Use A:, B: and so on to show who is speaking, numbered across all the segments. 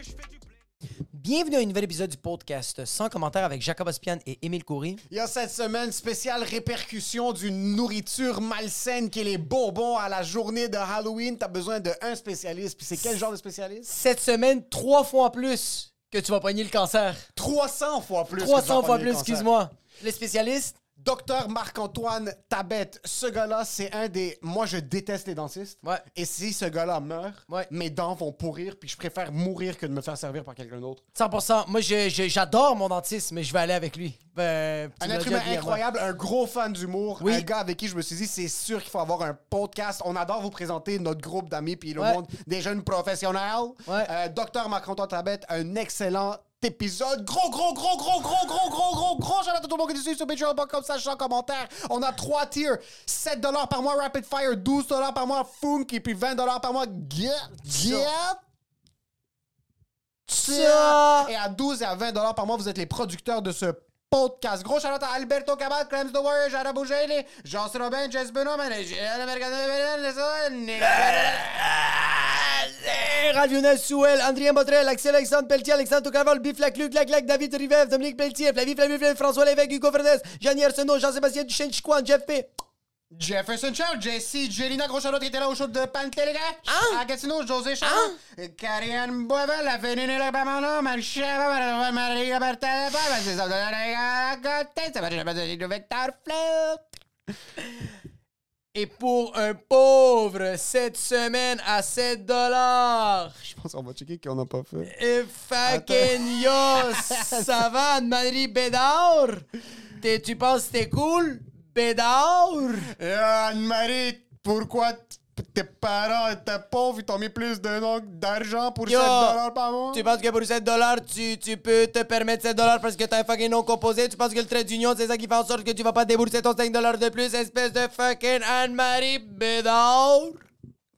A: je fais du blé.
B: Bienvenue à un nouvel épisode du podcast sans commentaire avec Jacob Ospian et Émile Coury.
C: Il y a cette semaine spéciale répercussion d'une nourriture malsaine qui est les bonbons à la journée de Halloween. T'as besoin de un spécialiste. Puis c'est quel genre de spécialiste?
B: Cette semaine, trois fois plus que tu vas pogner le cancer.
C: 300 fois plus. que
B: 300
C: Jean-Paul
B: fois plus,
C: Léconcer.
B: excuse-moi. Les spécialistes,
C: Docteur Marc-Antoine Tabette, ce gars-là, c'est un des... Moi, je déteste les dentistes.
B: Ouais.
C: Et si ce gars-là meurt,
B: Ouais.
C: mes dents vont pourrir, puis je préfère mourir que de me faire servir par quelqu'un d'autre.
B: 100%. Moi, je- je- j'adore mon dentiste, mais je vais aller avec lui. Ben, tu
C: Un
B: l'as
C: être
B: déjà
C: humain
B: dit à moi.
C: incroyable, un gros fan d'humour,
B: Oui.
C: un gars avec qui je me suis dit, c'est sûr qu'il faut avoir un podcast. On adore vous présenter notre groupe d'amis, puis le
B: Ouais.
C: monde des jeunes professionnels. Euh,
B: Ouais.
C: Docteur Marc-Antoine Tabette, un excellent épisode. Gros, gros, gros, gros, gros, gros, gros, gros, gros. J'adore tout le monde qui nous suit sur patreon.com, slash sans commentaire. On a trois tiers 7 par mois Rapid Fire, 12 par mois Funky, puis 20 par mois Get. Get.
B: Ça.
C: Et à 12 et à 20 dollars par mois, vous êtes les producteurs de ce podcast. Gros shout à Alberto Cabat, Clems The Warrior, Jara Bougeli, Jean-Sébastien Robin, Jess Benoît, Manégiel,
B: Ah, Ravionel Souel, Andrien Botrel, Axel Alexandre Pelletier, Alexandre Tocaval, Bif Lacluc, Lac Lac, David Rivev, Dominique Pelletier, Flavie Flavie Flavie, François Lévesque, Hugo Fernandez, Gianni Arsenault, Jean-Sébastien Duchesne, Chicoine, Jeff P.
C: Jefferson Charles, Jesse, Jelina, gros shout qui était là au show de Pantelega,
B: Ah!
C: à Gatineau, José Charles, Karianne Boivin, la Vénine et la Bamana, Marchava, Maria Bertalaba, c'est ça, la Gatineau, ça va, je vais dire, Vector Flip.
B: Et pour un pauvre, cette semaine à 7 dollars.
C: Je pense qu'on va checker qu'on n'a pas fait.
B: Et Eh, fucking yo, ça va, Anne-Marie Bédard? T'es- tu penses que t'es cool? Bédard?
C: Eh, Anne-Marie, pourquoi t- tes parents étaient pauvres, ils t'ont mis plus de nom- d'argent pour
B: Yo,
C: 7 dollars par mois?
B: Tu penses que pour 7 dollars, tu, tu peux te permettre 7 dollars parce que t'as un fucking nom composé? Tu penses que le trait d'union, c'est ça qui fait en sorte que tu vas pas débourser ton 5 dollars de plus, espèce de fucking Anne-Marie Bédard?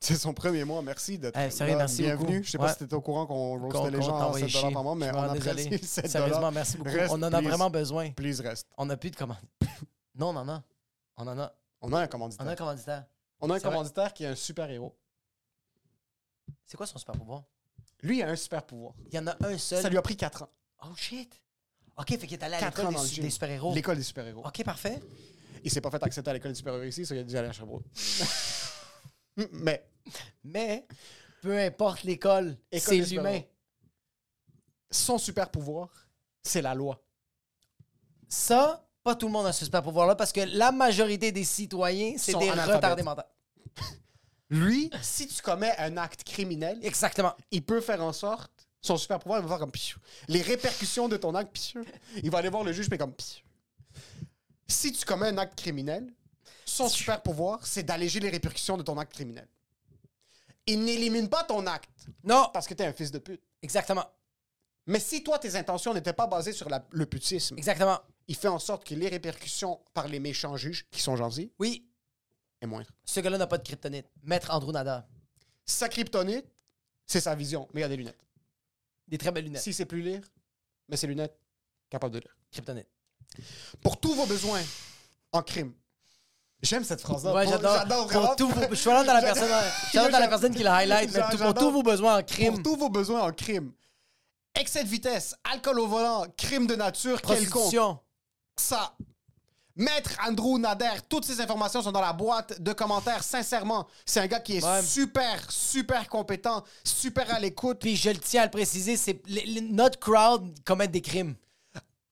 C: C'est son premier mois, merci d'être
B: Eh, sérieux,
C: là.
B: merci
C: Bienvenue.
B: beaucoup.
C: Je sais
B: Ouais.
C: pas si t'étais au courant qu'on
B: Qu'on-
C: roastait les
B: qu'on
C: gens à
B: t'envoyait
C: 7 dollars par
B: chier.
C: mois, mais
B: Je suis
C: on
B: vraiment
C: apprécie
B: désolé.
C: 7
B: Sérieusement, merci beaucoup.
C: Reste,
B: on en a
C: please.
B: vraiment besoin.
C: Please reste.
B: On n'a plus de commandes. Non, on en a. On en a.
C: On a un
B: On
C: commanditaire.
B: a un commanditaire.
C: On a un
B: C'est vrai.
C: commanditaire qui est un super héros.
B: C'est quoi son super pouvoir?
C: Lui, il a un super pouvoir.
B: Il y en a un seul.
C: Ça lui a pris 4 ans.
B: Oh shit! Ok, fait qu'il est allé à
C: Quatre
B: l'école
C: ans
B: des,
C: dans le
B: su-
C: gym.
B: des super-héros.
C: L'école des super-héros.
B: Ok, parfait.
C: Il s'est pas fait accepter à l'école des super-héros ici, ça il a dû aller à Sherbrooke. mais
B: Mais peu importe l'école,
C: École
B: c'est
C: des super-héros.
B: l'humain.
C: son super-pouvoir, c'est la loi.
B: Ça, pas tout le monde a ce super pouvoir-là parce que la majorité des citoyens, c'est
C: Sont
B: des
C: analphabètes.
B: retardés mentaux.
C: Lui, si tu commets un acte criminel,
B: Exactement.
C: il peut faire en sorte. Son super pouvoir, il va faire comme pichou. Les répercussions de ton acte, pichou. Il va aller voir le juge, mais comme pichou. Si tu commets un acte criminel, son super pouvoir, c'est d'alléger les répercussions de ton acte criminel. Il n'élimine pas ton acte
B: Non,
C: parce que t'es un fils de pute.
B: exactement.
C: Mais si toi, tes intentions n'étaient pas basées sur la- le putisme,
B: Exactement.
C: il fait en sorte que les répercussions par les méchants juges, qui sont gentils,
B: Oui,
C: est moindre.
B: ce gars-là n'a pas de kryptonite. Maître Andrew Nada.
C: Sa kryptonite, c'est sa vision. Mais il y a des lunettes.
B: Des très belles lunettes.
C: Si c'est plus lire, mais ses lunettes, capable de lire.
B: Kryptonite.
C: pour tous vos besoins en crime. J'aime cette phrase-là.
B: Ouais,
C: Pour-
B: j'adore.
C: vraiment.
B: Pour tous vos- Je suis allé dans la personne, je suis allé dans la personne qui l'a highlight. mais
C: J'a-
B: tout- pour
C: j'adore.
B: tous vos besoins en
C: Pour
B: crime,
C: tous vos besoins en crime. Excès de vitesse, alcool au volant, crime de nature, quelconque.
B: prostitution.
C: Ça. Maître Andrew Nader, toutes ces informations sont dans la boîte de commentaires. Sincèrement, c'est un gars qui est
B: Ouais.
C: super, super compétent, super à l'écoute.
B: Puis je le tiens à le préciser, c'est les- les- notre crowd commet des crimes.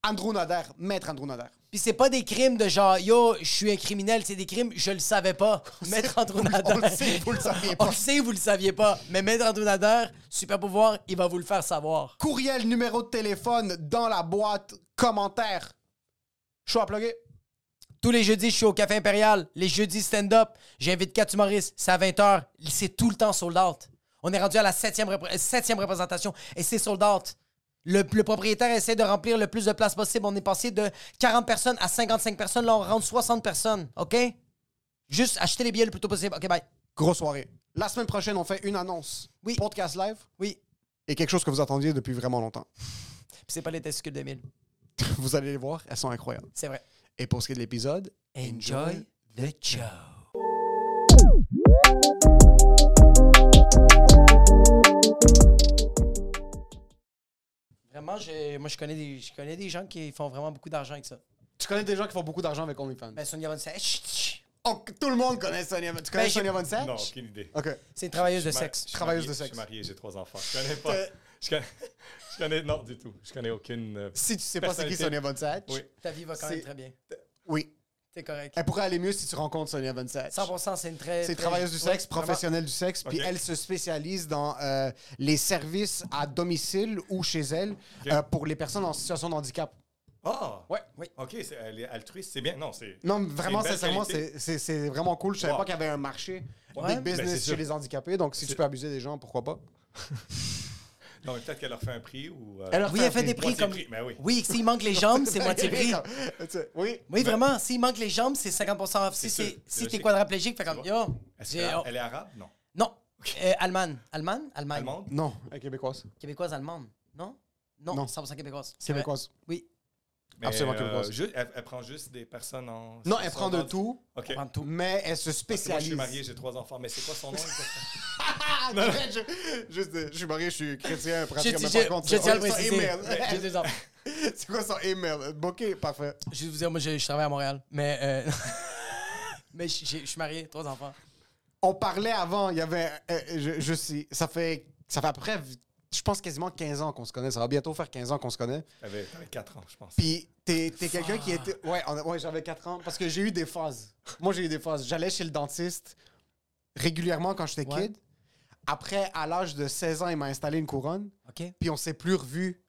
C: Andrew Nader, Maître Andrew Nader.
B: Puis c'est pas des crimes de genre yo, je suis un criminel, c'est des crimes je le savais pas. Maître Andrew Nader.
C: on le sait, vous le saviez pas.
B: On le sait, vous le saviez pas. Mais Maître Andrew Nader, super pouvoir, il va vous le faire savoir.
C: Courriel, numéro de téléphone dans la boîte, commentaire. Choix à plugger.
B: Tous les jeudis, je suis au Café Impérial. Les jeudis stand-up, j'invite quatre humoristes, c'est à 20h, c'est tout le temps sold out. On est rendu à la septième, repré- septième représentation et c'est sold out. Le, le propriétaire essaie de remplir le plus de places possible. On est passé de 40 personnes à 55 personnes. Là, on rentre 60 personnes, OK? Juste acheter les billets le plus tôt possible. OK, bye.
C: Grosse soirée. La semaine prochaine, on fait une annonce.
B: Oui.
C: Podcast live.
B: Oui.
C: est quelque chose que vous attendiez depuis vraiment longtemps.
B: Puis c'est pas les testicules de mille.
C: Vous allez les voir, elles sont incroyables.
B: C'est vrai.
C: Et pour ce qui est de l'épisode,
B: Enjoy the show. Vraiment, je, moi, je connais, des, je connais des gens qui font vraiment beaucoup d'argent avec ça.
C: tu connais des gens qui font beaucoup d'argent avec OnlyFans.
B: Ben, Sonia Von Sach, chut, chut,
C: Oh, tout le monde connaît Sonia. Tu
B: Ben,
C: connais
B: j'ai-
C: Sonia Von Sach?
D: Non, aucune idée.
C: OK.
B: c'est une travailleuse de
D: Je suis mar-
B: sexe.
D: je
C: Ah,
D: suis
C: Travailleuse
D: marié-
C: de sexe.
D: Je suis marié, j'ai trois enfants. Je connais pas.
C: Euh.
D: Je connais, je connais- Non, du tout. Je connais aucune. euh,
C: Si tu sais pas c'est qui
D: Personnalité.
C: Sonia Von Sach,
D: Oui.
B: Ta vie va quand même
C: C'est-
B: très bien.
C: oui.
B: T'es correct.
C: Elle pourrait aller mieux si tu rencontres Sonia Von Sach.
B: 100%, Eh, c'est une très.
C: C'est
B: très-
C: travailleuse du sexe,
B: Ouais,
C: professionnelle du sexe, puis
D: Ok.
C: elle se spécialise dans euh, les services à domicile ou chez elle euh, pour les personnes en situation de handicap.
D: Ah!
B: vraiment. Ouais, oui.
D: Ok, c'est- elle est altruiste, c'est bien. Non, c'est.
C: Non, mais
D: une
C: vraiment,
D: belle
C: sincèrement,
D: qualité.
C: c'est- c'est c'est vraiment cool. Je savais
D: Wow.
C: pas qu'il y avait un marché,
D: Ouais.
C: big
B: Ben,
D: c'est
C: business
D: sûr.
C: chez les handicapés, donc si tu
D: C'est-
C: peux abuser des gens, pourquoi pas?
D: Non, mais peut-être qu'elle leur fait un prix ou. euh,
C: Alors,
B: Oui, elle fait des prix
D: Moitié
B: comme.
D: prix, ben oui.
B: Oui, s'il manque les jambes, c'est moitié prix.
C: Tu sais, oui.
B: Oui, vraiment, s'il manque les jambes, c'est 50% off. Si,
D: C'est
B: c'est-
D: sûr, c'est
B: si t'es
D: logique.
B: quadraplégique, fais comme
D: C'est
B: yo.
D: Est-ce
B: j'ai-
D: qu'elle-
B: oh.
D: Elle est arabe? Non.
B: Non. Euh, Allemande. Allemande Allemagne.
D: Allemande?
C: Non, elle est québécoise.
B: Québécoise, allemande. Non Non,
C: Non.
B: 100% québécoise. C'est vrai.
C: Québécoise.
B: Oui.
D: Mais,
C: Absolument
D: euh,
C: québécoise.
D: juste- elle, elle prend juste des personnes en.
C: Non, elle prend de
D: en-
C: tout,
D: Ok.
B: Prends tout.
C: mais elle se
D: Parce que Moi, je
C: spécialise.
D: suis marié, j'ai trois enfants, mais c'est quoi son nom? exactement?
C: Ah, non, je, juste, euh, je suis marié, je suis chrétien,
B: Je,
C: pratiquement.
B: tiens-
C: mais
B: je,
C: par contre,
B: je
C: on
B: tiens à le
C: est sur
B: préciser.
C: email.
B: J'ai deux enfants.
C: C'est quoi son email? Booké, parfait.
B: Je vais vous dire, moi, je, je travaille à Montréal. Mais, euh, mais je, je- je suis marié, trois enfants.
C: On parlait avant, il y avait. euh, je, je sais, ça fait, ça fait à peu près, je pense quasiment 15 ans qu'on se connaît. Ça va bientôt faire 15 ans qu'on se connaît.
D: T'avais t'avais quatre ans, je pense.
C: Puis t'es t'es quelqu'un qui était. Ouais, on a- ouais j'avais 4 ans parce que j'ai eu des phases. Moi, j'ai eu des phases. J'allais chez le dentiste régulièrement quand j'étais
B: Ouais.
C: kid. Après, à l'âge de 16 ans, il m'a installé une couronne.
B: OK et,
C: Puis on s'est plus revus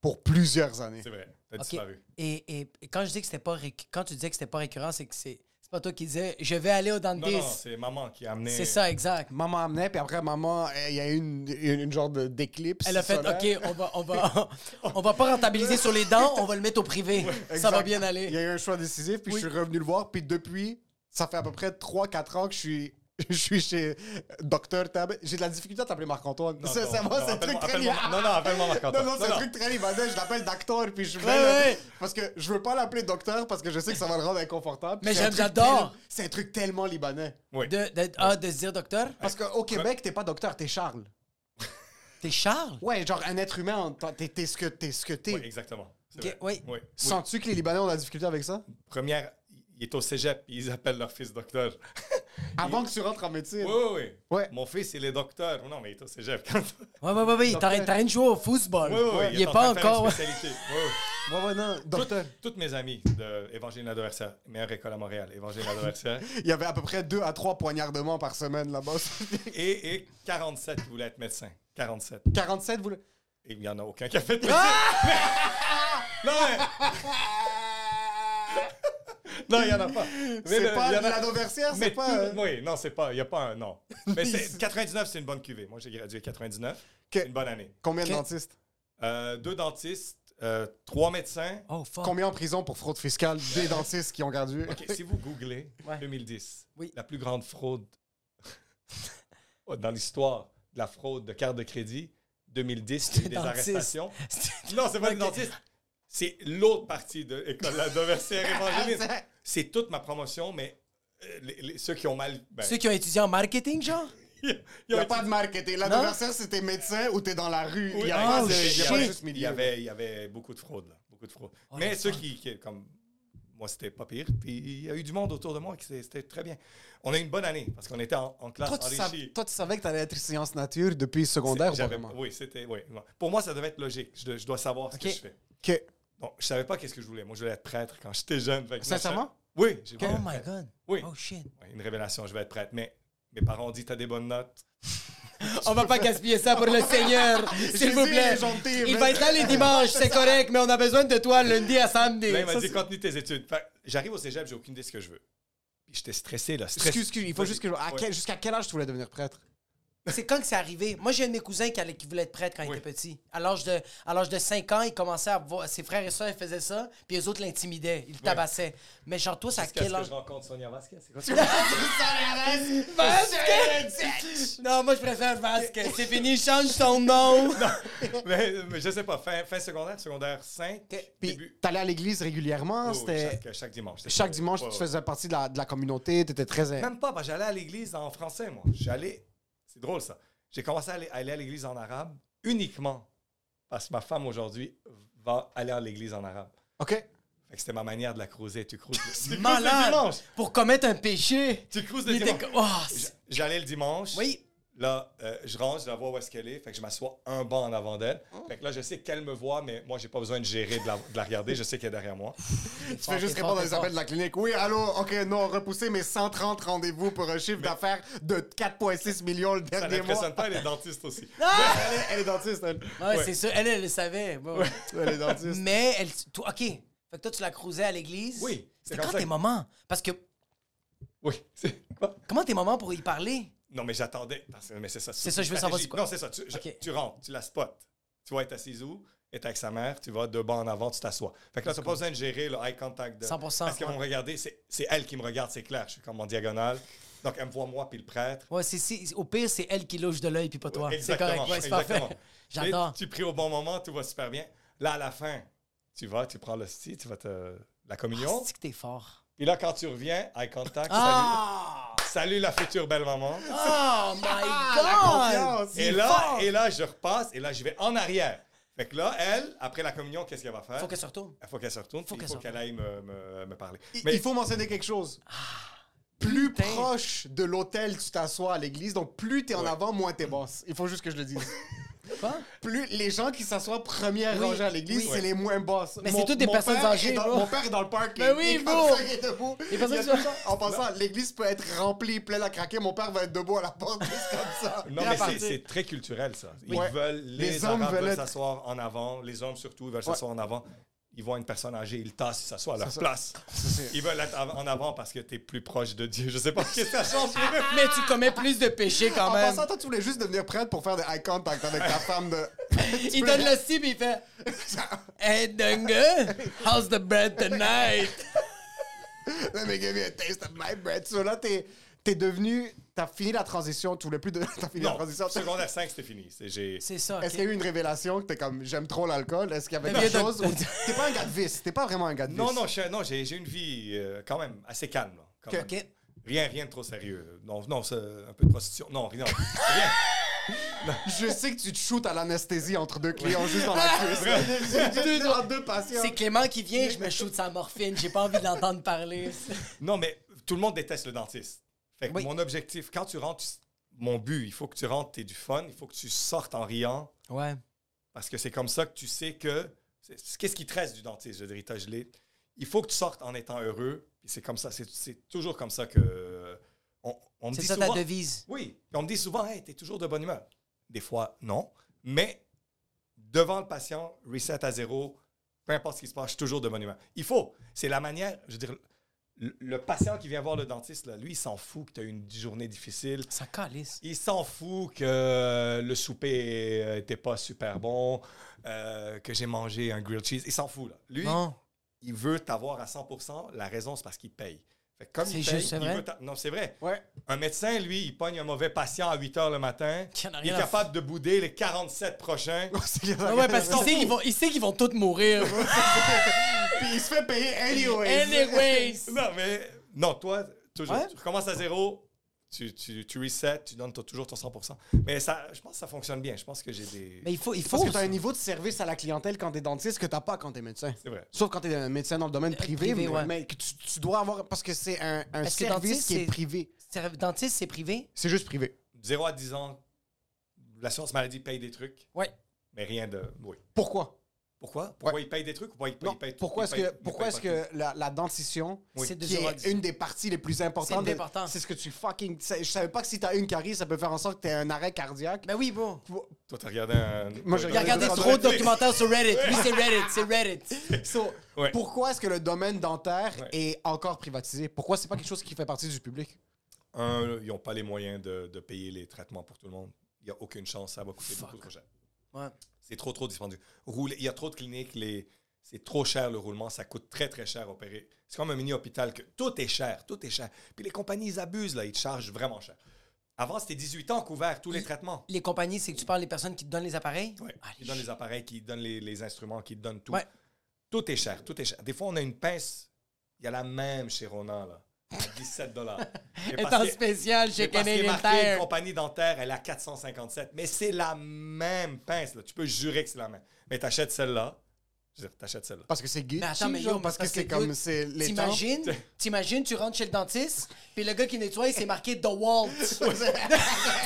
C: pour plusieurs années.
D: C'est vrai, t'as
B: Ok.
D: disparu.
B: et, et quand je dis que c'était pas récu- quand tu disais que c'était pas récurrent, c'est que c'est c'est pas toi qui disais je vais aller au
D: Non, non,
B: dentiste.
D: c'est maman qui a amené.
B: C'est ça, exact.
C: Maman amenait, puis après, maman, euh, il y a eu une, une, une genre de- d'éclipse.
B: Elle a fait
C: solaire.
B: OK, on va, on va, on va pas rentabiliser sur les dents, on va le mettre au privé. Ça va
C: Exact.
B: bien
C: Il y
B: aller.
C: a eu un choix décisif, puis
B: Oui.
C: je suis revenu le voir. Puis depuis, ça fait à peu près 3-4 ans que je suis, je suis chez Docteur Tab. J'ai de la difficulté à t'appeler Marc-Antoine.
D: Non,
C: C'est
D: non,
C: c'est moi,
D: non,
C: c'est un truc
D: appelle-moi-
C: très
D: appelle-moi-
C: lié-
D: Non, non, appelle-moi Marc-Antoine.
C: Non, non, c'est
D: Non,
C: un
D: non.
C: truc très libanais. Je l'appelle docteur, puis je vais.
B: Ouais,
C: le-
B: ouais.
C: Parce que je veux pas l'appeler docteur, parce que je sais que ça va le rendre inconfortable.
B: Mais
C: C'est un
B: j'aime,
C: truc
B: j'adore.
C: tellement- C'est un truc tellement libanais.
D: Oui.
B: De, de, ah, de se dire docteur,
C: Parce qu'au Québec, t'es pas docteur, t'es Charles.
B: t'es Charles?
C: Ouais, genre un être humain, t'es t'es ce que t'es. ce que t'es.
D: Oui, exactement. C'est
B: Ok, oui.
D: vrai. oui.
C: Sens-tu que les Libanais ont de la difficulté avec ça?
D: Première, il est au cégep, ils appellent leur fils docteur.
C: Avant que tu rentres en médecine.
D: Oui, oui, oui.
C: Ouais.
D: Mon fils, il est docteur. Non, mais il est au cégep. Quand...
B: Ouais, ouais, ouais, ouais. il
C: Docteur.
B: t'arrête- T'arrêtes de jouer au football.
D: Oui, oui, oui.
B: Il est
D: en
B: pas
D: train de faire une
B: encore.
D: spécialité. Oui, oui.
C: Ouais, ouais, non. Docteur.
D: Toutes mes amies de Évangile Nadeau-Hercia, meilleure école à Montréal, Évangile Nadeau-Hercia,
C: Il y avait à peu près 2 à 3 poignardements par semaine là-bas.
D: et, et 47 qui voulaient être médecin. 47.
C: 47, vous le-
D: Et il n'y en a aucun qui a fait médecin.
B: Ah!
D: non, mais... non, il n'y en a pas. Mais
C: C'est
D: le-
C: pas
D: il y
C: de
D: en a-
C: la noversière, c'est
D: Mais
C: pas.
D: tout-
C: euh,
D: Oui, non, c'est pas. Il n'y a pas un. Non. Mais c'est-
C: c'est-
D: 99, c'est une bonne cuvée. Moi, j'ai gradué 99.
C: Que-
D: Une bonne année.
C: Combien de
B: Ok.
C: dentistes
D: Euh, deux dentistes, euh, trois médecins.
B: Oh, fuck.
C: Combien en prison pour fraude fiscale des dentistes qui ont gradué
D: OK, si vous googlez
B: Ouais.
D: 2010,
B: Oui.
D: la plus grande fraude dans l'histoire de la fraude de carte de crédit, 2010, il y a eu des
B: Dentiste.
D: arrestations. Non, c'est pas des
B: Ok.
D: dentistes. C'est l'autre partie de l'école la diversité évangéliste.
C: Ah, C'est-
D: C'est toute ma promotion, mais euh, les- les- ceux qui ont mal. ben,
B: Ceux qui ont étudié en marketing, genre?
C: Il
D: ils ont
C: n'y a
D: été-
C: pas de marketing. La
B: Non.
C: noversière, c'est t'es médecin ou t'es dans la rue. Il
D: Oui,
C: y
D: ah,
C: a pas
B: oh,
C: de-
D: c'est-
C: il y a
D: il,
C: pas
D: y
B: shit.
C: juste
D: avait, il,
C: milieu.
D: y avait, il y avait beaucoup de fraude, là, beaucoup de fraude.
B: Oh,
D: Mais
B: la
D: ceux qui, qui- comme moi, c'était pas pire. Puis il y a eu du monde autour de moi qui s'est- c'était très bien. On a eu une bonne année parce qu'on était en, en classe
C: Toi tu, sav-
D: enrichie.
C: toi, tu savais que t'allais être sciences nature depuis secondaire ou pas
D: J'avais-
C: vraiment?
D: Oui, c'était. Oui. Pour moi, ça devait être logique. Je, dois- je dois savoir ce
B: Ok.
D: que je fais.
C: Ok.
D: Donc, je savais pas qu'est-ce que je voulais. Moi, je voulais être prêtre quand j'étais jeune. Fait que moi, je
C: Sincèrement?
D: savais- Oui, j'ai voulu
B: Oh
D: être
B: my
D: prêtre.
B: god.
D: Oui.
B: Oh shit.
D: Ouais, Une révélation, je vais être prêtre. Mais mes parents ont dit T'as des bonnes notes.
B: On va pas gaspiller ça pour le Seigneur, s'il vous
C: Jésus, il
B: plaît.
C: est gentil,
B: Il
C: mais-
B: va être là les dimanches, c'est correct, mais on a besoin de toi lundi à samedi.
D: Là, Ben, il m'a
B: Ça,
D: dit
B: c'est-
D: Continue tes études. Fait que J'arrive au cégep, j'ai aucune idée de ce que je veux. Puis j'étais stressé, là. stressé.
C: Excuse, excuse, il faut
D: Vas-y.
B: Ah,
C: juste que. à
D: Ouais.
C: quel- Jusqu'à quel âge tu voulais devenir prêtre?
B: C'est quand que c'est arrivé? Moi, j'ai un de mes cousins qui, allait- qui voulait être prêtre quand il
D: Oui.
B: était petit. À l'âge de, à l'âge de 5 ans, il commençait à voir ses frères et soeurs ils faisaient ça, puis les autres l'intimidaient, ils le tabassaient. Mais genre, toi, ça à
D: Jusqu'à ce
B: quel
D: que
B: âge?
D: je rencontre Sonia Vasquez. C'est quoi
B: Non, moi, je préfère Vasquez. C'est fini, change ton nom.
D: mais, mais je sais pas, fin, fin secondaire, secondaire 5,
C: Puis
D: début.
C: t'allais à l'église régulièrement,
D: Oh,
C: c'était...
D: chaque, chaque dimanche. c'était
C: Chaque
D: ça.
C: dimanche,
D: Ouais,
C: tu
D: ouais.
C: faisais partie de la, de la communauté, t'étais très...
D: Même pas, parce que j'allais à l'église en français, moi. J'allais. C'est drôle, ça. J'ai commencé à aller, à aller à l'église en arabe uniquement parce que ma femme aujourd'hui va aller à l'église en arabe.
C: OK?
D: Fait que c'était ma manière de la creuser. Tu creuses. tu creuses le
B: Malade.
D: dimanche.
B: Pour commettre un péché.
D: Tu creuses le
B: Il était
D: dimanche.
B: comme. Ah,
D: J-
B: c'est-
D: J'allais le dimanche.
B: oui.
D: Là, euh, je range, je la vois où est-ce qu'elle est. Fait que je m'assois un banc en avant d'elle.
B: Oh.
D: Fait que là, je sais qu'elle me voit, mais moi, j'ai pas besoin de gérer, de la, de la regarder. Je sais qu'elle est derrière moi.
C: Tu fais
B: Ah,
C: juste
B: t'es fort,
C: répondre à
B: t'es
C: des
B: fort.
C: appels de la clinique. Oui, allô, OK, non, repoussé mes 130 rendez-vous pour un chiffre d'affaires de 4,6 millions le
D: Ça
C: dernier mois.
D: n'impressionne pas, elle est dentiste aussi.
C: Elle est, elle est dentiste, elle.
B: Ouais,
D: Ouais.
B: c'est ça. Elle, elle le savait. Bon.
C: Elle est dentiste.
B: Mais, elle, toi, OK. Fait que toi, tu la cruisais à l'église.
D: Oui, c'est
B: C'était
D: comme
B: quand
D: ça
B: tes
D: que-
B: moments? Parce que,
D: Oui. C'est quoi?
B: comment tes moments pour y parler?
D: Non, mais j'attendais. Parce que- Mais c'est ça.
B: C'est ça, je veux savoir c'est quoi.
D: Non, c'est ça. Tu, je-
B: Ok.
D: tu rentres, tu la spots. Tu vas être assise où? Elle est avec sa mère, tu vas deux bancs en avant, tu t'assois. Fait que là, t'as pas besoin de gérer le eye contact. De...
B: 100%,
D: Parce qu'elles
B: ouais.
D: vont me regarder, c'est c'est elle qui me regarde, c'est clair. Je suis comme en diagonale. Donc, elle me voit moi puis le prêtre.
B: Ouais, c'est si- au pire, c'est elle qui louche de l'œil puis pas toi. c'est
D: Exactement,
B: correct. Ouais, c'est
D: exactement.
B: parfait.
D: Et
B: J'adore.
D: Tu pries au bon moment, tout va super bien. Là, à la fin, tu vas, tu prends l'hostie, tu vas te... la communion.
B: C'est Ah, que t'es fort.
D: Et là, quand tu reviens, eye contact,
B: Ah!
D: salut, salut la future belle-maman.
B: Oh my god!
C: Ah,
D: Et
C: c'est
D: là,
C: fort!
D: et là, je repasse et là, je vais en arrière. Fait que là, elle, après la communion, qu'est-ce qu'elle va faire?
B: Faut qu'elle se retourne.
D: Il faut qu'elle se retourne,
B: Faut
D: puis il
B: qu'elle
D: faut
B: se
D: qu'elle aille me, me- me parler.
C: Il-
D: Mais
C: Il faut mentionner quelque chose. Plus
B: Ah, putain.
C: proche de l'hôtel tu t'assois à l'église, donc plus t'es en
D: Ouais.
C: avant, moins t'es boss. Il faut juste que je le dise.
B: Quoi?
C: plus les gens qui s'assoient première
B: Oui,
C: rangée à l'église,
B: oui.
C: c'est les moins boss.
B: Mais
C: Mon-
B: c'est toutes des
C: mon
B: personnes
C: père est
B: âgées,
C: dans-
B: bro.
C: Mon père est dans le parking.
B: Mais oui,
C: Il est comme
B: bro.
C: ça, il est debout.
B: Les personnes
C: Il y a
B: qui
C: tout le temps- En passant, l'église peut être remplie, pleine à craquer. Mon père va être debout à la porte, juste comme ça.
D: non,
B: bien
D: mais
B: parti.
D: c'est- c'est très culturel, ça. Ils
C: Ouais.
D: veulent, les,
C: Les hommes
D: hommes
C: veulent
D: veulent
C: être-
D: s'asseoir en avant, les hommes surtout, ils veulent s'asseoir en avant. Ils voient une personne âgée, ils tassent, ils s'assoient à leur
C: C'est ça.
D: place.
C: c'est-
D: Ils veulent être av- en avant parce que t'es plus proche de Dieu. Je sais pas qu'est-ce que ça change.
B: Mais tu commets plus de péchés quand
C: En
B: même.
C: passant, toi, tu voulais juste devenir prêtre pour faire des eye contact avec ta femme de. Tu
B: Il
C: peux-
B: donne le cible et il fait Hey Dunga, how's the bread tonight?
C: Let me give you a taste of my bread. So là, t'es t'es devenu. T'as fini la transition. Tu voulais plus de. T'as fini la
D: Non,
C: transition.
D: secondaire 5, c'était fini. C'est- j'ai-
B: C'est ça. ok.
C: Est-ce qu'il y a eu une révélation que t'es comme j'aime trop l'alcool? Est-ce qu'il y avait
B: Mais
C: quelque
B: il y a
C: chose?
B: de-
C: où- T'es pas un gars de vice. T'es pas vraiment un gars de vice.
D: Non, non, je suis- non, j'ai j'ai une vie euh, quand même assez calme. là, quand même.
B: Ok.
D: Rien, rien de trop sérieux. Non, non, c'est un peu de prostitution. Non, rien. rien.
C: Je sais que tu te shootes à l'anesthésie entre deux clients juste dans la cuisse. en deux patients.
B: C'est Clément qui vient, je me shoot sa morphine, j'ai pas envie de l'entendre parler.
D: Non, mais tout le monde déteste le dentiste. Fait que
B: Oui.
D: mon objectif, quand tu rentres, tu- mon but, il faut que tu rentres, t'es du fun, il faut que tu sortes en riant,
B: Ouais.
D: parce que c'est comme ça que tu sais que. c'est- c'est- Qu'est-ce qui te reste du dentiste, je dirais, t'as gelé. Il faut que tu sortes en étant heureux, et c'est comme ça, c'est- c'est toujours comme ça que. euh, On, on me
B: C'est
D: dit
B: ça
D: souvent,
B: ta devise.
D: Oui, et on me dit souvent, hey, t'es toujours de bonne humeur. Des fois, non, mais devant le patient, reset à zéro, peu importe ce qui se passe, je suis toujours de bonne humeur. Il faut. C'est la manière, je veux dire, le, le patient qui vient voir le dentiste, là, lui, il s'en fout que tu as eu une journée difficile.
B: Ça calisse.
D: Il s'en fout que le souper n'était pas super bon, euh, que j'ai mangé un grilled cheese. Il s'en fout, là. Lui,
B: Non.
D: il veut t'avoir à 100 La raison, c'est parce qu'il paye. Fait que comme
B: C'est
D: il
B: juste,
D: paye,
B: c'est
D: il
B: vrai?
D: veut t'a- Non, c'est vrai.
C: Ouais.
D: Un médecin, lui, il pogne un mauvais patient à 8 h le matin.
B: Qui en a
D: Il
B: rien
D: est
B: à
D: capable de bouder les 47 prochains.
B: Ah ouais, parce qu'il sait qu'ils vont, il sait qu'ils vont tous mourir.
C: Puis il se fait payer anyway.
B: Anyways.
D: non, mais. Non, toi, toujours.
B: Ouais.
D: Tu recommences à zéro, tu, tu, tu resets, tu donnes ton- toujours ton 100 Mais ça, je pense que ça fonctionne bien. Je pense que j'ai des.
B: Mais il faut. Il
C: Parce
B: faut
C: que t'as un niveau de service à la clientèle quand t'es dentiste que t'as pas quand t'es médecin.
D: C'est vrai.
C: Sauf quand t'es un médecin dans le domaine privé,
B: Euh, privé,
C: mais,
B: ouais.
C: mais que tu, tu dois avoir. Parce que c'est un, un
B: Est-ce que
C: service
B: dentiste,
C: qui est
B: c'est-
C: privé.
B: C'est- Dentiste, c'est privé?
C: C'est juste privé.
D: 0 à 10 ans, l'assurance maladie paye des trucs,
B: Ouais.
D: mais rien de. Oui.
C: Pourquoi?
D: Pourquoi Pourquoi ils payent des trucs ou pourquoi ils payent,
C: Non,
D: ils payent tout-
C: pourquoi
D: ils
C: est-ce
D: payent-
C: que,
D: ils
C: pourquoi
D: payent
C: est-ce
D: pas tout?
C: que la, la dentition,
D: Oui.
B: C'est de
C: qui est
B: 0
C: une des parties les plus importantes,
B: C'est
C: de-
B: important.
C: c'est ce que tu fucking... Je savais pas que si t'as une carie, ça peut faire en sorte que t'aies un arrêt cardiaque.
B: Ben oui, bon.
D: Toi, t'as regardé un.
C: Moi, j'ai
B: Il a regardé
C: Sur
B: trop de
D: Netflix.
B: documentaires sur Reddit. Lui, c'est Reddit, c'est Reddit.
C: So,
D: Ouais.
C: Pourquoi est-ce que le domaine dentaire
D: Ouais.
C: est encore privatisé? Pourquoi c'est pas quelque chose qui fait partie du public?
D: un, ils n'ont pas les moyens de, de payer les traitements pour tout le monde. Il n'y a aucune chance, ça va coûter beaucoup trop cher.
B: Ouais.
D: C'est trop, trop dispendieux. Rouler, il y a trop de cliniques, les, c'est trop cher le roulement, ça coûte très, très cher à opérer. C'est comme un mini-hôpital que tout est cher, tout est cher. Puis les compagnies, ils abusent, là, ils te chargent vraiment cher. Avant, c'était 18 ans couverts, tous les traitements.
B: Les compagnies, c'est que tu parles des personnes qui te donnent les appareils?
D: Ouais.
B: Ah,
D: Ils donnent les appareils, qui donnent les, les instruments, qui donnent tout.
B: Ouais.
D: Tout est cher, tout est cher. Des fois, on a une pince, il y a la même chez Ronan, là, à 17 dollars.
B: Et en spécial chez
D: parce qu'il est
B: Canadian
D: marqué
B: Tire.
D: compagnie dentaire, elle est à 457. Mais c'est la même pince, là. Tu peux jurer que c'est la même. Mais t'achètes celle-là. Je veux dire, t'achètes celle-là.
C: Parce que c'est Gucci,
B: Mais attends, mais
C: genre,
B: yo, mais
C: parce que
B: parce
C: c'est
B: que
C: comme
B: Gucci,
C: c'est les temps.
B: T'imagines, t'imagines, tu rentres chez le dentiste, puis le gars qui nettoie, il s'est marqué The Walt.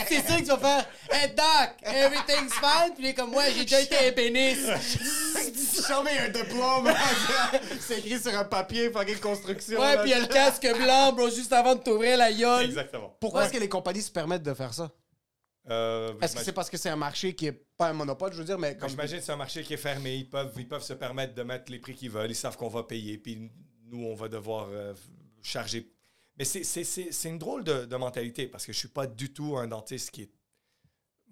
B: c'est ça que tu vas faire. Hey doc, everything's fine. Puis il est comme, ouais, j'ai déjà été ébéniste.
C: Jamais il y a un diplôme. c'est écrit sur un papier, fucking construction.
B: Ouais,
C: là.
B: puis il y a le casque blanc, bro, juste avant de t'ouvrir la gueule.
D: Exactement.
C: Pourquoi
B: Ouais.
C: est-ce que les compagnies se permettent de faire ça?
D: Euh,
C: Est-ce que
D: j'imagine-
C: c'est parce que c'est un marché qui est pas un monopole, je veux dire, mais
D: Comme
C: comme
D: j'imagine, c'est un marché qui est fermé. Ils peuvent, ils peuvent se permettre de mettre les prix qu'ils veulent. Ils savent qu'on va payer. Puis nous, on va devoir euh, charger. Mais c'est- c'est c'est- c'est une drôle de, de mentalité parce que je suis pas du tout un dentiste qui est.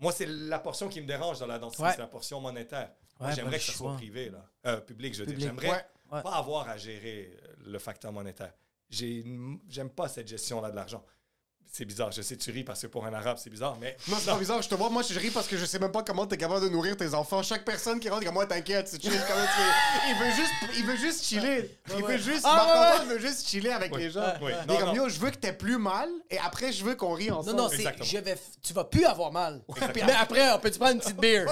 D: Moi, c'est la portion qui me dérange dans la dentisterie,
B: Ouais.
D: c'est la portion monétaire.
B: Ouais,
D: Moi,
B: pas
D: j'aimerais
B: le
D: que ça soit
B: choix.
D: privé, là. Euh, public, je veux dire.
B: Public.
D: J'aimerais
B: Ouais.
D: pas avoir à gérer euh, le facteur monétaire. J'ai une- J'aime pas cette gestion-là de l'argent. C'est bizarre. Je sais, tu ris parce que pour un arabe, c'est bizarre, mais.
C: Non, c'est pas bizarre, je te vois, moi je ris parce que je sais même pas comment t'es capable de nourrir tes enfants. Chaque personne qui rentre comme moi, t'inquiète, c'est chill, comment tu fais? Il veut juste, il veut juste chiller. Il
B: ouais.
C: veut juste,
B: Ah,
C: Marc-Antoine
B: ouais,
C: veut juste chiller avec
D: Ouais.
C: les gens. Il
D: Ouais.
C: est
D: Non,
C: comme,
D: non.
C: yo, je veux que t'aies plus mal et après je veux qu'on rie
B: Non,
C: ensemble.
B: non, c'est
D: Exactement.
B: je vais. f- Tu vas plus avoir mal.
D: Exactement.
B: Mais après, on peut-tu prendre une petite bière?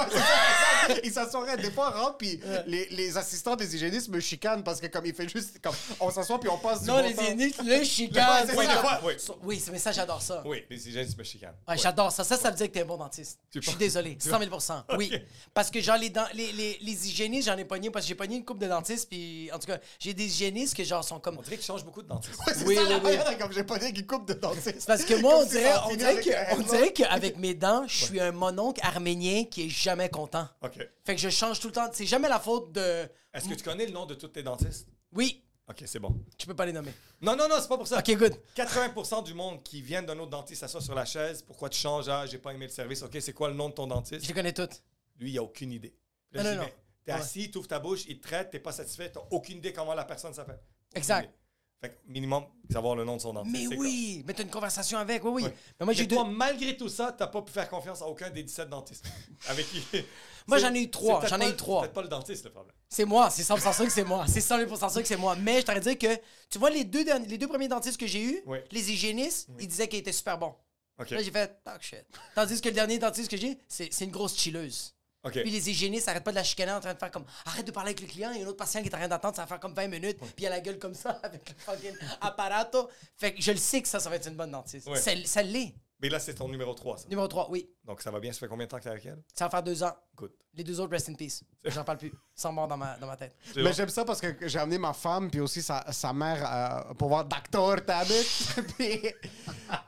C: il s'assoirait des fois rentre puis les, les assistants des hygiénistes me chicanent parce que comme il fait juste comme on s'assoit puis on passe du
B: Non,
C: bon
B: les
C: temps.
B: ennemis, le
C: Ouais,
B: chicane.
C: c'est
D: Oui,
C: ça.
D: des fois, oui.
B: Oui, c'est- mais ça, j'adore ça.
D: Oui, les hygiénistes me chicanent.
B: Ouais,
D: Ouais.
B: J'adore ça. Ça, ça veut dire que t'es un bon dentiste. Je suis
D: penses-
B: désolé. 100 000 Oui. Parce que genre, les, dents- les, les, les hygiénistes, j'en ai pogné parce que j'ai pogné une coupe de dentistes. Puis en tout cas, j'ai des hygiénistes que genre sont comme.
D: On dirait qu'ils changent beaucoup de dentistes.
C: C'est
B: Oui,
C: ça, la
B: oui,
C: manière dont- comme j'ai pas dit qu'il coupe de dentiste.
B: C'est parce que moi, on
C: Comme si
B: dirait,
C: ça en
B: on
C: finit
B: dirait,
C: avec
B: que,
C: un
B: on dirait qu'avec mes dents, je suis un mononcle arménien qui est jamais content.
D: OK.
B: Fait que je change tout le temps. C'est jamais la faute de.
D: Est-ce que tu connais le nom de tous tes dentistes?
B: Oui,
D: OK, c'est bon.
B: tu peux pas les nommer.
D: Non, non, non, c'est pas pour ça.
B: Ok, good.
D: 80% du monde qui vient d'un autre dentiste s'assoit sur la chaise. Pourquoi tu changes? Ah, j'ai pas aimé le service. OK, c'est quoi le nom de ton
B: Je
D: dentiste?
B: les connais toutes.
D: Lui, il a aucune idée. Puis
B: Non,
D: je
B: non,
D: dis,
B: non.
D: mais T'es
B: Ouais.
D: assis, tu ouvres ta bouche, il te traite, t'es pas satisfait, t'as aucune idée comment la personne s'appelle. Aucune
B: Exact.
D: idée. Fait que minimum, savoir le nom de son dentiste.
B: Mais
D: c'est
B: oui, mais t'as une conversation avec. Oui, oui.
D: Ouais.
B: Mais moi,
D: Mais
B: j'ai deux.
D: toi, malgré tout ça, t'as pas pu faire confiance à aucun des 17 dentistes avec qui.
B: Moi,
D: C'est-
B: j'en ai eu trois,
D: c'est peut-être
B: j'en ai
D: pas
B: eu
D: le-
B: trois.
D: Peut-être pas le dentiste, le problème.
B: C'est moi, c'est 100% sûr que c'est moi. C'est 100% sûr que c'est moi. Mais je t'aurais dit que, tu vois, les deux, derni- les deux premiers dentistes que j'ai eus,
D: Oui.
B: les hygiénistes, ils disaient qu'ils étaient super bons.
D: OK.
B: Là, j'ai fait, talk shit. Tandis que le dernier dentiste que j'ai, c'est c'est une grosse chilleuse.
D: OK.
B: Puis les hygiénistes arrêtent pas de la chicaner en train de faire comme arrête de parler avec le client, il y a un autre patient qui est en train d'attendre, ça va faire comme 20 minutes, puis il a la gueule comme ça avec le fucking apparato. Fait que je le sais que ça, ça va être une bonne dentiste.
D: Ouais.
B: Ça, ça l'est.
D: Mais là, c'est ton numéro 3, ça.
B: Numéro 3, oui.
D: Donc, ça va bien. Ça fait combien de temps que t'es avec elle?
B: Ça va faire deux ans.
D: Good.
B: Les deux autres, rest in peace. J'en parle plus. Sans mort dans ma, dans ma tête.
D: C'est
C: Mais
D: bon.
C: j'aime ça parce que j'ai amené ma femme puis aussi sa, sa mère euh, pour voir Docteur Tabit. puis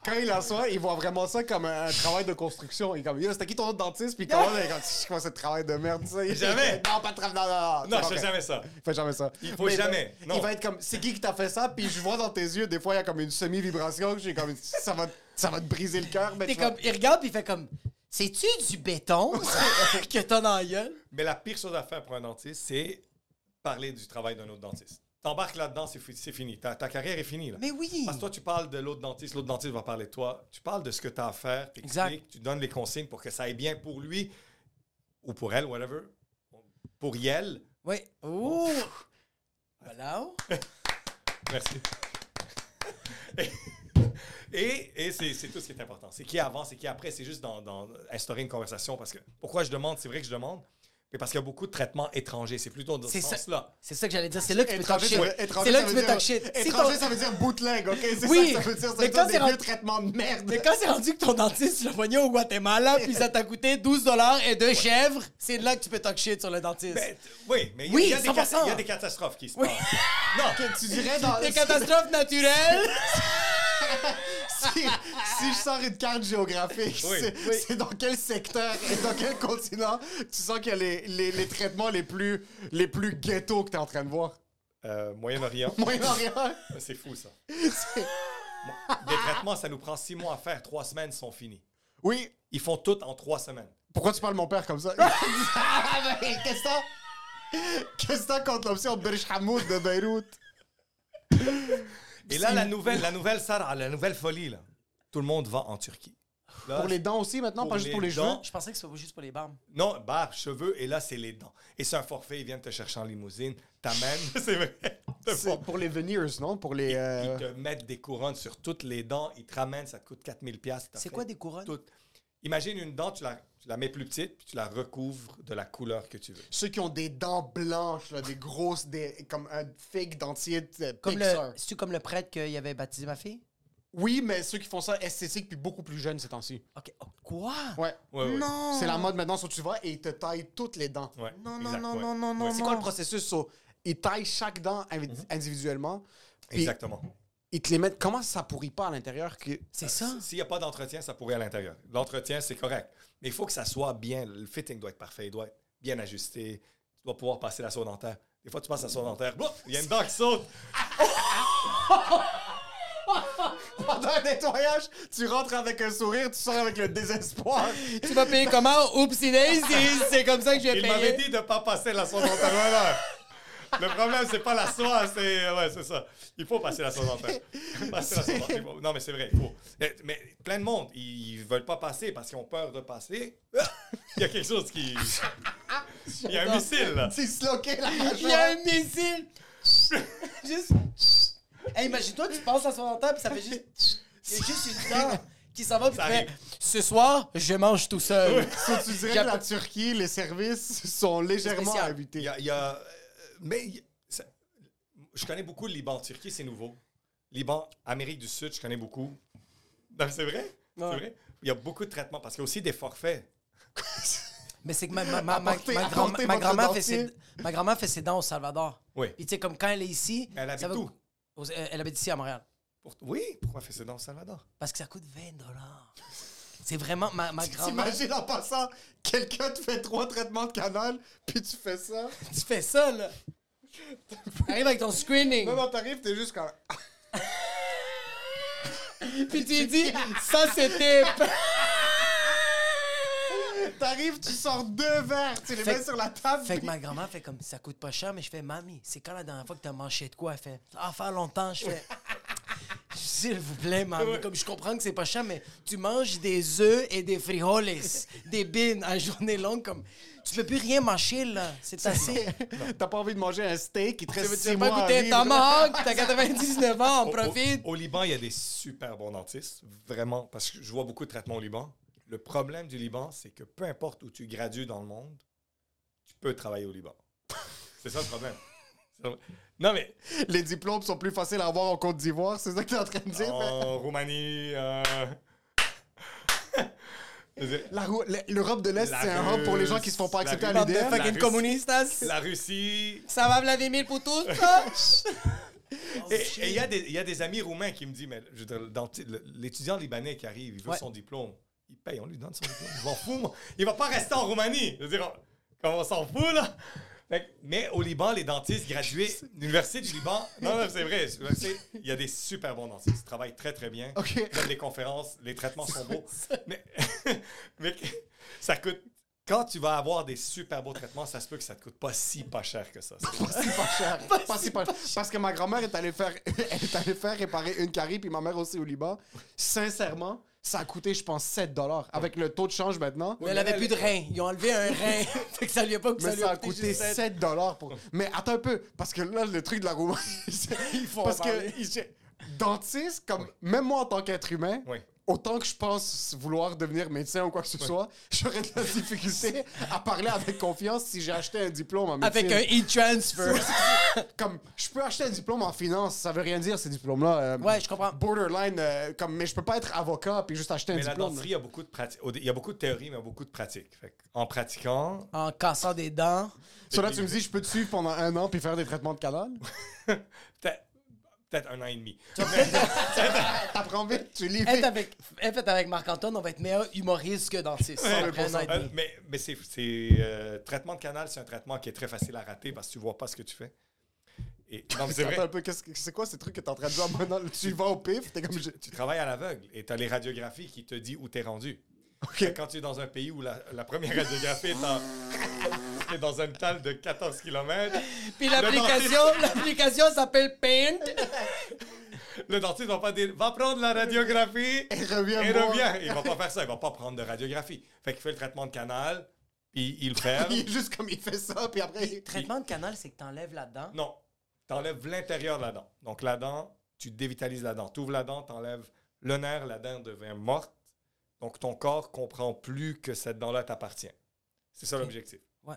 C: quand il en soit, il voit vraiment ça comme un, un travail de construction. Il est comme, yo, c'était qui ton autre dentiste? Puis comment, il est comme, je commence ce travail de merde, tu sais.
D: Jamais.
C: Non, pas de travail. Non, non, non.
D: Non,
C: c'est pas
D: je fais
C: vrai.
D: jamais ça.
C: Il fait jamais ça.
D: Il faut jamais.
C: Il va,
D: Non.
C: il va être comme, c'est qui qui t'a fait ça? Puis je vois dans tes yeux, des fois, il y a comme une semi-vibration. que J'ai comme, ça va, ça va te briser le cœur. mais
B: T'es
C: tu vas-
B: comme, il regarde puis il fait comme, c'est-tu du béton que t'as dans la gueule?
D: Mais la pire chose à faire pour un dentiste, c'est parler du travail d'un autre dentiste. T'embarques là-dedans, c'est fi- c'est fini. Ta, ta carrière est finie. Là.
B: Mais oui!
D: Parce que toi, tu parles de l'autre dentiste, l'autre dentiste va parler de toi. Tu parles de ce que tu as à faire, t'expliques,
B: Exact.
D: tu donnes les consignes pour que ça aille bien pour lui ou pour elle, whatever. Pour elle.
B: Oui. Ouh! Oh. Voilà.
D: Merci. Et, et c'est c'est tout ce qui est important. C'est qui avance et qui après. C'est juste dans, dans instaurer une conversation. Parce que pourquoi je demande, c'est vrai que je demande, mais parce qu'il y a beaucoup de traitements étrangers. C'est plutôt dans ce
B: C'est ça.
D: sens-là.
B: C'est ça que j'allais dire. C'est là que tu peux talk
C: Étranger,
B: shit.
C: ça veut- étranger,
B: C'est là
C: ça
B: que tu
C: veut
B: peux
C: dire-
B: talk shit. Si
C: Étranger,
B: ton-
C: ça veut dire bootleg, OK? C'est
B: Oui,
C: ça que ça veut dire. Ça
B: mais
C: veut
B: quand
C: dire
B: c'est
C: des
B: rendu-
C: vieux traitements de merde.
B: Mais quand c'est rendu que ton dentiste, tu l'as pogné au Guatemala, puis ça t'a coûté 12 et deux chèvres, c'est là que tu peux talk shit sur le dentiste.
D: Ben, t- oui, mais il y a-
B: Oui,
D: il y, a des
B: 100%.
D: cat- il y a des catastrophes qui se
B: Oui.
D: passent. Non,
C: tu dirais dans...
B: Des catastrophes naturelles!
C: si, si je sors une carte géographique,
D: Oui,
C: c'est
D: oui.
C: c'est dans quel secteur et dans quel continent tu sens qu'il y a les, les, les traitements les plus, les plus ghetto que t'es en train de voir?
D: Euh, Moyen-Orient,
C: Moyen-Orient?
D: c'est fou ça.
C: C'est-
D: Moi, des traitements, ça nous prend six mois à faire. Trois semaines sont finis.
C: Oui.
D: Ils font tout en trois semaines.
C: Pourquoi tu parles de mon père comme ça? Ah, ben, Qu'est-ce que t'as? Qu'est-ce que t'as contre l'option Birch Hamoud de Beyrouth?
D: Et là, la nouvelle, la nouvelle Sarah, la nouvelle folie, là. Tout le monde va en Turquie. Là,
C: Pour les dents aussi maintenant,
D: Pour
C: pas juste
D: les
C: pour les
D: dents.
C: cheveux?
B: Je pensais que c'était juste pour les barbes.
D: Non, barbe, cheveux, et là, c'est les dents. Et c'est un forfait, ils viennent te chercher en limousine, t'amènes, c'est vrai. te
C: C'est pour les veneers, non? Pour les. euh,
D: Ils te mettent des couronnes sur toutes les dents, ils te ramènent, ça te coûte 4000 pièces.
B: C'est quoi des couronnes?
D: toutes. Imagine une dent, tu la, tu la mets plus petite, puis tu la recouvres de la couleur que tu veux.
C: Ceux qui ont des dents blanches, là, des grosses, des, comme un fake dentier euh, de
B: Comme
C: Pixar.
B: le, c'est-tu comme le prêtre qu'il avait baptisé ma fille?
C: Oui, mais ceux qui font ça esthétique puis beaucoup plus jeunes ces temps-ci.
B: OK. Oh, quoi?
C: Ouais.
D: Ouais, ouais.
B: Non!
C: C'est la mode maintenant, so, tu vas et ils te taillent toutes les dents.
D: Ouais,
B: Non, non,
D: exact,
B: non,
D: ouais.
B: non, non, non,
D: Ouais,
C: C'est quoi le processus? so, ils taillent chaque dent invi- individuellement. puis
D: Exactement.
B: Ah.
C: Ils te les mettent. Comment ça pourrit pas à l'intérieur? Que...
B: C'est ça?
D: S'il n'y a pas d'entretien, ça pourrait à l'intérieur. L'entretien, c'est correct. Mais il faut que ça soit bien. Le fitting doit être parfait. Il doit être bien ajusté. Tu dois pouvoir passer la soie dentaire. Des fois, tu passes la soie dentaire. blouf, Il y a une dent qui saute.
C: Pendant un nettoyage, tu rentres avec un sourire, tu sors avec le désespoir.
B: Tu vas payer comment? Oupsie daisy! C'est comme ça que je vais
D: Il m'avait dit de ne pas passer la soie dentaire. Ouais, ouais. Le problème, c'est pas la soie, c'est. Ouais, c'est ça. Il faut passer la soie dentaire. Passer la soie dentaire. Il faut- Non, mais c'est vrai, il faut. Mais- Mais plein de monde, ils veulent pas passer parce qu'ils ont peur de passer. Il y a quelque chose qui. Il y a un missile, là.
C: C'est sloqué la
B: Ah. Il y a
C: mâchoire.
B: un missile! juste. Hey, imagine-toi, tu passes à son dentaire puis ça fait juste. Il y a juste une dent qui s'en va puis
D: Ça
B: tu fais,
D: arrive.
B: Ce soir, je mange tout seul.
C: So, tu dirais que
B: J'appelle-
C: la Turquie, les services sont légèrement
B: Spécial.
D: Il y
C: habités.
D: a, il y a- euh, mais il y a- ça- je connais beaucoup le Liban. Turquie, c'est nouveau. Liban, Amérique du Sud, je connais beaucoup. Non, c'est vrai?
B: Ouais.
D: C'est vrai? Il y a beaucoup de traitements parce qu'il y a aussi des forfaits.
B: Mais c'est que ma, ma, ma, ma,
C: Apportez-
B: ma grand-
C: apportez
B: ma
C: votre
B: grand-mère fait, ses-
C: dentier.
B: ma grand-mère fait ses dents au Salvador.
D: Oui.
B: Puis tu sais, comme quand elle est ici.
D: Elle habite
B: ça va-
D: où?
B: Aux- euh, Elle habite ici à Montréal.
D: Pour- oui, pourquoi on fait ça dans le Salvador?
B: Parce que ça coûte 20 dollars. C'est vraiment ma, ma grand-mère.
C: T'imagines en passant, quelqu'un te fait trois traitements de canal, puis tu fais ça.
B: Tu fais ça, là. Arrive avec ton screening.
C: Non, non, t'arrives, t'es juste comme.
B: Puis tu dis, ça c'était.
C: Ah! T'arrives, tu sors deux verres, tu les
B: Fait-
C: mets sur la table.
B: Fait que
C: puis-
B: ma grand-mère fait comme ça coûte pas cher, mais je fais mamie, c'est quand la dernière fois que t'as mangé de quoi? Elle fait Ah, faire longtemps, je fais. S'il vous plaît, mamie, comme je comprends que c'est pas cher, mais tu manges des œufs et des frijoles, des bines à journée longue, comme tu peux plus rien mâcher là, c'est assez.
C: T'as pas envie de manger un steak, il te
B: Tu
C: reste six
B: veux pas
C: mois à
B: goûter un
C: vivre.
B: tomahawk, t'as 99 ans,
D: Au-
B: on
D: au-
B: profite.
D: Au, Liban, il y a des super bons dentistes, vraiment, parce que je vois beaucoup de traitements au Liban. Le problème du Liban, c'est que peu importe où tu gradues dans le monde, tu peux travailler au Liban. c'est ça le problème. C'est ça. Non, mais
C: Les diplômes sont plus faciles à avoir en Côte d'Ivoire, c'est ça que t'es en train de dire. mais-
D: en Roumanie. euh,
C: La Rou- l- L'Europe de l'Est,
D: La
C: c'est un hub pour les gens qui se font pas
D: la
C: accepter
D: rue-
C: à
B: Bande de
C: l'UDF.
D: fuck-
B: fucking
D: Russie.
B: communistes, hein.
D: la Russie.
B: ça va Vladimir pour tous, ça? Oh,
D: Et et il y, a des- il y a des amis roumains qui me disent, mais je veux dire, le denti- le- l'étudiant libanais qui arrive, il veut
B: Ouais.
D: son diplôme. Il paye, on lui donne son diplôme. Je m'en fous, moi. Il va pas rester en Roumanie. Je veux dire, on- comme on s'en fout, là. Fait que- mais au Liban, les dentistes gradués, l'université du Liban, non, non, c'est vrai. je- c'est- Il y a des super bons dentistes. Ils travaillent très, très bien.
C: Ok.
D: Ils donnent des conférences, les traitements sont beaux. Mais, mais que- ça coûte. Quand tu vas avoir des super beaux traitements, ça se peut que ça te coûte pas si pas cher que ça.
C: Pas si pas cher. Pas si pas cher. Parce que ma grand-mère est allée faire, elle est allée faire réparer une carie, puis ma mère aussi au Liban. Sincèrement, ça a coûté, je pense, 7 dollars. Avec le taux de change maintenant,
B: Mais elle avait plus de rein, ils ont enlevé un rein, fait que ça lui a pas
C: mais ça,
B: lui
C: a
B: juste
C: coûté
B: sept.
C: 7 dollars pour. Mais attends un peu, parce que là, le truc de la Roumanie, c'est-
D: faut en
C: parce que
D: parler.
C: il- j'ai- dentiste, comme même moi en tant qu'être humain.
D: Oui.
C: Autant que je pense vouloir devenir médecin ou quoi que ce soit, j'aurais de la difficulté à parler avec confiance si j'ai acheté un diplôme en médecine.
B: Avec un e-transfer.
C: comme je peux acheter un diplôme en finance, ça veut rien dire ces diplômes-là. euh,
B: Ouais, je comprends.
C: Borderline, euh, comme mais je peux pas être avocat puis juste acheter un
D: Mais la
C: diplôme.
D: denterie, il y a beaucoup de pratiques. Il y a beaucoup de théories, mais il y a beaucoup de pratiques. Fait que, en pratiquant,
B: En cassant des dents.
C: So là, tu me dis, je peux te suivre pendant un an puis faire des traitements de canal.
D: peut-être peut-être un an et demi.
C: T'apprends vite, tu lis
B: Elle
C: vite.
B: avec, elle fait avec Marc-Antoine, on va être meilleur humoriste que dentiste. Après un an et
D: Euh,
B: demi.
D: mais mais c'est, c'est, euh, traitement de canal, c'est un traitement qui est très facile à rater parce que tu vois pas ce que tu fais. Et, non, mais
C: Tu te
D: c'est
C: rappelles
D: vrai.
C: un peu, qu'est-ce que- c'est quoi ces trucs que t'es en train de dire maintenant? Tu y vas au pif, t'es comme. je-
D: Tu travailles à l'aveugle et tu as les radiographies qui te disent où t'es rendu. Fait que Quand tu es dans un pays où la, la première radiographie est en. T'es dans une table de 14 km.
B: Puis l'application, l'application s'appelle Paint.
D: Le dentiste va pas dire Va prendre la radiographie
C: Et
D: et
C: reviens-moi.
D: reviens. Il va pas faire ça. Il va pas prendre de radiographie. Fait qu'il fait le traitement de canal, puis il le ferme.
C: Il est juste comme il fait ça, puis après.
B: Traitement de canal, c'est que t'enlèves là-dedans.
D: Non. T'enlèves l'intérieur de la dent. Donc la dent, tu dévitalises la dent. T'ouvres la dent, t'enlèves le nerf, la dent devient morte. Donc ton corps comprend plus que cette dent-là t'appartient. C'est ça
B: Ok.
D: l'objectif.
B: Ouais.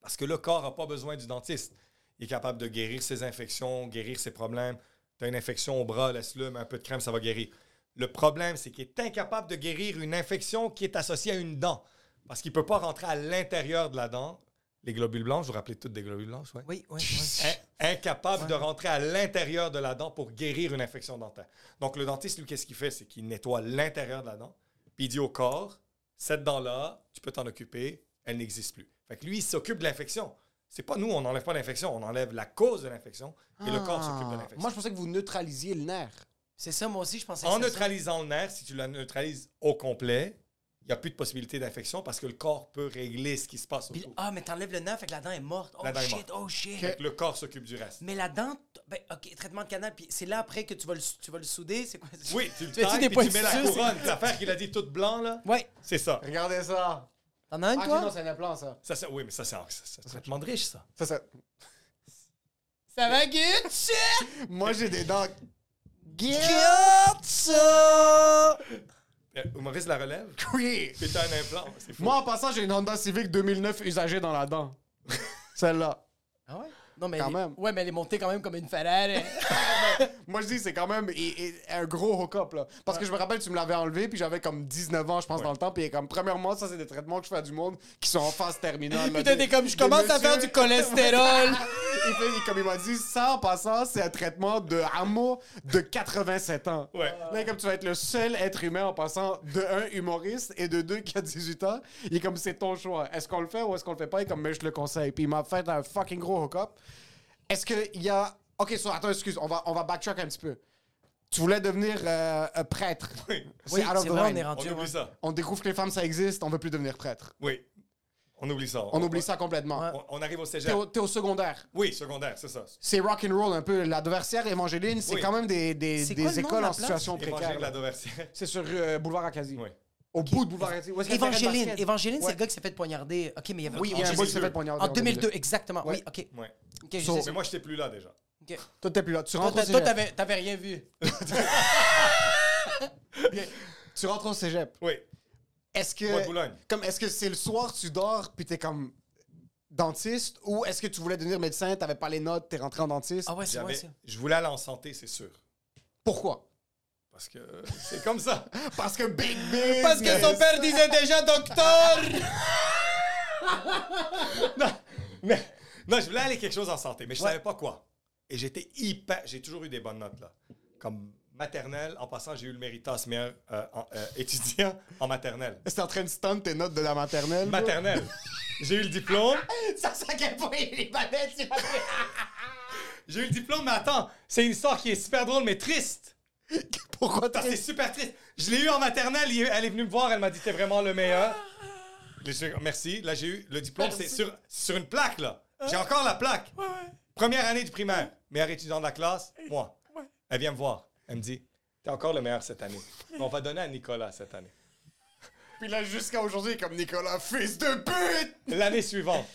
D: Parce que le corps n'a pas besoin du dentiste. Il est capable de guérir ses infections, guérir ses problèmes. T'as une infection au bras, laisse-le, mets un peu de crème, ça va guérir. Le problème, c'est qu'il est incapable de guérir une infection qui est associée à une dent. Parce qu'il ne peut pas rentrer à l'intérieur de la dent. Les globules blanches, vous vous rappelez toutes des globules blanches, ouais?
B: Oui, oui, oui.
D: In- incapable
B: Ouais.
D: de rentrer à l'intérieur de la dent pour guérir une infection dentaire. Donc, le dentiste, lui, qu'est-ce qu'il fait? C'est qu'il nettoie l'intérieur de la dent, puis il dit au corps, cette dent-là, tu peux t'en occuper, elle n'existe plus. Fait que lui, il s'occupe de l'infection. C'est pas nous, on n'enlève pas l'infection, on enlève la cause de l'infection et le corps s'occupe de
C: Ah.
D: l'infection.
C: Moi, je pensais que vous neutralisiez le nerf.
B: C'est ça, moi aussi, je pensais que
D: En
B: c'était ça.
D: neutralisant le nerf, si tu la neutralises au complet, il n'y a plus de possibilité d'infection parce que le corps peut régler ce qui se passe
B: Puis-
D: autour.
B: ah, mais t'enlèves le nerf, fait que la dent est morte. Oh
D: La dent est
B: shit,
D: morte.
B: oh shit.
D: Fait que Le corps s'occupe du reste.
B: Mais la dent, t- ben, ok, traitement de canal, puis c'est là après que tu vas le, tu vas le souder, c'est quoi c'est-
D: Oui, tu le
B: Tu fais-tu
D: tailles,
B: des
D: puis tu
B: points
D: mets la
B: dessus, c'est-
D: couronne. L'affaire qu'il a dit toute blanc, là,
B: Ouais.
D: c'est ça.
C: Regardez ça.
B: T'en as une,
C: Ah, ok, non,
B: toi?
C: c'est un implant, ça.
D: Ça, ça- oui, mais ça, c'est un ça, c'est un traitement de riche, ça.
C: Ça, ça-
B: Ça va, Gucci?
C: Moi, j'ai des dents.
B: Gucci!
D: Euh, Maurice la relève,
C: Oui.
D: puis t'as un implant. C'est fou.
C: Moi, en passant, j'ai une Honda Civic 2009 usagée dans la dent. Celle-là.
B: Ah ouais? Non, mais
C: Quand
B: elle est-
C: même.
B: Ouais, mais elle est montée quand même comme une Ferrari.
C: Moi, je dis, c'est quand même et- et un gros hook-up, là. Parce que je me rappelle, tu me l'avais enlevé, puis j'avais comme 19 ans, je pense, dans le temps. Puis comme, premièrement, ça, c'est des traitements que je fais à du monde qui sont en phase terminale. là,
B: Putain,
C: Ben, des-
B: t'es comme, je
C: des
B: commence à faire
C: messieurs.
B: du cholestérol.
C: Et puis, il- comme il m'a dit, ça, en passant, c'est un traitement de hameau de 87 ans.
D: Ouais.
C: Là, comme tu vas être le seul être humain en passant de un humoriste et de deux qui a 18 ans, il est comme c'est ton choix. Est-ce qu'on le fait ou est-ce qu'on le fait pas? Et comme mais je le conseille. Puis il m'a fait un fucking gros hook-up. Est-ce qu'il y a. Ok, so, attends, excuse, on va, on va backtrack un petit peu. Tu voulais devenir euh, un prêtre.
D: Oui.
B: oui,
C: out of
B: c'est
C: the
B: vrai, on
C: line.
B: est
D: On
B: rendu.
D: oublie
B: ouais.
D: ça.
C: On découvre que les femmes ça existe, on veut plus devenir prêtre.
D: Oui. On oublie ça.
C: On oublie ça complètement.
B: Ouais.
D: On, on arrive au
C: T'es
D: cégep.
C: au- t'es au secondaire.
D: Oui, secondaire, c'est ça.
C: c'est rock and roll un peu. La Doversière, Évangeline, c'est
D: Oui.
C: quand même des, des,
B: C'est
C: des
B: quoi le nom de
C: écoles
B: la
C: en
B: place?
C: situation
D: Évangile
C: précaire.
D: de la Dauversière.
C: C'est sur euh, Boulevard Acadie.
D: Oui.
C: Au bout de Boulevard Acadie. Où est-ce qu'il y a le terrain de
B: Évangeline,
C: basket?
B: Évangeline, c'est
C: Ouais.
B: le gars qui s'est fait poignarder. Ok, mais il y avait
C: Oui, il y a un
D: en
C: boy qui s'est
D: 2002.
C: fait poignarder.
B: En 2002, exactement.
C: Ouais.
B: Oui, ok.
D: Ouais.
B: Ok, je
C: So-
B: sais,
D: Mais moi, j'étais plus là déjà.
B: ok.
C: Toi, t'es plus là. Tu
B: Toi,
C: rentres au
B: t'as- toi,
C: cégep.
B: t'avais t'avais rien vu.
C: Tu rentres au cégep.
D: Oui.
C: Est-ce
D: Bois de
C: que
D: Boulogne.
C: comme est-ce que c'est le soir, tu dors, puis t'es comme dentiste, ou est-ce que tu voulais devenir médecin, t'avais pas les notes, t'es rentré en dentiste?
B: Ah ouais, c'est moi,
D: J'avais-
B: ça.
D: Je voulais aller en santé, c'est sûr.
C: Pourquoi?
D: Parce que c'est comme ça.
C: Parce que Big Big!
B: Parce que son père disait déjà docteur!
D: Mais non, je voulais aller quelque chose en santé, mais je
B: Ouais.
D: savais pas quoi. Et j'étais hyper. J'ai toujours eu des bonnes notes là. Comme maternelle, en passant, j'ai eu le méritas meilleur euh, en- euh, étudiant en maternelle.
C: C'est en train de stun tes notes de la maternelle. là.
D: Maternelle. J'ai eu le diplôme.
C: Ça, ça, à quel point il est babette, tu
D: J'ai eu le diplôme, mais attends, c'est une histoire qui est super drôle, mais triste.
C: Pourquoi t'as
D: Parce que c'est super triste. Je l'ai eu en maternelle, il- elle est venue me voir, elle m'a dit t'es vraiment le meilleur. Je suis- Merci. Là, j'ai eu le diplôme, c'est sur, c'est sur une plaque, là. J'ai encore la plaque. Première année du primaire, meilleur étudiant de la classe, moi. Elle vient me voir. Elle me dit T'es encore le meilleur cette année. Mais On va donner à Nicolas cette année.
C: Puis là, jusqu'à aujourd'hui, comme Nicolas, fils de pute!
D: L'année suivante,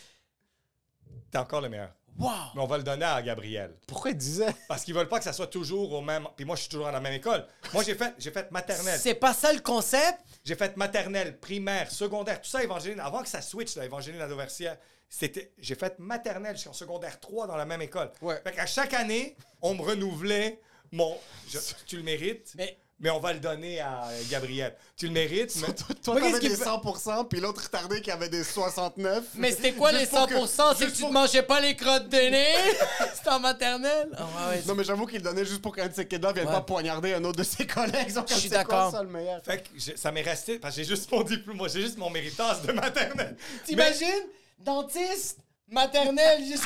D: T'es encore le meilleur.
B: Wow!
D: Mais on va le donner à Gabriel.
C: Pourquoi il disait?
D: Parce qu'ils veulent pas que ça soit toujours au même. Puis moi, je suis toujours à la même école. Moi, j'ai fait, j'ai fait maternelle.
B: C'est pas ça le concept?
D: J'ai fait maternelle, primaire, secondaire, tout ça, Évangeline. Avant que ça switch, là, Évangeline à Dauversière, c'était, j'ai fait maternelle jusqu'en secondaire 3 dans la même école.
C: Ouais.
D: Fait qu'à chaque année, on me renouvelait mon. je- tu le mérites, mais...
B: Mais-
D: on va le donner à euh, Gabriel. Tu le mérites, mais.
C: Toi,
B: Mais
C: t'avais
B: qu'est-ce qu'il Hmm.
C: des
B: fait-
C: 100%, puis l'autre retardé qui avait des 69.
B: Mais c'était quoi
C: Juste
B: les
C: pour que-
B: 100%? C'est
C: juste
B: que tu
C: pour-
B: ne mangeais pas les crottes de nez? C'était en maternelle? Ah ouais, ouais, c'est-
C: Non, mais j'avoue qu'il le donnait juste pour qu'un de ses kidnappers vienne
B: Ouais.
C: pas poignarder un autre de ses collègues. Ils ont comme,
B: suis
C: c'est quoi
B: d'accord.
C: ça, le meilleur?
D: Fait que j'ai- ça m'est resté, parce que j'ai juste mon diplôme, moi, j'ai juste mon méritage de maternelle.
B: T'imagines? Dentiste, maternelle, juste...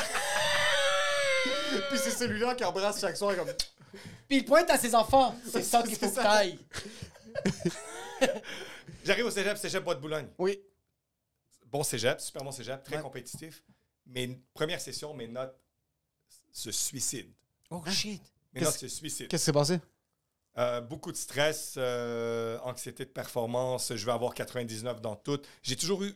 C: Puis c'est celui-là qui embrasse chaque soir comme.
B: Puis il pointe à ses enfants. C'est ça qu'il faut
C: C'est
B: que
C: ça.
B: t'ailles.
D: J'arrive au cégep, cégep Bois de Boulogne.
C: Oui.
D: Bon cégep, super bon cégep, très
C: Ouais.
D: compétitif. Mes première session, mes notes se suicident.
B: Oh shit.
D: Mes
C: Qu'est-ce-
D: notes se suicident.
C: Hein? Qu'est-ce qui s'est passé?
D: Euh, beaucoup de stress, euh, anxiété de performance, je vais avoir 99 dans tout. J'ai toujours eu,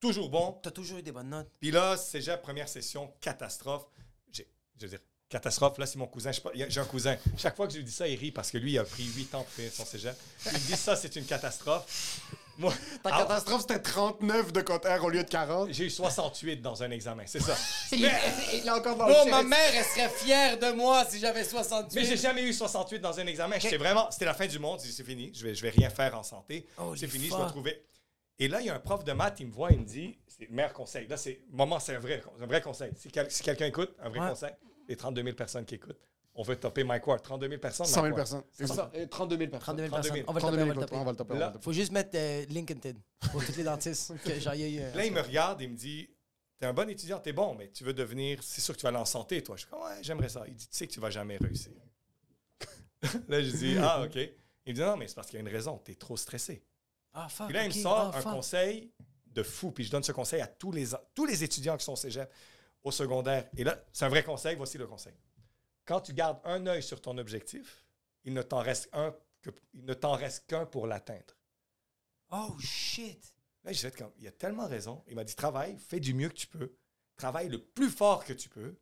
D: toujours bon.
B: T'as toujours eu des bonnes notes.
D: Puis là, cégep, première session, catastrophe. J'ai- Je veux dire, catastrophe, là, c'est mon cousin. Je sais pas, il y a- J'ai un cousin. Chaque fois que je lui dis ça, il rit parce que lui, il a pris 8 ans pour finir son cégep. Il me dit ça, c'est une catastrophe. Moi,
C: Ta
D: Ah,
C: catastrophe, c'était 39 de cote R au lieu de 40.
D: j'ai eu 68 dans un examen, c'est ça.
B: Il
C: Il est encore dans
B: Oh,
C: le
B: ma
C: chest.
B: mère, elle serait fière de moi si j'avais
D: Mais j'ai
B: 68.
D: jamais eu 68 dans un examen. J'étais vraiment, c'était la fin du monde. J'ai dit, C'est fini, je vais, je vais rien faire en santé.
B: Holy
D: c'est fini, je
B: fuck.
D: vais trouver. Et là, il y a un prof de maths, il me voit, il me dit, c'est le meilleur conseil. Là, c'est moment, c'est un vrai, un vrai conseil. Si, quel- si quelqu'un écoute, un vrai
B: Ouais.
D: conseil, les 32 000 personnes qui écoutent, on veut topper Mike Ward. 32 000 personnes.
C: 100
D: Mike
C: 000
D: Ward.
C: personnes. C'est ça. Et 32 000 personnes.
B: 32 000
D: 32
B: euh, personnes.
D: 000.
B: On va le
C: 32
B: taper, on va le
C: 000 personnes.
B: taper.
C: On va le taper. on
D: Là-
C: va le taper.
B: Faut juste mettre euh, LinkedIn pour tous les dentistes. que genre, il y a eu, euh,
D: Là, il me regarde et il me dit T'es un bon étudiant, t'es bon, mais tu veux devenir. C'est sûr que tu vas aller en santé, toi. Je suis comme Ouais, j'aimerais ça. Il dit Tu sais que tu vas jamais réussir. là, je dis Ah, OK. Il me dit Non, mais c'est parce qu'il y a une raison, t'es trop stressé.
B: Ah, fuck.
D: Puis là,
B: ok.
D: il me sort
B: Ah,
D: un
B: fuck.
D: conseil de fou. Puis je donne ce conseil à tous les, tous les étudiants qui sont au cégep, au secondaire. Et là, c'est un vrai conseil. Voici le conseil. Quand tu gardes un œil sur ton objectif, il ne t'en reste un que- il ne t'en reste qu'un pour l'atteindre.
B: Oh, shit.
D: Là, j'ai fait comme, il a tellement raison. Il m'a dit, travaille, fais du mieux que tu peux, travaille le plus fort que tu peux,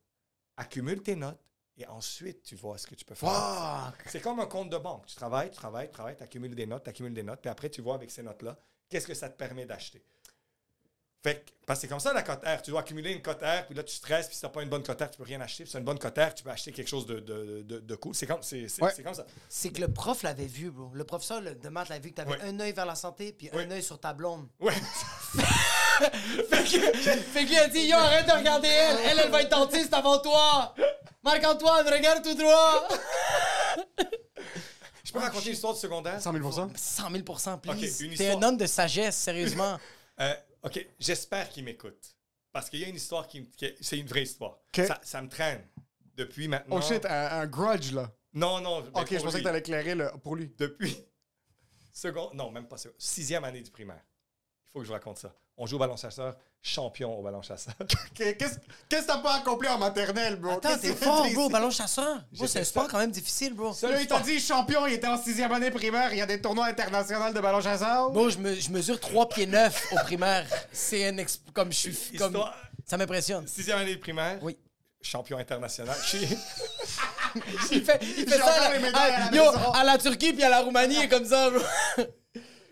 D: accumule tes notes, et ensuite, tu vois ce que tu peux faire.
C: Fuck!
D: C'est comme un compte de banque. Tu travailles, tu travailles, tu travailles, tu accumules des notes, tu accumules des notes, puis après, tu vois avec ces notes-là, qu'est-ce que ça te permet d'acheter. Fait que, parce que c'est comme ça la cote R. Tu dois accumuler une cote R, puis là, tu stresses, puis si tu pas une bonne cote R, tu peux rien acheter. Puis si tu une bonne cote R, tu peux acheter quelque chose de, de, de- de cool. C'est comme, c'est, c'est-
C: Ouais.
D: c'est comme ça.
B: C'est que le prof l'avait vu, bro. Le professeur le- de maths l'avait vu que t'avais
D: Ouais.
B: un œil vers la santé puis un
D: Ouais.
B: œil sur ta blonde.
D: Ouais.
B: Fait que, fait que lui a dit Yo, arrête de regarder elle. Elle, elle va être dentiste avant toi. Marc-Antoine, regarde tout droit.
D: Je peux raconter une histoire du secondaire?
C: 100 000
B: 100 000 please.
D: Ok, une
B: T'es un
D: histoire.
B: homme de sagesse, sérieusement.
D: Euh, OK, j'espère qu'il m'écoute. Parce qu'il y a une histoire qui. qui- c'est une vraie histoire.
C: OK.
D: Ça, ça me traîne depuis maintenant.
C: Oh shit, un, un grudge là.
D: Non, non. mais
C: Ok, je
D: pour
C: pensais
D: lui.
C: que t'allais éclairer le... pour lui.
D: Depuis. Second. Non, même pas second. Sixième année du primaire. Il faut que je vous raconte ça. On joue au ballon chasseur, champion au ballon chasseur.
C: Qu'est- Qu'est-ce qu'est-ce que t'as pas accompli en maternelle, bro?
B: Attends,
C: Qu'est-ce
B: t'es
C: que
B: fort,
C: t'as
B: bro.
C: dit?
B: Ballon chasseur. Bro,
D: J'ai
B: c'est
D: fait
B: un sport
D: ça.
B: quand même difficile, bro.
D: Ça,
C: Là, il t'a dit champion, il était en sixième année primaire, il y a des tournois internationaux de ballon chasseur.
B: Bro, je, me- je mesure 3 pieds 9 au primaire. C'est un ex- comme je suis. Comme...
D: Histoire.
B: Ça m'impressionne.
D: Sixième année du primaire.
B: Oui.
D: Champion international. Je suis-
B: Il fait, il fait
C: J'ai
B: ça à
C: encore
B: la,
C: les médailles à la
B: yo,
C: maison.
B: à la Turquie puis à la Roumanie, il est comme ça, bro.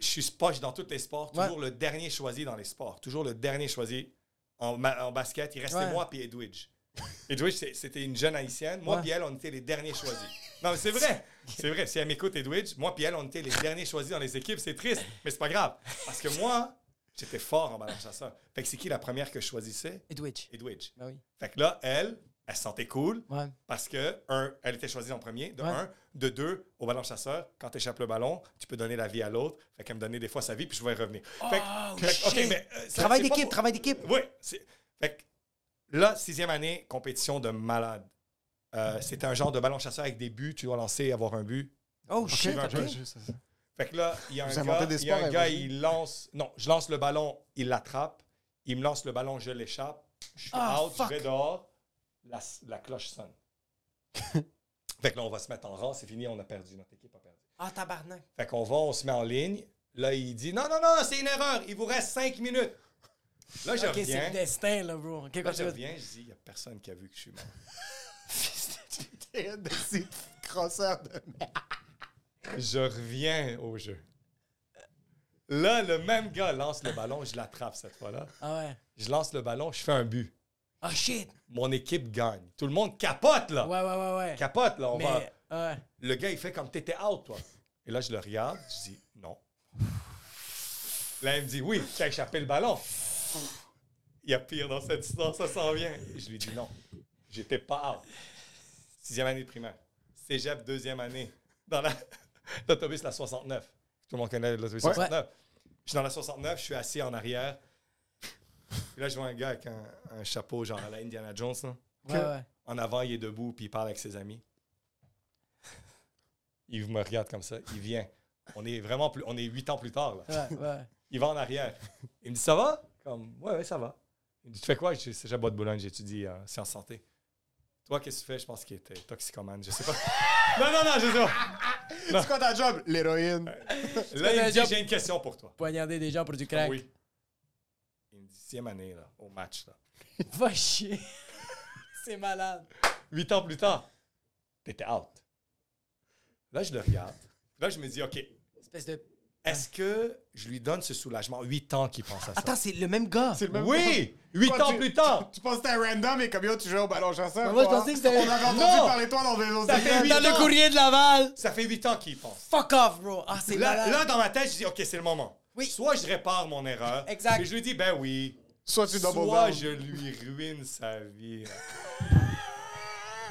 D: je suis poche dans tous les sports,
B: Ouais.
D: toujours le dernier choisi dans les sports, toujours le dernier choisi en, ma- en basket. Il restait
B: Ouais.
D: moi puis Edwidge. Edwidge, c'est- c'était une jeune haïtienne. Moi
B: Ouais.
D: puis elle, on était les derniers choisis. Non, mais c'est vrai. C'est vrai. Si elle m'écoute, Edwidge, moi puis elle, on était les derniers choisis dans les équipes. C'est triste, mais c'est pas grave. Parce que moi, j'étais fort en ballon chasseur. Fait que c'est qui la première que je choisissais?
B: Et Twitch.
D: Edwidge.
B: Ben oui.
D: Fait que là, elle, elle se sentait cool.
B: Ouais.
D: Parce que, un, elle était choisie en premier, de
B: Ouais.
D: un. De deux, au ballon chasseur, quand tu échappes le ballon, tu peux donner la vie à l'autre. Fait qu'elle me donnait des fois sa vie, puis je pouvais revenir. Fait que- fait que, OK,
B: Oh, shit.
D: mais, euh, c'est-
B: Travail
D: c'est pas
B: d'équipe,
D: pour-
B: travail d'équipe.
D: Oui. c'est- Fait que là, sixième année, compétition de malade. Euh, C'était un genre de ballon chasseur avec des buts. Tu dois lancer, avoir un but.
B: Oh shit,
D: un
B: ok.
D: peu. Fait que là, il y a un
C: Vous inventez
D: gars,
C: des
D: il y a
C: sports,
D: un gars,
C: hein,
D: il lance. Non, je lance le ballon, il l'attrape. Il me lance le ballon, je l'échappe. Je suis
B: Ah,
D: out,
B: fuck.
D: je vais dehors. La, la cloche sonne. fait que là, on va se mettre en rang, c'est fini, on a perdu. Notre équipe a perdu.
B: Ah, tabarnak.
D: Fait qu'on va, on se met en ligne. Là, il dit Non, non, non, c'est une erreur, il vous reste cinq minutes. Là, je
B: Ok, c'est
D: reviens.
B: le destin, là, bro. Ok,
D: Là,
B: quand
D: je
B: tu veux-
D: reviens, je dis, il n'y a personne qui a vu que je suis mort.
C: T'es un de ces crosseurs de merde.
D: Je reviens au jeu. Là, le même gars lance le ballon, je l'attrape cette fois-là.
B: Ah ouais.
D: Je lance le ballon, je fais un but.
B: Ah shit.
D: Mon équipe gagne. Tout le monde capote, là.
B: Ouais, ouais, ouais, ouais.
D: Capote, là. Ah. On
B: Mais,
D: va...
B: ouais.
D: Le gars, il fait comme t'étais out, toi. Et là, je le regarde, je dis non. Là, il me dit oui, t'as échappé le ballon. Il y a pire dans cette histoire, ça s'en vient. Je lui dis non, j'étais pas out. Sixième année de primaire. Cégep, deuxième année. Dans la- l'autobus, la 69. Tout le monde connaît l'autobus
B: Ouais.
D: 69. Je suis dans la 69, je suis assis en arrière. Puis là, je vois un gars avec un, un chapeau genre à la Indiana Jones. là.
C: que-
B: Ouais, ouais.
D: En avant, il est debout, puis il parle avec ses amis. Il me regarde comme ça. Il vient. On est vraiment plus. On est huit ans plus tard. là.
B: Ouais, ouais.
D: Il va en arrière. Il me dit Ça va Comme Ouais, ouais, ça va. Il me dit Tu fais quoi Je dis C'est Jabot de Boulogne, j'étudie en sciences santé. Toi, qu'est-ce que tu fais Je pense qu'il était toxicomane, je sais pas. non, non, non, je sais pas.
C: C'est quoi ta job? L'héroïne.
D: Là, il me
B: job.
D: dit J'ai une question pour toi.
B: Poignarder des gens pour du crack.
D: Ah Oui. Il me dit Sixième année, là, au match, là.
B: Va chier. C'est malade.
D: Huit ans plus tard, t'étais out. Là, je le regarde. Là, je me dis OK,
B: Espèce de...
D: est-ce que je lui donne ce soulagement Huit ans qu'il pense à ça.
B: Attends, c'est le même gars.
C: C'est le même
D: oui Huit
C: Quoi,
D: ans
C: tu-
D: plus tard
C: Tu penses que c'était random et comme yo, tu joues au ballon chasseur.
B: Mais moi, je
C: toi,
B: pensais
C: hein?
B: que c'était-
C: On avait entendu
D: Non!
C: parler de toi dans des autres
D: Ça fait
C: écoles.
D: huit
B: Dans le
D: ans.
B: courrier de Laval.
D: Ça fait huit ans qu'il pense.
B: Fuck off, bro. Ah, c'est
D: Là,
B: malade.
D: là, dans ma tête, je dis, OK, c'est le moment.
B: Oui.
D: Soit je répare mon erreur.
B: Exact.
D: Et je lui dis, ben oui.
C: Soit tu double
D: Soit
C: down.
D: je lui ruine sa vie.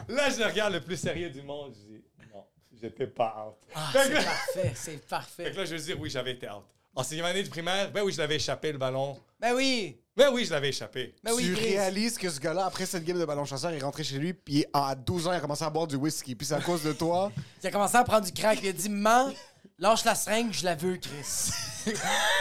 D: là, je le regarde le plus sérieux du monde. Je dis, non, j'étais pas out.
B: Ah,
D: Fait
B: c'est
D: que là-
B: parfait, c'est
D: Fait
B: parfait.
D: que là, je veux dire, oui, j'avais été out. En sixième année de primaire, ben oui, je l'avais échappé le ballon.
B: Ben oui,
D: Ben oui, je l'avais échappé.
B: ben oui,
C: tu
B: Chris.
C: réalises que ce gars-là, après cette game de ballon chasseur, est rentré chez lui, puis à 12 ans, il a commencé à boire du whisky. Puis c'est à cause de toi.
B: Il a commencé à prendre du crack. Il a dit, man, lâche la seringue, je la veux, Chris.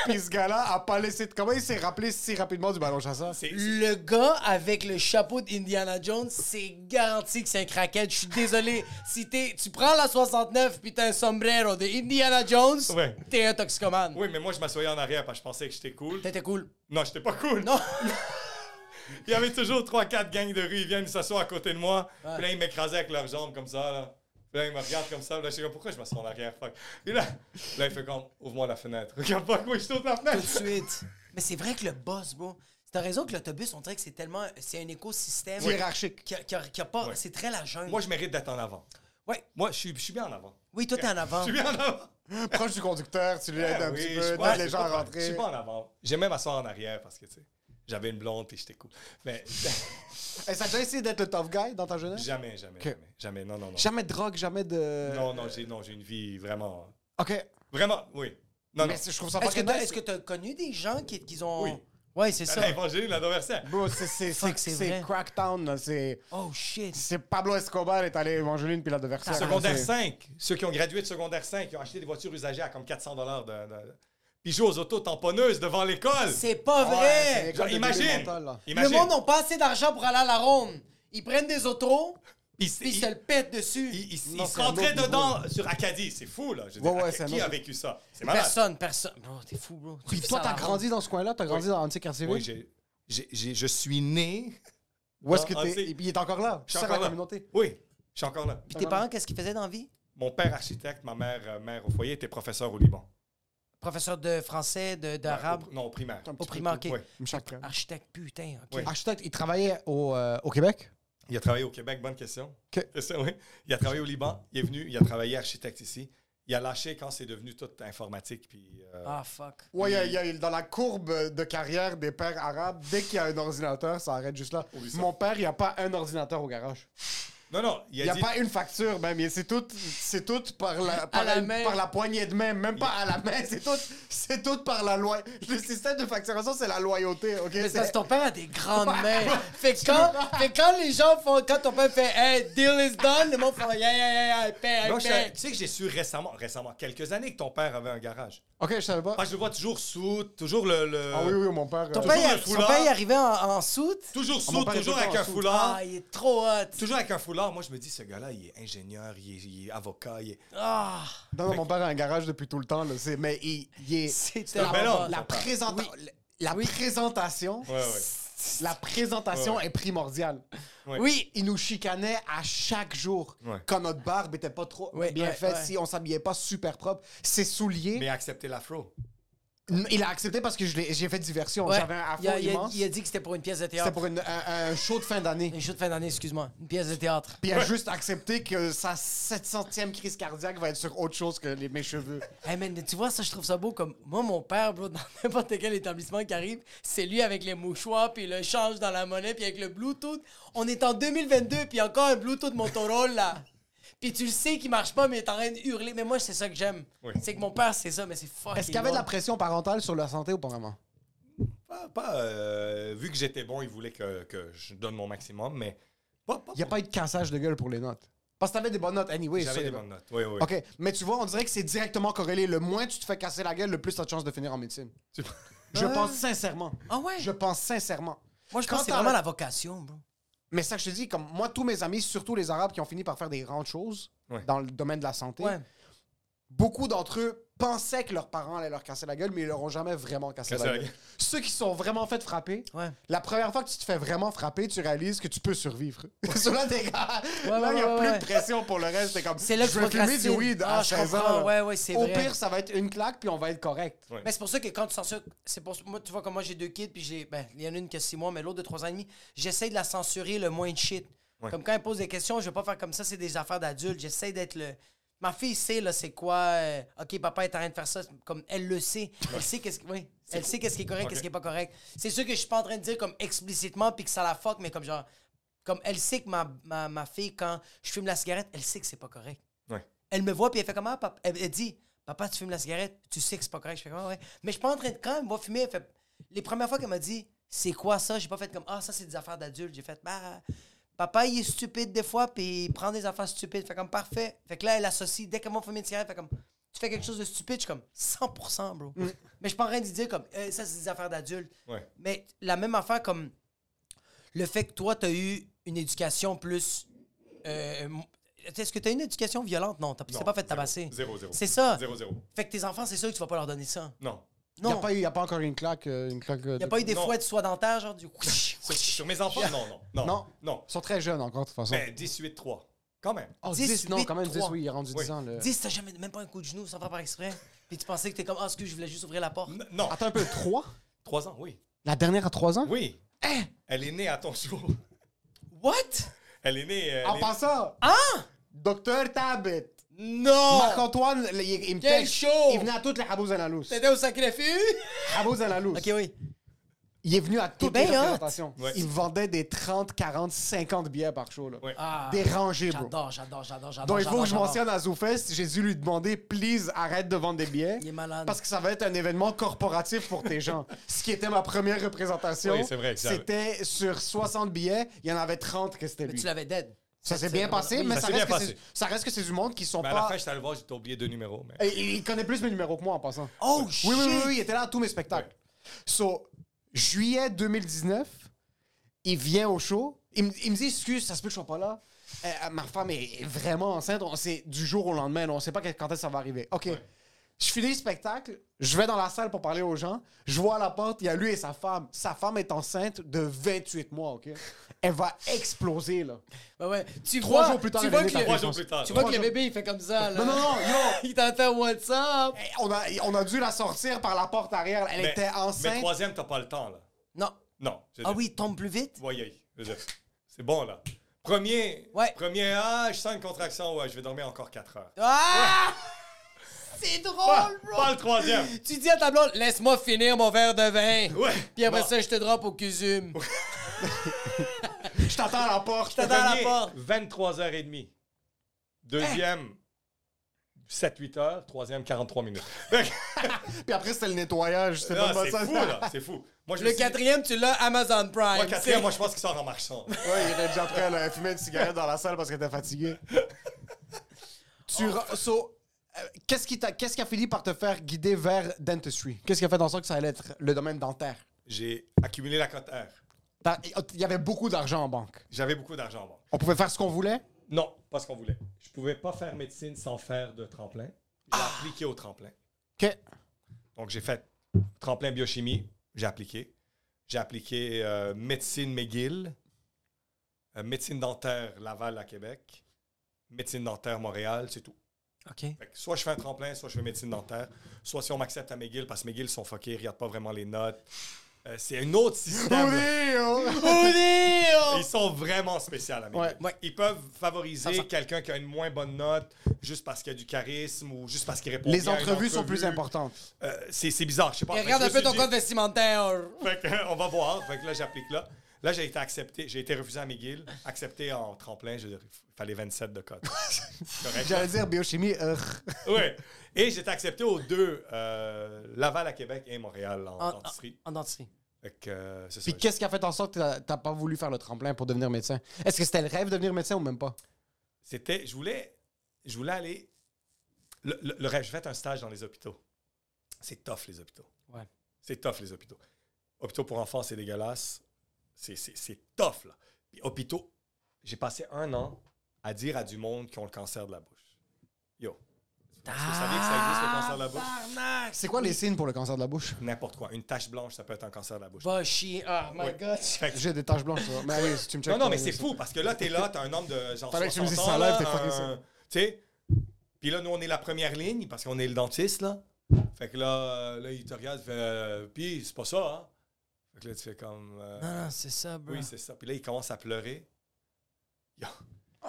C: puis ce gars-là a pas laissé. de- Comment il s'est rappelé si rapidement du ballon chasseur?
D: C'est- c'est-
B: Le gars avec le chapeau d'Indiana Jones, c'est garanti que c'est un crackhead. Je suis désolé. Si t'es, tu prends la 69 puis t'as un sombrero de Indiana Jones,
D: Ouais.
B: t'es un toxicomane.
D: Oui, mais moi, je m'assoyais en arrière parce que je pensais que j'étais cool.
B: T'étais cool.
D: Non, j'étais pas cool.
B: Non.
D: Il y avait toujours 3-4 gangs de rue, ils viennent s'asseoir à côté de moi. Puis là, ils m'écrasaient avec leurs jambes comme ça. Là. Puis là, ils me regardent comme ça. Puis là, je suis comme, pourquoi je m'assois en arrière? Fuck. Puis là, là, il fait comme, ouvre-moi la fenêtre. Regarde pas, moi, je t'ouvre la
B: Tout de
D: fenêtre.
B: suite. Mais c'est vrai que le boss, bro. T'as raison que l'autobus, on dirait que c'est tellement. C'est un écosystème.
C: Hiérarchique.
B: Qui a, qui a- qui a pas.
D: Ouais.
B: C'est très la jungle.
D: Moi, je mérite d'être en avant.
B: Ouais.
D: Moi, je suis, je suis bien en avant.
B: Oui, toi, t'es en avant.
D: Je suis bien en avant.
C: Proche du conducteur, tu lui aides un
D: Ah oui,
C: petit
D: je suis
C: peu,
D: pas-
C: t'aides les gens à
D: Je suis
C: rentrer.
D: pas en avant. J'aimais m'asseoir en arrière parce que, tu sais, j'avais une blonde puis j'étais cool. Mais
C: Et ça a déjà essayé d'être le tough guy dans ta jeunesse?
D: jamais, jamais, jamais. Jamais, non, non, non.
C: Jamais de drogue, jamais de.
D: Non, non, j'ai non, j'ai une vie vraiment...
C: Ok.
D: Vraiment, oui. Non, non.
C: Mais c'est- je trouve ça pas
B: Est-ce que
C: très
B: t'as
C: nice.
B: est-ce que t'as connu des gens qui, qui ont.
D: Oui.
B: Ouais, c'est
D: À
B: ça.
D: L'Évangile, la Dauversière.
C: Bro, c'est- c'est
B: Fuck,
C: c'est-
B: c'est
C: c'est
B: vrai.
C: Cracktown, là, c'est
B: Oh shit.
C: c'est Pablo Escobar est allé manger une pile de versailles.
D: Secondaire 5. Ceux qui ont gradué de secondaire 5, qui ont acheté des voitures usagées à comme 400 dollars de, de- Puis ils jouent aux autos tamponneuses devant l'école.
B: C'est pas
C: Ouais,
B: vrai.
C: c'est-
D: Genre,
C: École de
D: imagine.
C: développementale, là.
D: imagine.
B: Le monde n'a pas assez d'argent pour aller à la ronde. Ils prennent des autos,
D: Ils-
B: puis ils
D: ils-
B: se le pètent dessus.
D: ils- ils-
C: Non,
D: ils
C: c'est
D: se
C: un
D: rentraient
C: autre niveau,
D: dedans sur Acadie. C'est fou, là. Je veux
C: Ouais,
D: dire,
C: ouais,
D: à-
C: c'est un
D: qui
C: autre-
D: a vécu ça? C'est malade.
B: personne, personne. Non, t'es fou, bro. Tu
C: Puis
B: fais
C: toi,
B: ça à
C: t'as
B: la ronde.
C: grandi dans ce coin-là, t'as grandi dans l'antiquartier
D: Oui, j'ai- j'ai- j'ai- je suis né.
C: Où est-ce que
D: Ah,
C: t'es
D: c'est-
C: Il est encore là.
D: Je suis
C: Ça, la
D: encore là.
C: communauté.
D: Oui, je suis encore là.
B: Puis tes parents, qu'est-ce qu'ils faisaient dans la vie?
D: Mon père architecte, ma mère euh, mère au foyer, était professeur au Liban.
B: Professeur de français, de- d'arabe,
D: Ah, Au- Non, au primaire.
C: Un
B: au
C: petit
B: primaire,
C: peu.
B: ok.
D: Ouais.
C: Me choque, hein.
B: Architecte, putain, ok.
D: Oui.
C: Architecte, il travaillait au, euh, au Québec.
D: Il a travaillé au Québec, bonne question.
C: Ok.
D: C'est ça, oui. Il a travaillé au Liban, il est venu, il a travaillé architecte ici. Il a lâché quand c'est devenu tout informatique. Puis, euh,
B: Ah, fuck.
C: Ouais, il y a- il y a- dans la courbe de carrière des pères arabes, dès qu'il y a un ordinateur, ça arrête juste là.
D: Oublie ça.
C: Mon père, il n'y a pas un ordinateur au garage.
D: Non, non, il
C: Il
D: a,
C: n'y a
D: dit.
C: pas une facture, même. il- C'est tout, c'est tout par, la, par,
B: la
C: la-
B: main.
C: par la poignée de main, même pas à la main. C'est tout, c'est tout par la loi. Le système de facturation, c'est la loyauté. ok
B: Mais c'est
C: C'est-
B: parce que ton père a des grandes mains. fait, que quand, fait que quand les gens font. Quand ton père fait Hey, deal is done, le monde fait Yeah, yeah, yeah, yeah, paye,
D: Non, je savais-
B: paye.
D: tu sais que j'ai su récemment, récemment, quelques années que ton père avait un garage.
C: Ok, je savais pas.
D: Ah, je le vois toujours sous, toujours le. le-
C: Ah oui, oui, mon père.
B: Ton
C: euh,
B: père,
D: toujours
B: il-
D: le
B: son
D: foulard.
B: père, il arrivait en, en soute.
D: Toujours
C: Ah, mon
D: sous,
C: père est
D: toujours
C: tout le
D: avec
C: temps
D: un
C: sous.
D: foulard.
B: Ah, il est trop hot.
D: Toujours avec un foulard. Moi, je me dis, ce gars-là, il est ingénieur, il est, il est avocat, il est.
B: Ah.
C: Non, non, mon père a un garage depuis tout le temps. là, c'est- mais il, il est.
B: C'est
C: la,
B: un bel homme,
C: la
D: ton père.
C: présenta-
B: Oui.
C: la
B: Oui.
C: présentation.
D: Ouais, ouais.
C: La présentation
D: Ouais, ouais.
C: est primordiale.
D: Ouais.
C: Oui, ils nous chicanaient à chaque jour.
D: Ouais.
C: Quand notre barbe était pas trop
B: Ouais,
C: bien
B: ouais,
C: faite,
B: ouais.
C: si on s'habillait pas super propre, ses souliers,
D: Mais accepter l'afro.
C: n- il a accepté parce que je l'ai- j'ai fait diversion.
B: Ouais.
C: J'avais un afro
B: il, a, il a-
C: immense.
B: il a dit que c'était pour une pièce de théâtre.
C: C'était pour une- un, un show de fin d'année.
B: Une show de fin d'année, excuse-moi. Une pièce de théâtre.
C: Puis il a juste accepté que sa 700e crise cardiaque va être sur autre chose que les, mes cheveux.
B: Hey man, tu vois, ça, je trouve ça beau comme. Moi, mon père, bro, dans n'importe quel établissement qui arrive, c'est lui avec les mouchoirs, puis le change dans la monnaie, puis avec le Bluetooth. On est en 2022, puis encore un Bluetooth Motorola. puis tu le sais qu'il marche pas, mais t'es en train de hurler. Mais moi, c'est ça que j'aime.
D: Oui.
B: C'est que mon père, c'est ça, mais c'est fucking.
C: Est-ce qu'il y avait de la
B: long.
C: pression parentale sur la santé ou pas vraiment?
D: Pas, pas, euh, vu que j'étais bon, il voulait que, que je donne mon maximum, mais Pas- pas-
C: Il n'y a pas eu de cassage de gueule pour les notes. Parce que t'avais des bonnes notes anyway.
D: J'avais
C: ça,
D: des
C: les-
D: bonnes notes. Oui, oui. oui.
C: OK, mais tu vois, on dirait que c'est directement corrélé. Le moins tu te fais casser la gueule, le plus t'as de chances de finir en médecine.
D: Tu-
C: Je
B: Ah.
C: pense sincèrement.
B: Ah ouais?
C: Je pense sincèrement.
B: Moi, je
C: Quand
B: pense que c'est
C: t'as-
B: vraiment la vocation, bro.
C: Mais ça, je te dis, comme moi, tous mes amis, surtout les Arabes qui ont fini par faire des grandes choses
D: Ouais.
C: dans le domaine de la santé,
B: Ouais.
C: beaucoup d'entre eux pensaient que leurs parents allaient leur casser la gueule, mais ils leur ont jamais vraiment cassé,
D: Casser
C: la,
D: la
C: gueule.
D: gueule.
C: Ceux qui sont vraiment fait frapper,
B: Ouais.
C: la première fois que tu te fais vraiment frapper, tu réalises que tu peux survivre. Sur là, t'es- là, il
B: ouais,
C: n'y a
B: ouais,
C: plus
B: ouais.
C: de pression pour le reste. C'est comme,
B: C'est là que
C: je
B: tu
C: vais fumer du
B: procrastines.
C: weed à
B: Ah, je
C: 16 ans,
B: comprends.
C: là.
B: Ouais, ouais, c'est
C: Au
B: vrai.
C: pire, ça va être une claque, puis on va être correct.
D: Ouais.
B: Mais c'est pour ça que quand tu censures, c'est pour moi, tu vois, comme moi j'ai deux kids, puis j'ai, ben, il y en a une qui a six mois, mais l'autre de trois ans et demi, j'essaie de la censurer le moins de shit.
D: Ouais.
B: Comme quand elle pose des questions, je vais pas faire comme ça, c'est des affaires d'adultes, j'essaie d'être le. Ma fille sait, là, c'est quoi, euh, ok, papa est en train de faire ça, comme elle le sait. Elle sait qu'est-ce qui, oui, elle sait qu'est-ce qui est correct,
D: Ok.
B: qu'est-ce qui est pas correct. C'est sûr que je suis pas en train de dire comme explicitement, puis que ça la fuck, mais comme genre, comme elle sait que ma, ma, ma fille, quand je fume la cigarette, elle sait que c'est pas correct.
D: Ouais.
B: Elle me voit, puis elle fait comment, papa? Elle, elle dit, papa, tu fumes la cigarette, tu sais que c'est pas correct. Je fais comment, ouais. Mais je suis pas en train de, quand elle me voit fumer, elle fait, les premières fois qu'elle m'a dit, c'est quoi ça? J'ai pas fait comme, ah, ça, c'est des affaires d'adultes. J'ai fait, bah, papa, il est stupide des fois, puis il prend des affaires stupides. Fait comme, parfait. Fait que là, elle associe, dès qu'elle m'a fumé une cigarette, fait comme, tu fais quelque chose de stupide, je suis comme, 100%, bro. Mais je suis pas en train de dire comme, Eh, ça, c'est des affaires d'adultes.
D: Ouais.
B: Mais la même affaire comme le fait que toi, tu as eu une éducation plus. euh, m- Est-ce que tu as une éducation violente? Non, t'as t'es
D: Non,
B: pas fait
D: zéro,
B: tabasser.
D: Zéro, zéro.
B: C'est ça.
D: Zéro, zéro.
B: Fait que tes enfants, c'est sûr que tu vas pas leur donner ça.
D: Non.
C: Il n'y a,
B: Non.
C: pas eu- y a pas encore une claque. euh, une claque euh,
B: Il n'y a
C: de-
B: pas eu des
D: Non.
B: fouets de soie dentaire, genre du.
D: Sur, sur mes enfants, non, non. Non.
C: Non.
D: Non.
C: Ils sont très jeunes encore, de toute façon.
D: Mais 18-3. Quand même.
C: Oh,
B: 10,
C: 10, non, quand même, 10,
B: 8,
C: oui, il est rendu 10
D: Oui.
C: ans. Le...
B: 10, t'as jamais même pas un coup de genou sans faire par exprès. Puis tu pensais que t'es comme, ah, excuse, je voulais juste ouvrir la porte.
D: N- Non.
C: Attends un peu, 3
D: 3 ans, oui.
C: La dernière à 3
B: Hein?
C: ans
D: Oui.
B: Eh.
D: Elle est née à ton jour.
B: What?
D: Elle est née. euh,
C: En
D: elle est-
C: passant Ah Docteur Tabit
B: Non!
C: Marc-Antoine, il, il me
B: Oh! Quel
C: texte.
B: show!
C: Il venait à toutes les Habouz Analous.
B: T'étais au sacrifice?
C: Habouz Analous.
B: ok, oui.
C: Il est venu à toutes
B: T'es
C: les
B: bien hot.
C: représentations.
D: Ouais.
C: Il vendait des 30, 40, 50 billets par show. Là.
D: Ouais.
B: Ah,
C: Des rangées, bro.
B: j'adore, j'adore, j'adore, j'adore.
C: Donc, il faut
B: j'adore,
C: que je
B: j'adore.
C: mentionne à ZooFest, j'ai dû lui demander, please, arrête de vendre des billets.
B: Il est malade.
C: Parce que ça va être un événement corporatif pour tes gens. Ce qui était ma première représentation,
D: Oui, c'est vrai, ça-
C: c'était sur 60 billets, il y en avait 30 que c'était
B: Mais
C: lui.
B: tu l'avais dead.
C: Ça s'est
B: C'est-
C: bien passé,
B: oui,
C: mais
D: ça
C: ça
D: s'est
C: reste,
D: bien
C: que c'est-
D: passé.
C: ça reste que c'est du monde qui sont
D: Mais à la
C: pas...
D: fin, j'étais allé le voir, j'ai oublié deux numéros.
B: Eh,
D: Mais...
C: Et il connaît plus mes numéros que moi en passant.
B: Oh,
C: Oui, oui, oui,
B: shit!
C: oui, il était là à tous mes spectacles. So, juillet 2019, il vient au show. Il, me- il me dit Excuse, ça se peut que je sois pas là. Euh, euh, ma femme est est vraiment enceinte. On sait du jour au lendemain. là, On sait pas que- quand est-ce que ça va arriver. OK. Je finis le spectacle. Je vais dans la salle pour parler aux gens. Je vois à la porte, il y a lui et sa femme. Sa femme est enceinte de 28 mois, OK? Elle va exploser, là.
B: Ben ouais. Tu
C: Trois
B: vois,
C: jours plus tard,
B: tu
C: elle
B: vois
C: est
B: que
C: née,
B: le-
C: par
D: Trois jours plus tard.
B: Tu vois que
C: Trois
B: le
C: jours.
B: bébé, il fait comme ça, là.
C: Non, non, non, yo!
B: Il t'entend WhatsApp.
C: Eh, On a, on a dû la sortir par la porte arrière. Elle
D: mais-
C: était
D: Mais
C: enceinte.
D: troisième, t'as pas le temps, là.
B: Non.
D: Non. je veux
B: Ah
D: dire,
B: oui, il tombe plus vite.
D: Voyez. je veux dire, C'est bon, là. Premier.
B: Ouais.
D: Premier. Ah, je sens une contraction. Ouais, je vais dormir encore 4 heures.
B: Ah! C'est
D: Pas,
B: drôle, bro.
D: pas le troisième.
B: Tu dis à ta blonde, laisse-moi finir mon verre de vin.
D: Ouais.
B: Puis après
D: Non.
B: ça, je te drop au cusume.
C: Je t'attends à la porte.
B: t'attends à la
D: Premier,
B: porte.
D: 23h30. Deuxième, 7-8 heures. Troisième, 43 minutes. Fait que-
C: Puis après, c'était le nettoyage. C'était
D: Non,
C: pas
D: Ah, c'est
C: ça.
D: fou, là. C'est fou. Moi, je
B: Le
D: me suis dit-
B: quatrième, tu l'as Amazon Prime.
D: Moi, quatrième,
B: C'est-
D: moi, je pense qu'il sort en marchant.
C: Ouais, il était déjà prêt, là. Elle fumait une cigarette dans la salle parce qu'elle était fatiguée. tu. re- so, euh, Qu'est-ce qui, t'a- qu'est-ce qui a fini par te faire guider vers dentistry? Qu'est-ce qui a fait en sorte que ça allait être le domaine dentaire?
D: J'ai accumulé la cote R.
C: T'as- Il y avait beaucoup d'argent en banque.
D: J'avais beaucoup d'argent en banque.
C: On pouvait faire ce qu'on voulait.
D: Non, pas ce qu'on voulait. Je pouvais pas faire médecine sans faire de tremplin. J'ai appliqué au tremplin.
C: OK.
D: Donc, j'ai fait tremplin biochimie, j'ai appliqué. J'ai appliqué euh, médecine McGill, euh, médecine dentaire Laval à Québec, médecine dentaire Montréal, c'est tout.
B: OK.
D: Fait que soit je fais un tremplin, soit je fais médecine dentaire, soit si on m'accepte à McGill, parce que McGill sont fuckés, ils regardent pas vraiment les notes. Euh, c'est un autre système. Ils sont vraiment spéciaux à McGill.
C: Oh. Ouais.
D: Ils peuvent
B: Ça
D: favoriser
B: me-
D: quelqu'un qui a une moins bonne note juste parce qu'il a du charisme ou juste parce qu'il répond
C: Les
D: bien à une
C: entrevues sont
D: entrevue.
C: plus importantes.
D: Euh, c'est c'est bizarre, je sais pas.
B: Et
D: Fait que
B: regarde
D: je
B: un
D: me
B: peu
D: suis
B: ton
D: dit-
B: code vestimentaire.
D: Fait que, on va voir. Fait que là, j'applique là. Là, j'ai été accepté. J'ai été refusé à McGill, accepté en tremplin. Je veux dire, il fallait 27 de code. C'est correct.
C: J'allais dire biochimie. euh,
D: Oui. Et j'ai été accepté aux deux, euh, Laval à Québec et Montréal en
B: En-
D: dentisterie.
B: En dentisterie.
D: Fait Fait que, euh, c'est ça.
C: Puis qu'est-ce qui a fait en sorte que t'as- t'as pas voulu faire le tremplin pour devenir médecin? Est-ce que c'était le rêve de devenir médecin ou même pas?
D: C'était, je voulais, je voulais aller. Le, le- le rêve, j'ai fait un stage dans les hôpitaux. C'est tough, les hôpitaux.
B: Ouais.
D: C'est tough, les hôpitaux. Hôpitaux pour enfants, c'est dégueulasse. C'est, c'est, c'est tough, là. Puis hôpitaux, j'ai passé un an à dire à du monde qui ont le cancer de la bouche. Yo. Vous saviez que ça existe, le cancer de la bouche?
C: C'est quoi les signes pour le cancer de la bouche?
D: N'importe quoi. Une tache blanche, ça peut être un cancer de la bouche.
B: Va chier. Oh my
D: Ouais.
B: god.
D: Fait que-
C: J'ai des taches blanches, ça. Mais allez, si tu me checkes.
D: non, non, mais
C: euh,
D: c'est fou parce que là, t'es là, t'as un homme de genre
C: Fallait que tu me dises
D: 60
C: ça
D: ans,
C: live,
D: là,
C: t'es fucké,
D: un-
C: ça.
D: Tu sais? Puis là, nous, on est la première ligne parce qu'on est le dentiste, là. Fait que là, euh, là il te regarde, il fait euh, Puis, c'est pas ça, hein? Fait que là, tu fais comme. euh,
C: Ah,
B: Non, non, c'est ça,
C: ben.
B: bro.
D: oui, c'est ça. Puis là, il commence à pleurer. Yo.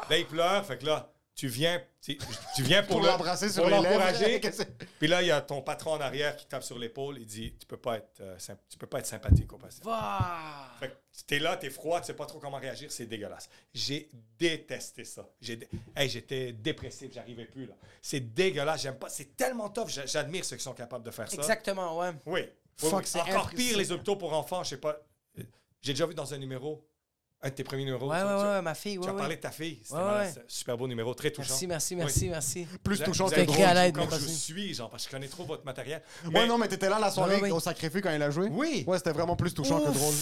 D: Là, il pleure, fait que là, tu viens, tu, tu viens pour,
C: Pour
D: le-
C: l'embrasser sur
D: pour
C: les lèvres.
D: l'encourager.
C: Qu'est-ce que
D: Puis là, il y a ton patron en arrière qui tape sur l'épaule, il dit Tu peux pas être, euh, symp- tu peux pas être sympathique au patient.
B: Va.
D: Fait que t'es là, t'es froid, tu sais pas trop comment réagir, c'est dégueulasse. J'ai détesté ça. J'ai dé- Hey, j'étais dépressif, j'arrivais plus là. C'est dégueulasse, j'aime pas. C'est tellement top, j'a- j'admire ceux qui sont capables de faire ça.
B: Exactement, ouais.
D: Oui. Oui,
C: Fuck,
D: oui.
C: c'est
D: Encore
C: impr-
D: pire les hôpitaux pour enfants, je sais pas. Euh, J'ai déjà vu dans un numéro, un de tes premiers numéros.
B: Ouais,
D: Oh, tu-
B: ouais,
D: tu-
B: ouais, ma fille.
D: Tu
B: Ouais,
D: as
B: ouais.
D: parlé de ta fille. C'était
B: Ouais,
D: malade,
B: ouais.
D: c'est un Super beau numéro, très touchant.
B: Merci, merci,
D: Oui.
B: merci, merci.
C: Plus
D: Vous-
C: touchant
D: vous
C: que
D: avez
B: écrit
D: drôle,
B: à l'aide,
D: Comme
B: mais
D: je
B: vas-y.
D: suis, genre, parce que je connais trop votre matériel.
C: Ouais,
D: Mais-
C: non, mais t'étais là la soirée
B: Non, non, oui.
C: au sacrifice quand il a joué.
D: Oui.
C: Ouais, c'était vraiment plus touchant que
B: Ouf.
C: drôle.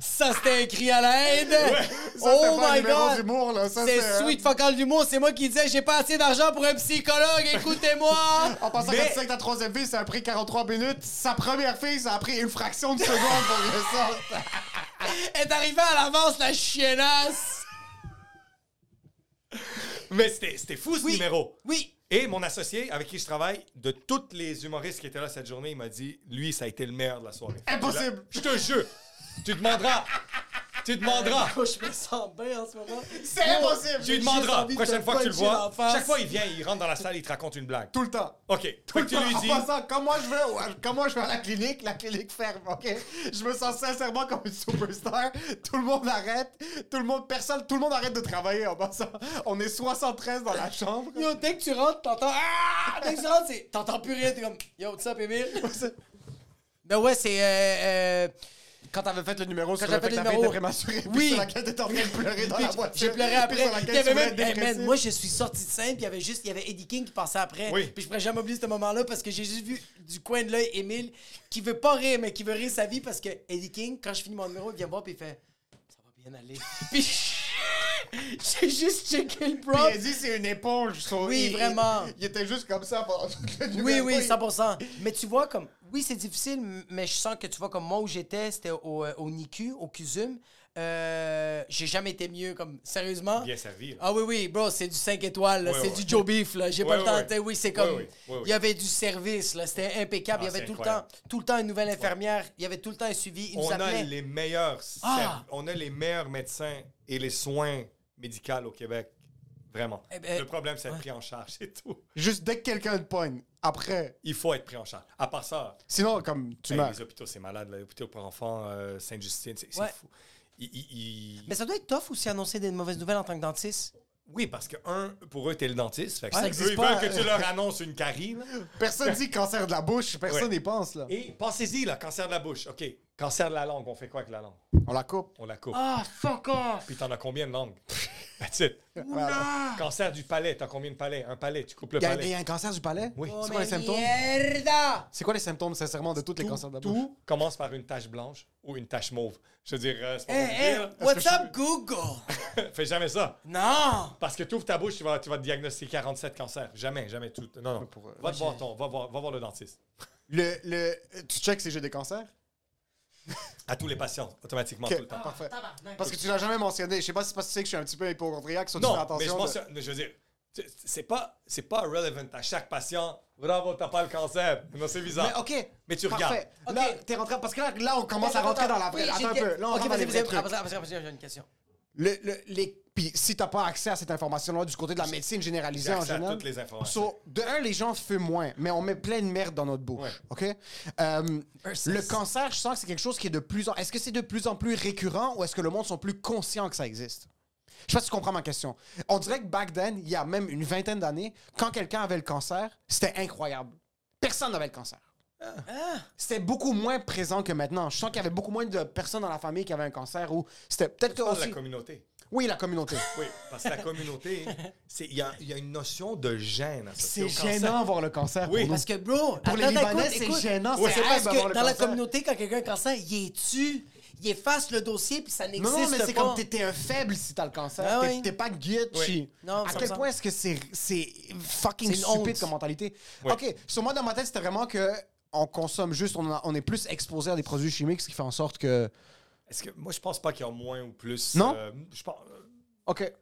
B: Ça, c'était un cri à l'aide.
C: Ça, c'était
B: oh
C: pas un
B: my
C: numéro
B: god.
C: d'humour, là. Ça,
B: C'est
C: euh,
B: sweet fuck all d'humour. C'est moi qui disais, j'ai pas assez d'argent pour un psychologue. Écoutez-moi.
C: En pensant
D: Mais-
C: que tu sais que ta troisième fille, ça a pris 43 minutes. Sa première fille, ça a pris une fraction de seconde pour que ça sorte.
B: Elle est arrivée à l'avance, la chiennasse.
D: Mais c'était c'était fou ce
B: Oui.
D: numéro.
B: Oui.
D: Et mon associé avec qui je travaille, de tous les humoristes qui étaient là cette journée, il m'a dit Lui, ça a été le meilleur de la soirée.
C: Impossible.
D: Je te jure Tu demanderas Tu demanderas
B: je me sens bien en ce moment.
C: C'est impossible.
D: Tu demanderas Prochaine fois que tu le vois, chaque fois il vient, il rentre dans la salle, il te raconte une blague.
C: Tout le temps.
D: OK. Fait Oh, que tu lui
C: en
D: dis
C: passant, quand moi, je vais, au- quand moi je vais à la clinique, la clinique ferme, ok? Je me sens sincèrement comme une superstar. Tout le monde arrête. Tout le monde, personne, tout le monde arrête de travailler en passant. On est 73 dans la chambre.
B: Yo, dès que tu rentres, t'entends. Ah! Dès que tu rentres, c'est- t'entends plus rien. T'es comme. Yo, what's up, Emile? Ben ouais, c'est. euh, euh,
C: Quand t'avais fait le numéro
B: Quand j'avais fait le numéro. Oui.
C: oui. sur laquelle t'étais en train de pleurer dans la voiture.
B: J'ai pleuré
C: puis
B: après.
C: sur laquelle
B: Il y avait
C: tu voulais
B: même,
C: être
B: Hey, man,
C: dépressif.
B: moi, je suis sorti de scène, puis il y avait juste, il y avait Eddie King qui passait après.
D: Oui.
B: Puis je pourrais jamais oublier ce moment-là parce que j'ai juste vu du coin de l'œil Émile qui veut pas rire, mais qui veut rire sa vie parce que Eddie King, quand je finis mon numéro, il vient me voir puis il fait Ça va bien aller. puis j'ai juste checké le
C: Puis
B: prop.
C: il a dit c'est une éponge. so-
B: Oui,
C: il-
B: vraiment.
C: Il, il était juste comme ça pendant tout le
B: Oui,
C: numéro.
B: oui,
C: Il-
B: 100%. Mais tu vois, comme, oui, c'est difficile, m- mais je sens que tu vois, comme moi où j'étais, c'était au, euh, au NICU, au CUSUM. Euh, j'ai jamais été mieux, comme, sérieusement.
D: Bien servi. là.
B: Ah oui, oui, bro, c'est du 5 étoiles, là,
D: Ouais,
B: c'est
D: ouais.
B: du Joe Beef, là. J'ai pas
D: Ouais,
B: le temps,
D: ouais,
B: tu sais, oui, c'est
D: ouais,
B: comme.
D: ouais, ouais, ouais.
B: Il y avait du service, là, c'était impeccable.
D: Ah,
B: il y avait
D: c'est
B: tout le, temps,
D: incroyable.
B: tout le temps une nouvelle infirmière, il y avait tout le temps un suivi. Ils
D: On
B: nous
D: a
B: appelaient.
D: les meilleurs
B: Ah!
D: on a les meilleurs médecins et les soins médicaux au Québec. Vraiment.
B: Eh ben,
D: le problème, c'est être pris en charge, c'est tout.
C: Juste dès que quelqu'un te pogne, après.
D: Il faut être pris en charge. À part ça,
C: Sinon, comme tu
D: Hey,
C: meurs.
D: Eh, Ben, les hôpitaux, c'est malade. là. Les hôpitaux pour enfants, euh, Sainte-Justine, c'est c'est
B: Ouais.
D: fou. Ils- ils- ils-
B: Mais ça doit être tough aussi annoncer des mauvaises nouvelles en tant que dentiste.
D: Oui, parce que, un, pour eux, t'es le dentiste. Fait que
C: Ouais,
D: c'est-
C: ça existe
D: eux, ils
C: pas. euh.
D: veulent que tu leur annonces une carie. là.
C: Personne dit cancer de la bouche, personne
D: Ouais.
C: n'y pense là.
D: Et pensez-y, là, cancer de la bouche. OK, cancer de la langue, on fait quoi avec la langue?
C: On la coupe.
D: On la coupe.
B: Ah, fuck off!
D: Puis t'en as combien de langues? That's it.
B: Oh,
D: Cancer du palais, t'as combien de palais? Un palais, tu coupes le
C: Il y, a,
D: palais.
C: il y a un cancer du palais
D: Oui.
B: Oh,
C: C'est quoi les
B: mais
C: symptômes?
B: Mierda!
C: C'est quoi les symptômes, sincèrement, de tous les cancers de la bouche?
D: Tout commence par une tache blanche ou une tache mauve. Je veux dire, euh,
C: Eh,
D: c'est pas
B: Hey,
D: pour
B: hey,
D: dire, là.
B: Eh, what's up, Google?
D: Fais jamais ça.
B: non!
D: Parce que tu ouvres ta bouche, tu vas, tu vas te diagnostiquer 47 cancers. Jamais, jamais tout. Non, non.
C: Pour, euh,
D: va, te voir ton, va, voir, va voir le dentiste.
C: Le, le, tu checks si j'ai des cancers?
D: À tous les patients, automatiquement,
C: Ok, Ah,
D: tout le temps.
C: Parfait. Parce que tu l'as jamais mentionné. Je sais pas si c'est parce que tu sais que je suis un petit peu hypochondriaque, sur tu fais
D: Non, mais je,
C: attention. de-
D: mentionne- mais je veux dire, tu- c'est pas, c'est pas relevant à chaque patient. Bravo, t'as pas le cancer. Non, c'est bizarre.
C: Mais ok.
D: Mais tu
C: Parfait.
B: regardes.
C: Là,
B: Ok.
C: t'es rentré. Parce que là, là, on commence à rentrer dans la vraie.
B: Oui, j'ai
C: Attends un
B: une-
C: peu. Là, on
B: Ok,
C: rentre dans
B: vas-y,
C: les vrais
B: vas-y,
C: trucs.
B: vas-y, vas-y, vas-y, j'ai une question.
C: Le, le, les... Puis si t'as pas accès à cette information-là du côté de la médecine
D: J'ai
C: généralisée en
D: accès à
C: général.
D: toutes les informations.
C: So, de un, les gens fument moins, mais on met plein de merde dans notre bouche.
D: Ouais.
C: OK? Euh,
B: Versus.
C: le cancer, je sens que c'est quelque chose qui est de plus en... Est-ce que c'est de plus en plus récurrent ou est-ce que le monde sont plus conscients que ça existe? Je sais pas si tu comprends ma question. On dirait que back then, il y a même une vingtaine d'années, quand quelqu'un avait le cancer, c'était incroyable. Personne n'avait le cancer.
D: Ah.
C: C'était beaucoup moins présent que maintenant. Je sens qu'il y avait beaucoup moins de personnes dans la famille qui avaient un cancer ou c'était peut-être que
D: Parle de
C: aussi...
D: la communauté.
C: Oui, la communauté.
D: Oui, parce que la communauté, c'est- il y a, il y a une notion de gêne. associée
C: C'est
D: au cancer.
C: gênant voir le cancer. pour
D: Oui.
C: nous.
B: Parce que, bro,
C: Pour les
B: attends,
C: Libanais,
B: écoute,
C: c'est
B: écoute.
C: gênant.
D: Ouais,
C: C'est
D: c'est
B: Parce
C: horrible
B: que
C: d'avoir
B: dans
C: le
B: la
C: cancer.
B: communauté, quand quelqu'un a un cancer, il est tu, il efface le dossier, puis ça n'existe
C: Non,
B: pas.
C: non, mais c'est comme t'es t'es un faible si t'as le cancer.
B: Ah
C: T'es-
B: oui.
C: T'es pas Gucci.
D: Oui.
B: Non,
C: à
B: ça me
C: quel
B: semble.
C: point est-ce que c'est c'est fucking
B: C'est une
C: stupide
B: honte.
C: comme mentalité?
D: Oui.
C: OK, sur moi, dans ma tête, c'était vraiment que on consomme juste, on, a- on est plus exposé à des produits chimiques, ce qui fait en sorte que...
D: Est-ce que moi je pense pas qu'il y a moins ou plus.
C: Non?
D: euh, je pense,
C: OK,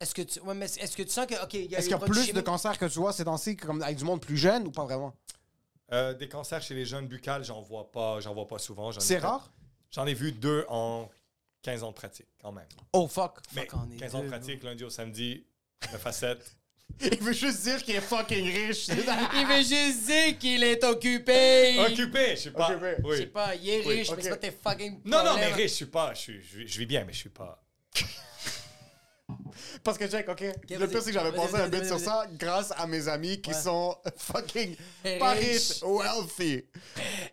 B: Est-ce que tu, ouais, mais est-ce que tu sens que, ok, il y a
C: est-ce
B: eu
C: qu'il y a
B: produit
C: plus de
B: chimique?
C: cancers que tu vois ces temps-ci comme avec du monde plus jeune ou pas vraiment?
D: euh, des cancers chez les jeunes buccales, j'en vois pas, j'en vois pas souvent. j'en ai
C: C'est
D: peut-être-
C: rare?
D: J'en ai vu deux en 15 ans de pratique, quand même.
C: Oh, fuck.
D: Mais
B: on est
D: 15 ans de
B: deux,
D: pratique, lundi au samedi, de facette.
C: Il veut juste dire qu'il est fucking riche.
B: Il veut juste dire qu'il est occupé.
D: Occupé, je sais pas.
C: Occupé.
B: Je sais
D: Oui.
B: pas, il est
D: Oui,
B: riche, mais
C: ok.
B: c'est pas tes fucking.
D: Non, non, mais
B: problèmes.
D: riche, je suis pas. Je, suis- je vis- je vis bien, mais je suis pas.
C: Parce que, Jack, OK, le
B: vas-y.
C: pire, c'est que j'avais
B: Vas-y,
C: pensé à un
B: vas-y,
C: bit
B: vas-y,
C: sur
B: vas-y.
C: ça grâce à mes amis qui
B: Ouais.
C: sont fucking
B: Et
C: pas
B: riches.
C: riches, wealthy.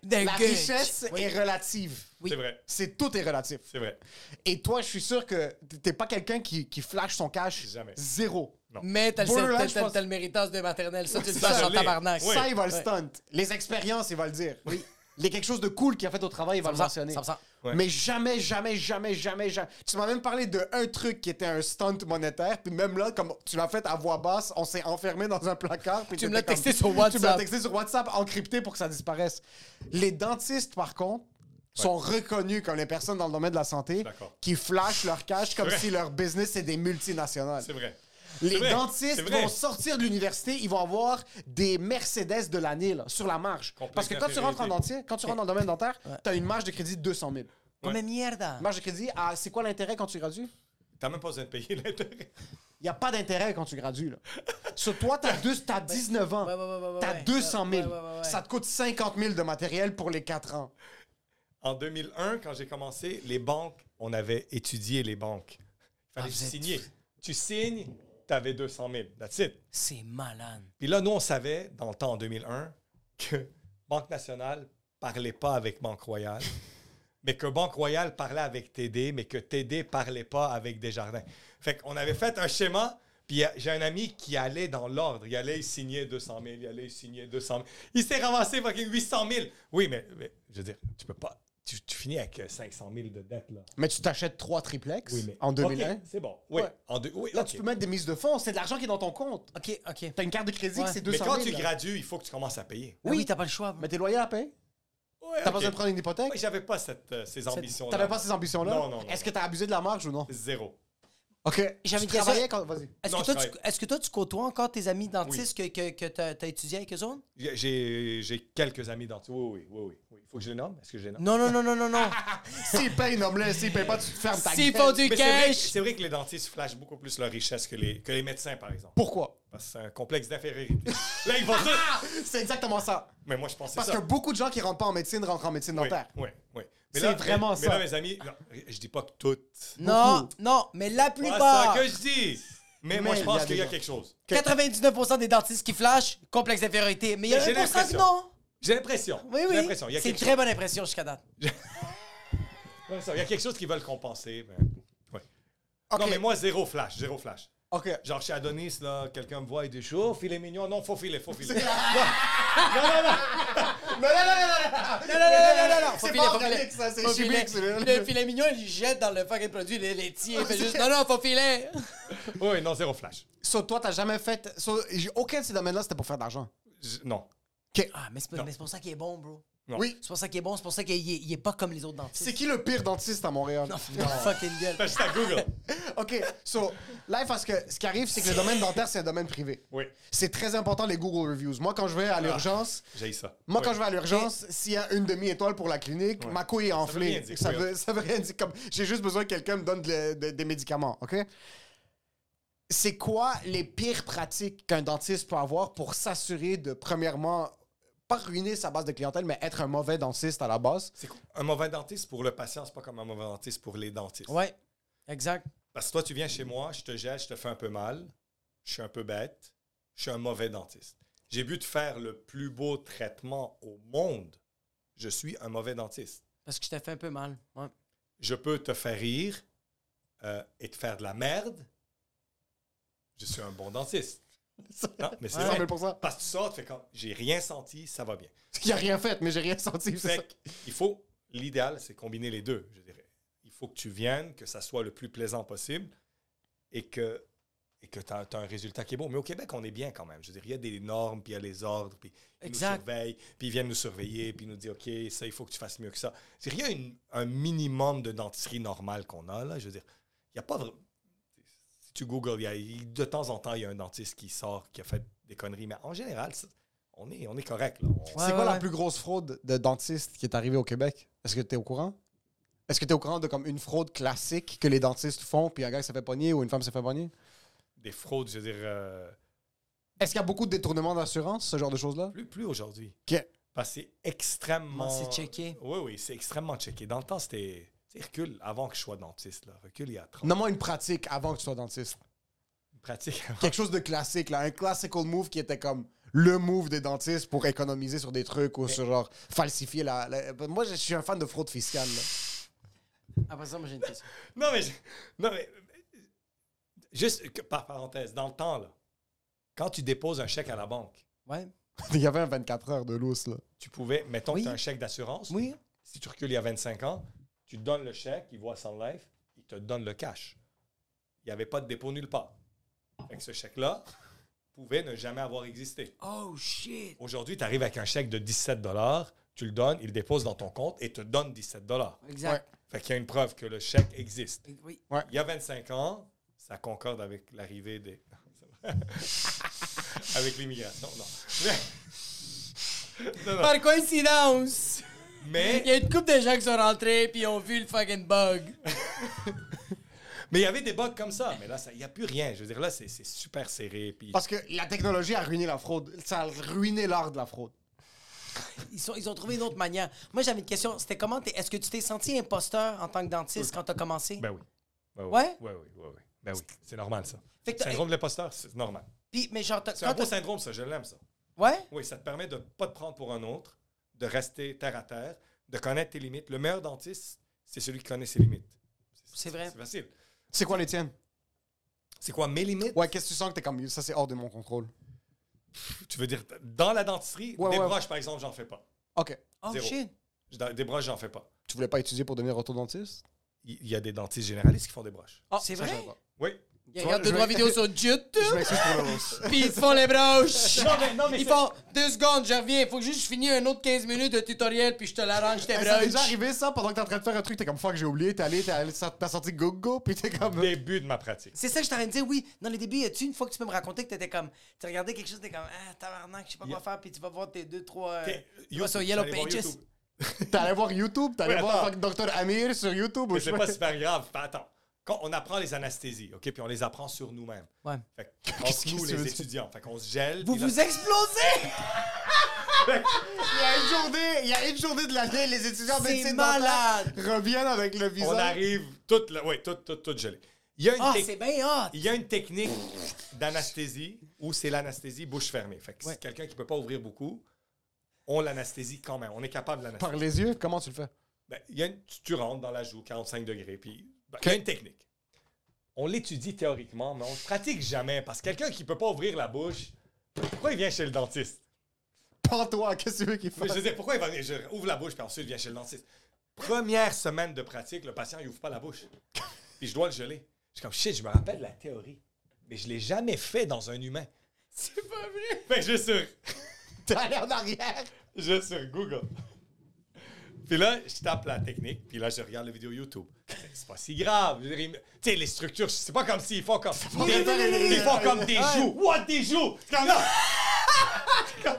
B: D'un
C: La
B: gueule.
C: richesse
B: Oui.
C: est relative.
B: Oui.
D: C'est vrai,
C: C'est tout est relatif.
D: c'est vrai.
C: Et toi, je suis sûr que t'es pas quelqu'un qui, qui flash son cash
D: Jamais.
C: zéro.
B: Mais t'as le,
C: Borderline,
B: t'as-
C: je
B: t'as-
C: pense-
B: t'as le méritage de maternelle, ça, tu le
D: c'est
B: saches
D: ça,
B: en
D: je l'ai.
B: tabarnak.
D: Oui.
C: Ça, il va le
B: Ouais.
C: stunt. Les expériences, il va le dire. Oui. Les quelque chose de cool qu'il a fait au travail, il va le
B: Ça me
C: mentionner.
B: semble- ça me semble.
D: Ouais.
C: Mais jamais, jamais, jamais, jamais, jamais. Tu m'as même parlé de un truc qui était un stunt monétaire, puis même là, comme tu l'as fait à voix basse, on s'est enfermé dans un placard. puis
B: Tu me
C: t'étais
B: l'as
C: comme-
B: texté sur
C: Tu me l'as
B: WhatsApp.
C: texté sur WhatsApp encrypté pour que ça disparaisse. Les dentistes, par contre, sont reconnus comme les personnes dans le domaine de la santé
D: D'accord.
C: qui flashent leur cash comme
D: vrai.
C: si leur business c'est des multinationales.
D: C'est vrai.
C: Les
D: C'est vrai,
C: dentistes
D: c'est vrai.
C: vont sortir de l'université, ils vont avoir des Mercedes de l'année là, sur la marge.
D: Complexe
C: Parce que quand tu rentres en
D: infériorité.
C: dentier, quand tu rentres dans le domaine dentaire, tu as une marge de crédit de 200 000.
B: Comme une merde.
C: Marge de crédit, ah, c'est quoi l'intérêt quand tu gradues?
D: T'as même pas besoin de payer l'intérêt.
C: Il n'y a pas d'intérêt quand tu gradues. Là. Sur toi, tu as, 19 ans,
B: Ouais, ouais, ouais, ouais,
C: tu as
B: ouais.
C: 200 000.
B: Ouais, ouais, ouais, ouais.
C: Ça te coûte 50 000 de matériel pour les 4 ans.
D: En 2001, quand j'ai commencé, les banques, on avait étudié les banques. Il fallait
B: Ah, vous êtes-
D: signer. Tu signes, t'avais 200 000. That's it.
B: C'est malade.
D: Puis là, nous, on savait, dans le temps, en 2001, que Banque Nationale parlait pas avec Banque Royale, mais que Banque Royale parlait avec TD, mais que TD parlait pas avec Desjardins. Fait qu'on avait fait un schéma, puis y a- j'ai un ami qui allait dans l'ordre. Il allait signer 200 000, il allait signer 200 000. Il s'est ramassé fucking 800 000. Oui, mais, mais, je veux dire, tu peux pas... Tu, tu finis avec euh, 500 000 de dette, là.
C: Mais tu t'achètes 3 triplex
D: Oui, mais...
C: en 2001.
D: OK, c'est bon. Oui,
C: Ouais.
D: en deux... Oui,
C: Là,
D: OK.
C: tu peux mettre des mises de fonds. C'est de l'argent qui est dans ton compte.
B: Ok, ok.
C: Tu as une carte de crédit,
B: Ouais.
C: que c'est
D: Mais
C: 200 000.
D: quand tu
C: là.
D: gradues, il faut que tu commences à payer.
B: Ah Oui, t'as pas le choix.
C: Mais t'es loyer à payer.
D: Ouais,
C: T'as
D: OK.
C: pas besoin de prendre une hypothèque.
D: Moi, j'avais pas cette, euh, ces ambitions.
C: T'avais pas ces ambitions-là?
D: Non, non, non.
C: Est-ce que t'as abusé de la marge ou non?
D: Zéro.
C: OK.
B: J'avais
C: Tu
B: une question.
C: travaillais quand... Vas-y.
B: Est-ce
D: Non,
B: que, toi,
D: je
B: tu,
D: travaille.
B: est-ce que toi, tu côtoies encore tes amis dentistes que, que, que t'as, t'as étudié avec eux autres?
D: J'ai- J'ai j'ai quelques amis dans Oui, oui, oui, oui, oui. Faut que je les nomme? Est-ce que je les nomme?
B: Non, non, non, non, non, non.
C: S'ils payent, nomme-les. S'ils payent pas, tu te fermes ta
B: S'ils
C: gueule.
B: font du
D: Mais c'est vrai, que-
B: cash!
D: c'est vrai que les dentistes flashent beaucoup plus leur richesse que les, que les médecins, par exemple.
C: Pourquoi?
D: Parce que c'est un complexe d'infériorité. Là, ils vont dire...
C: C'est exactement ça.
D: Mais moi, je pense que
C: Ah! Parce
D: c'est
C: que
D: ça.
C: beaucoup de gens qui rentrent pas en médecine rentrent en médecine
D: Oui,
C: dentaire.
D: oui, oui. Mais
C: C'est
D: là-
C: vraiment
D: mais-
C: ça.
D: Mais là, mes amis, non, je dis pas que toutes.
B: Non,
C: beaucoup.
B: non, mais la
D: C'est
B: plupart.
D: ça que je dis! Mais, moi,
C: Mais
D: je
C: il y
D: pense
C: a
D: qu'il y a
C: des gens.
D: quelque chose.
B: 99% des dentistes qui flashent, complexe d'infériorité. Mais il y a
D: Mais j'ai
B: 1% qui
D: l'impression.
B: non.
D: J'ai l'impression.
B: Oui,
D: J'ai
B: oui.
D: l'impression. Il y a
B: C'est une
D: quelque
B: très bonne impression jusqu'à date.
D: chose. Il y a quelque chose qu'ils veulent compenser. mais- Ouais.
C: OK.
D: Non, mais moi, zéro flash, zéro flash.
C: OK.
D: Genre chez Adonis, là, quelqu'un me voit et dit Oh, filet mignon. Non, faut filer, faut filer. non, non, non.
C: Non, non, non, non, non,
B: Non, non, non, non, non, non.
C: C'est
B: Faut
C: pas
B: filer, faut
C: organique,
B: filer.
C: ça, c'est
B: Faut
C: chimique,
B: filer.
C: c'est-
B: Le Ah, filet mignon, il le jette dans le fucking produit les laitiers. Il fait juste, non, non, faut filer.
D: Oui, non, zéro flash.
C: So, toi, t'as jamais fait... So, j- aucun de ces domaines-là, c'était pour faire de l'argent.
D: Je- non.
B: Ah, mais c'est pas-
D: Non.
B: mais c'est pour ça qu'il est bon, bro.
D: non.
C: Oui.
B: C'est pour ça qu'il est bon, c'est pour ça qu'il est, il est pas comme les autres dentistes.
C: C'est qui le pire dentiste à Montréal?
B: Non, fucking gueule.
D: Fais juste à Google.
C: OK. So, là, parce que ce qui arrive, c'est que le domaine dentaire, c'est un domaine privé.
D: Oui.
C: C'est très important, les Google Reviews. Moi, quand je
D: Ah.
C: vais à l'urgence,
D: J'ai ça.
C: Moi,
D: Oui.
C: quand je vais à l'urgence, s'il y a une demi-étoile pour la clinique, ma couille est
D: veut rien
C: enflée.
D: dire,
C: Ça
D: oui.
C: veut, ça veut rien dire. Comme, j'ai juste besoin que quelqu'un me donne de- de- des médicaments, OK? C'est quoi les pires pratiques qu'un dentiste peut avoir pour s'assurer de, premièrement, pas ruiner sa base de clientèle, mais être un mauvais dentiste à la base?
D: C'est quoi? Un mauvais dentiste pour le patient, c'est pas comme un mauvais dentiste pour les dentistes.
B: Ouais, exact.
D: Parce que toi, tu viens chez moi, je te jette, je te fais un peu mal, je suis un peu bête, je suis un mauvais dentiste. J'ai bu de faire le plus beau traitement au monde. Je suis un mauvais dentiste.
B: Parce que je t'ai fait un peu mal. Ouais.
D: Je peux te faire rire euh, et te faire de la merde. Je suis un bon dentiste. Non, mais c'est
B: Ouais.
D: vrai.
C: 100
D: Parce que tu sors, tu fais comme j'ai rien senti, ça va bien.
C: Il a rien fait, mais j'ai rien senti. c'est
D: Fait
C: ça.
D: que il faut, l'idéal, c'est combiner les deux, je dirais. Il faut que tu viennes, que ça soit le plus plaisant possible et que et que tu as, un résultat qui est beau. Mais au Québec, on est bien quand même. Je veux dire, il y a des normes, puis il y a les ordres, puis ils
B: Exact.
D: nous surveillent, puis ils viennent nous surveiller, puis ils nous disent, OK, ça, il faut que tu fasses mieux que ça. Je veux dire, il y a une- un minimum de dentisterie normale qu'on a, là. Je veux dire, il n'y a pas vraiment... Si tu googles, il y a- il- de temps en temps, il y a un dentiste qui sort, qui a fait des conneries. Mais en général, c'est- on est, on est correct, là. On-
B: Ouais,
C: c'est quoi
B: ouais,
C: la
B: ouais.
C: plus grosse fraude de dentiste qui est arrivée au Québec? Est-ce que tu es au courant? Est-ce que tu es au courant de comme une fraude classique que les dentistes font, puis un gars qui s'est fait pogner ou une femme s'est fait pogner?
D: Des fraudes, je veux dire... euh,
C: Est-ce qu'il y a beaucoup de détournements d'assurance, ce genre de choses-là?
D: Plus, plus aujourd'hui.
C: Ok.
D: Parce que c'est extrêmement.
B: Comment c'est checké?
D: Oui, oui, c'est extrêmement checké. Dans le temps, c'était. tu sais, recule avant que je sois dentiste. Là. Recule il y a 30
C: Nomme-moi une pratique avant que tu sois dentiste.
D: Pratique.
C: Quelque chose de classique, là. Un classical move qui était comme le move des dentistes pour économiser sur des trucs ou sur genre falsifier la. la- Moi, je suis un fan de fraude fiscale. là.
B: Après ça, moi, j'ai une question.
D: Non, mais. je- Non, mais. Juste que- par parenthèse, dans le temps, là, quand tu déposes un chèque à la banque,
B: Ouais.
C: Il y avait un 24 heures de lousse, là.
D: tu pouvais. Mettons
B: Oui.
D: que tu as un chèque d'assurance.
B: Oui.
D: Si tu recules il y a 25 ans, tu donnes le chèque, il voit son life, il te donne le cash. Il n'y avait pas de dépôt nulle part. Fait que ce chèque-là pouvait ne jamais avoir existé.
B: Oh, shit.
D: Aujourd'hui, tu arrives avec un chèque de 17 dollars, tu le donnes, il le dépose dans ton compte et te donne 17 dollars.
B: Exact.
D: Fait qu'il y a une preuve que le chèque existe.
B: Oui.
D: Il y a 25 ans, ça concorde avec l'arrivée des... avec l'immigration, non. Mais- Non, non.
B: Par coïncidence,
D: Mais
B: il y a une couple de gens qui sont rentrés puis ils ont vu le fucking bug.
D: mais il y avait des bugs comme ça. Mais là, ça- il n'y a plus rien. Je veux dire, là, c'est c'est super serré. Puis...
C: Parce que la technologie a ruiné la fraude. Ça a ruiné l'art de la fraude.
B: Ils, sont, ils ont trouvé une autre manière. Moi, j'avais une question. C'était comment t'es- Est-ce que tu t'es senti imposteur en tant que dentiste quand t'as commencé?
D: Ben oui. Ben oui.
B: Ouais?
D: Ouais, oui, ouais, oui. Ben oui, c'est normal, ça.
B: Fait que t'as-
D: Syndrome de l'imposteur, c'est normal.
B: Puis, mais genre, t'as-
D: C'est un
B: quand
D: beau
B: t'as-
D: syndrome, ça. Je l'aime, ça.
B: Ouais?
D: Oui, ça te permet de ne pas te prendre pour un autre, de rester terre à terre, de connaître tes limites. Le meilleur dentiste, c'est celui qui connaît ses limites.
B: C'est vrai.
D: C'est facile.
C: C'est quoi les tiennes?
D: C'est quoi mes limites?
C: Ouais, qu'est-ce que tu sens que t'es comme. Ça, c'est hors de mon contrôle.
D: Tu veux dire, dans la dentisterie,
C: Ouais,
D: des
C: ouais.
D: broches, par exemple, j'en fais pas.
C: Ok.
B: Oh,
D: Zéro.
B: shit.
D: Je- dans- Des broches, j'en fais pas.
C: Tu voulais pas étudier pour devenir orthodontiste?
D: Il il y a des dentistes généralistes qui font des broches.
C: Ah,
B: C'est
C: ça,
B: vrai?
C: je savais pas.
D: Oui.
B: Ils
C: Tu vois,
B: regardent
C: je
B: deux, trois
C: vais-
B: vidéos sur
C: Je
B: YouTube,
C: m'excuse pour le rousse.
B: puis ils se font les broches.
D: Non, mais, non, mais
B: Ils
D: c'est-
B: font deux secondes, je reviens. Faut que juste je finisse un autre 15 minutes de tutoriel, puis je te l'arrange, tes
C: Eh, Ça t'est déjà
B: broches.
C: arrivé ça pendant que t'es en train de faire un truc, t'es comme fuck, j'ai oublié, t'es allé, t'es allé- ça- t'as sorti go go, puis t'es
B: Ah,
C: comme.
D: début de ma pratique.
B: C'est ça que je t'en train de dire, oui. Dans les débuts, y a-tu une fois que tu peux me raconter que t'étais comme. Tu regardais quelque chose, t'es comme, ah, tabarnak, je sais pas quoi
D: Yeah.
B: faire, puis tu vas voir tes deux, trois. euh,
D: Ok,
B: tu vas sur
D: YouTube,
B: Yellow
D: j'allais voir
B: Pages.
D: YouTube.
C: T'es allé voir YouTube, t'es allé
D: Oui,
C: voir
D: attends.
C: fuck, Dr Amir sur YouTube. ou
D: Mais
C: je
D: c'est
C: sais
D: pas super grave. Fais Attends. Quand on apprend les anesthésies, OK? Puis on les apprend sur nous-mêmes.
B: Ouais.
D: Fait que,
C: Qu'est-ce
D: entre nous,
C: que tu veux
D: les
C: dire?
D: étudiants. Fait qu'on se gèle.
B: Vous
D: puis là-
B: vous explosez!
C: Il y a une journée, il y a une journée de l'année, les étudiants en
B: C'est
C: médecine
B: malade.
C: dentaire reviennent avec le visage.
D: on arrive tout, le, ouais, tout, tout, tout gelé. Il y a une,
B: Ah,
D: tec-
B: c'est bien hot!
D: il y a une technique d'anesthésie où c'est l'anesthésie bouche fermée. Fait que
B: Ouais.
D: si quelqu'un qui peut pas ouvrir beaucoup, on l'anesthésie quand même. On est capable de
C: Par
D: l'anesthésie.
C: les yeux, comment tu le fais?
D: Ben, il y a une- tu, tu rentres dans la joue, 45 degrés, puis ben, il y a une technique. On l'étudie théoriquement, mais on le pratique jamais parce que quelqu'un qui peut pas ouvrir la bouche, pourquoi il vient chez le dentiste?
C: Pends-toi, qu'est-ce que tu veux qu'il
D: Mais je
C: fasse?
D: veux dire, pourquoi il va venir? Je ouvre la bouche, puis ensuite, il vient chez le dentiste. Première semaine de pratique, le patient, il ouvre pas la bouche. Puis je dois le geler. Je suis comme, shit, je me rappelle la théorie. Mais je l'ai jamais fait dans un humain.
B: C'est pas vrai!
D: Fait que je suis sur,
C: T'es allé en arrière.
D: je suis sur Google. Puis là, je tape la technique, puis là, je regarde la vidéo YouTube. C'est pas si grave. Je veux dire, ils- Tu sais, les structures, c'est pas comme s'ils font comme. Ils, ils font comme des joues. What, des joues? C'est comme, non!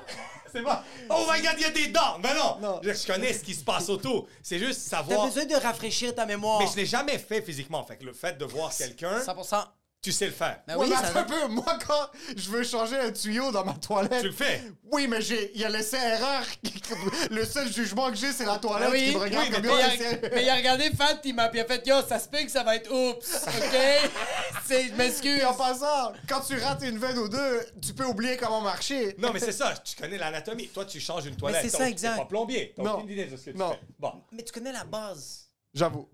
D: C'est pas. Oh my god, il y a des dents! Mais non!
C: Non.
D: Je, je connais ce qui se passe autour. C'est juste
B: T'as
D: savoir.
B: besoin de rafraîchir ta mémoire.
D: Mais je l'ai jamais fait physiquement. Fait que le fait de voir quelqu'un,
B: 100%.
D: Tu sais le faire.
B: Ben
C: Ouais,
B: oui,
C: mais
B: ça
C: attends un peu, moi, quand je veux changer un tuyau dans ma toilette.
D: Tu le fais.
C: Oui, mais j'ai, il a laissé erreur. le seul jugement que j'ai, c'est la toilette
B: Ben oui.
C: qui me regarde
B: Oui,
C: comme oh,
B: mais,
C: il a
B: il
C: laissé-
B: a, mais il a regardé Fat, il m'a puis il a fait Yo, ça se peut que ça va être oups, ok? C'est- je m'excuse.
C: Puis en passant, quand tu rates une veine ou deux, tu peux oublier comment marcher.
D: Non, mais c'est ça. Tu connais l'anatomie. Toi, tu changes une toilette.
B: c'est ça,
D: Donc,
B: exact.
D: T'es pas plombier. T'as
C: Non.
D: aucune idée de ce que tu
C: Non.
D: fais. Bon.
B: Mais tu connais la base.
C: J'avoue.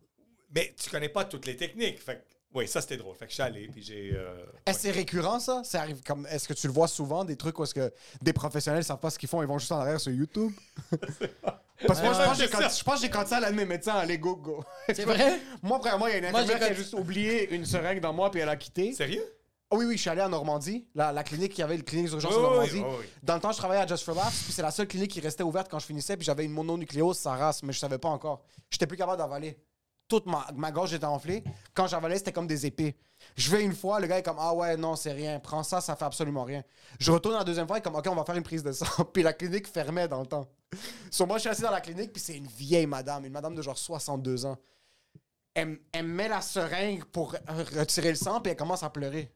D: Mais tu connais pas toutes les techniques. Fait que- oui, ça, c'était drôle. Fait que je suis allé, puis j'ai... euh,
C: Est-ce que Eh, c'est récurrent, ça? ça arrive comme... Est-ce que tu le vois souvent, des trucs où est-ce que des professionnels savent pas ce qu'ils font, ils vont juste en arrière sur YouTube? Parce que moi, je pense que j'ai quand- je pense que j'ai quand ça à l'un de mes médecins, allez, go, go.
B: C'est vrai?
C: Moi, premièrement, il y a une
B: Moi, j'ai
C: infirmière qui a
B: quand-
C: juste oublié une seringue dans moi, puis elle a quitté.
D: Sérieux?
C: Ah oui, oui, je suis allé en Normandie, la, la clinique qui avait le clinique d'urgence
D: Oui,
C: en
D: oui,
C: Normandie.
D: oui, oui.
C: Dans le temps, je travaillais à Just for Laughs, puis c'est la seule clinique qui restait ouverte quand je finissais, puis j'avais une mononucléose sans race, mais je savais pas encore. J'étais plus capable d'avaler. Toute ma, ma gorge était enflée. Quand j'avalais, c'était comme des épées. Je vais une fois, le gars est comme Ah ouais, non, c'est rien, prends ça, ça fait absolument rien. Je retourne la deuxième fois, il est comme Ok, on va faire une prise de sang. Puis la clinique fermait dans le temps. Sur moi, je suis assis dans la clinique, puis c'est une vieille madame, une madame de genre 62 ans elle, m- elle met la seringue pour euh, retirer le sang, puis elle commence à pleurer.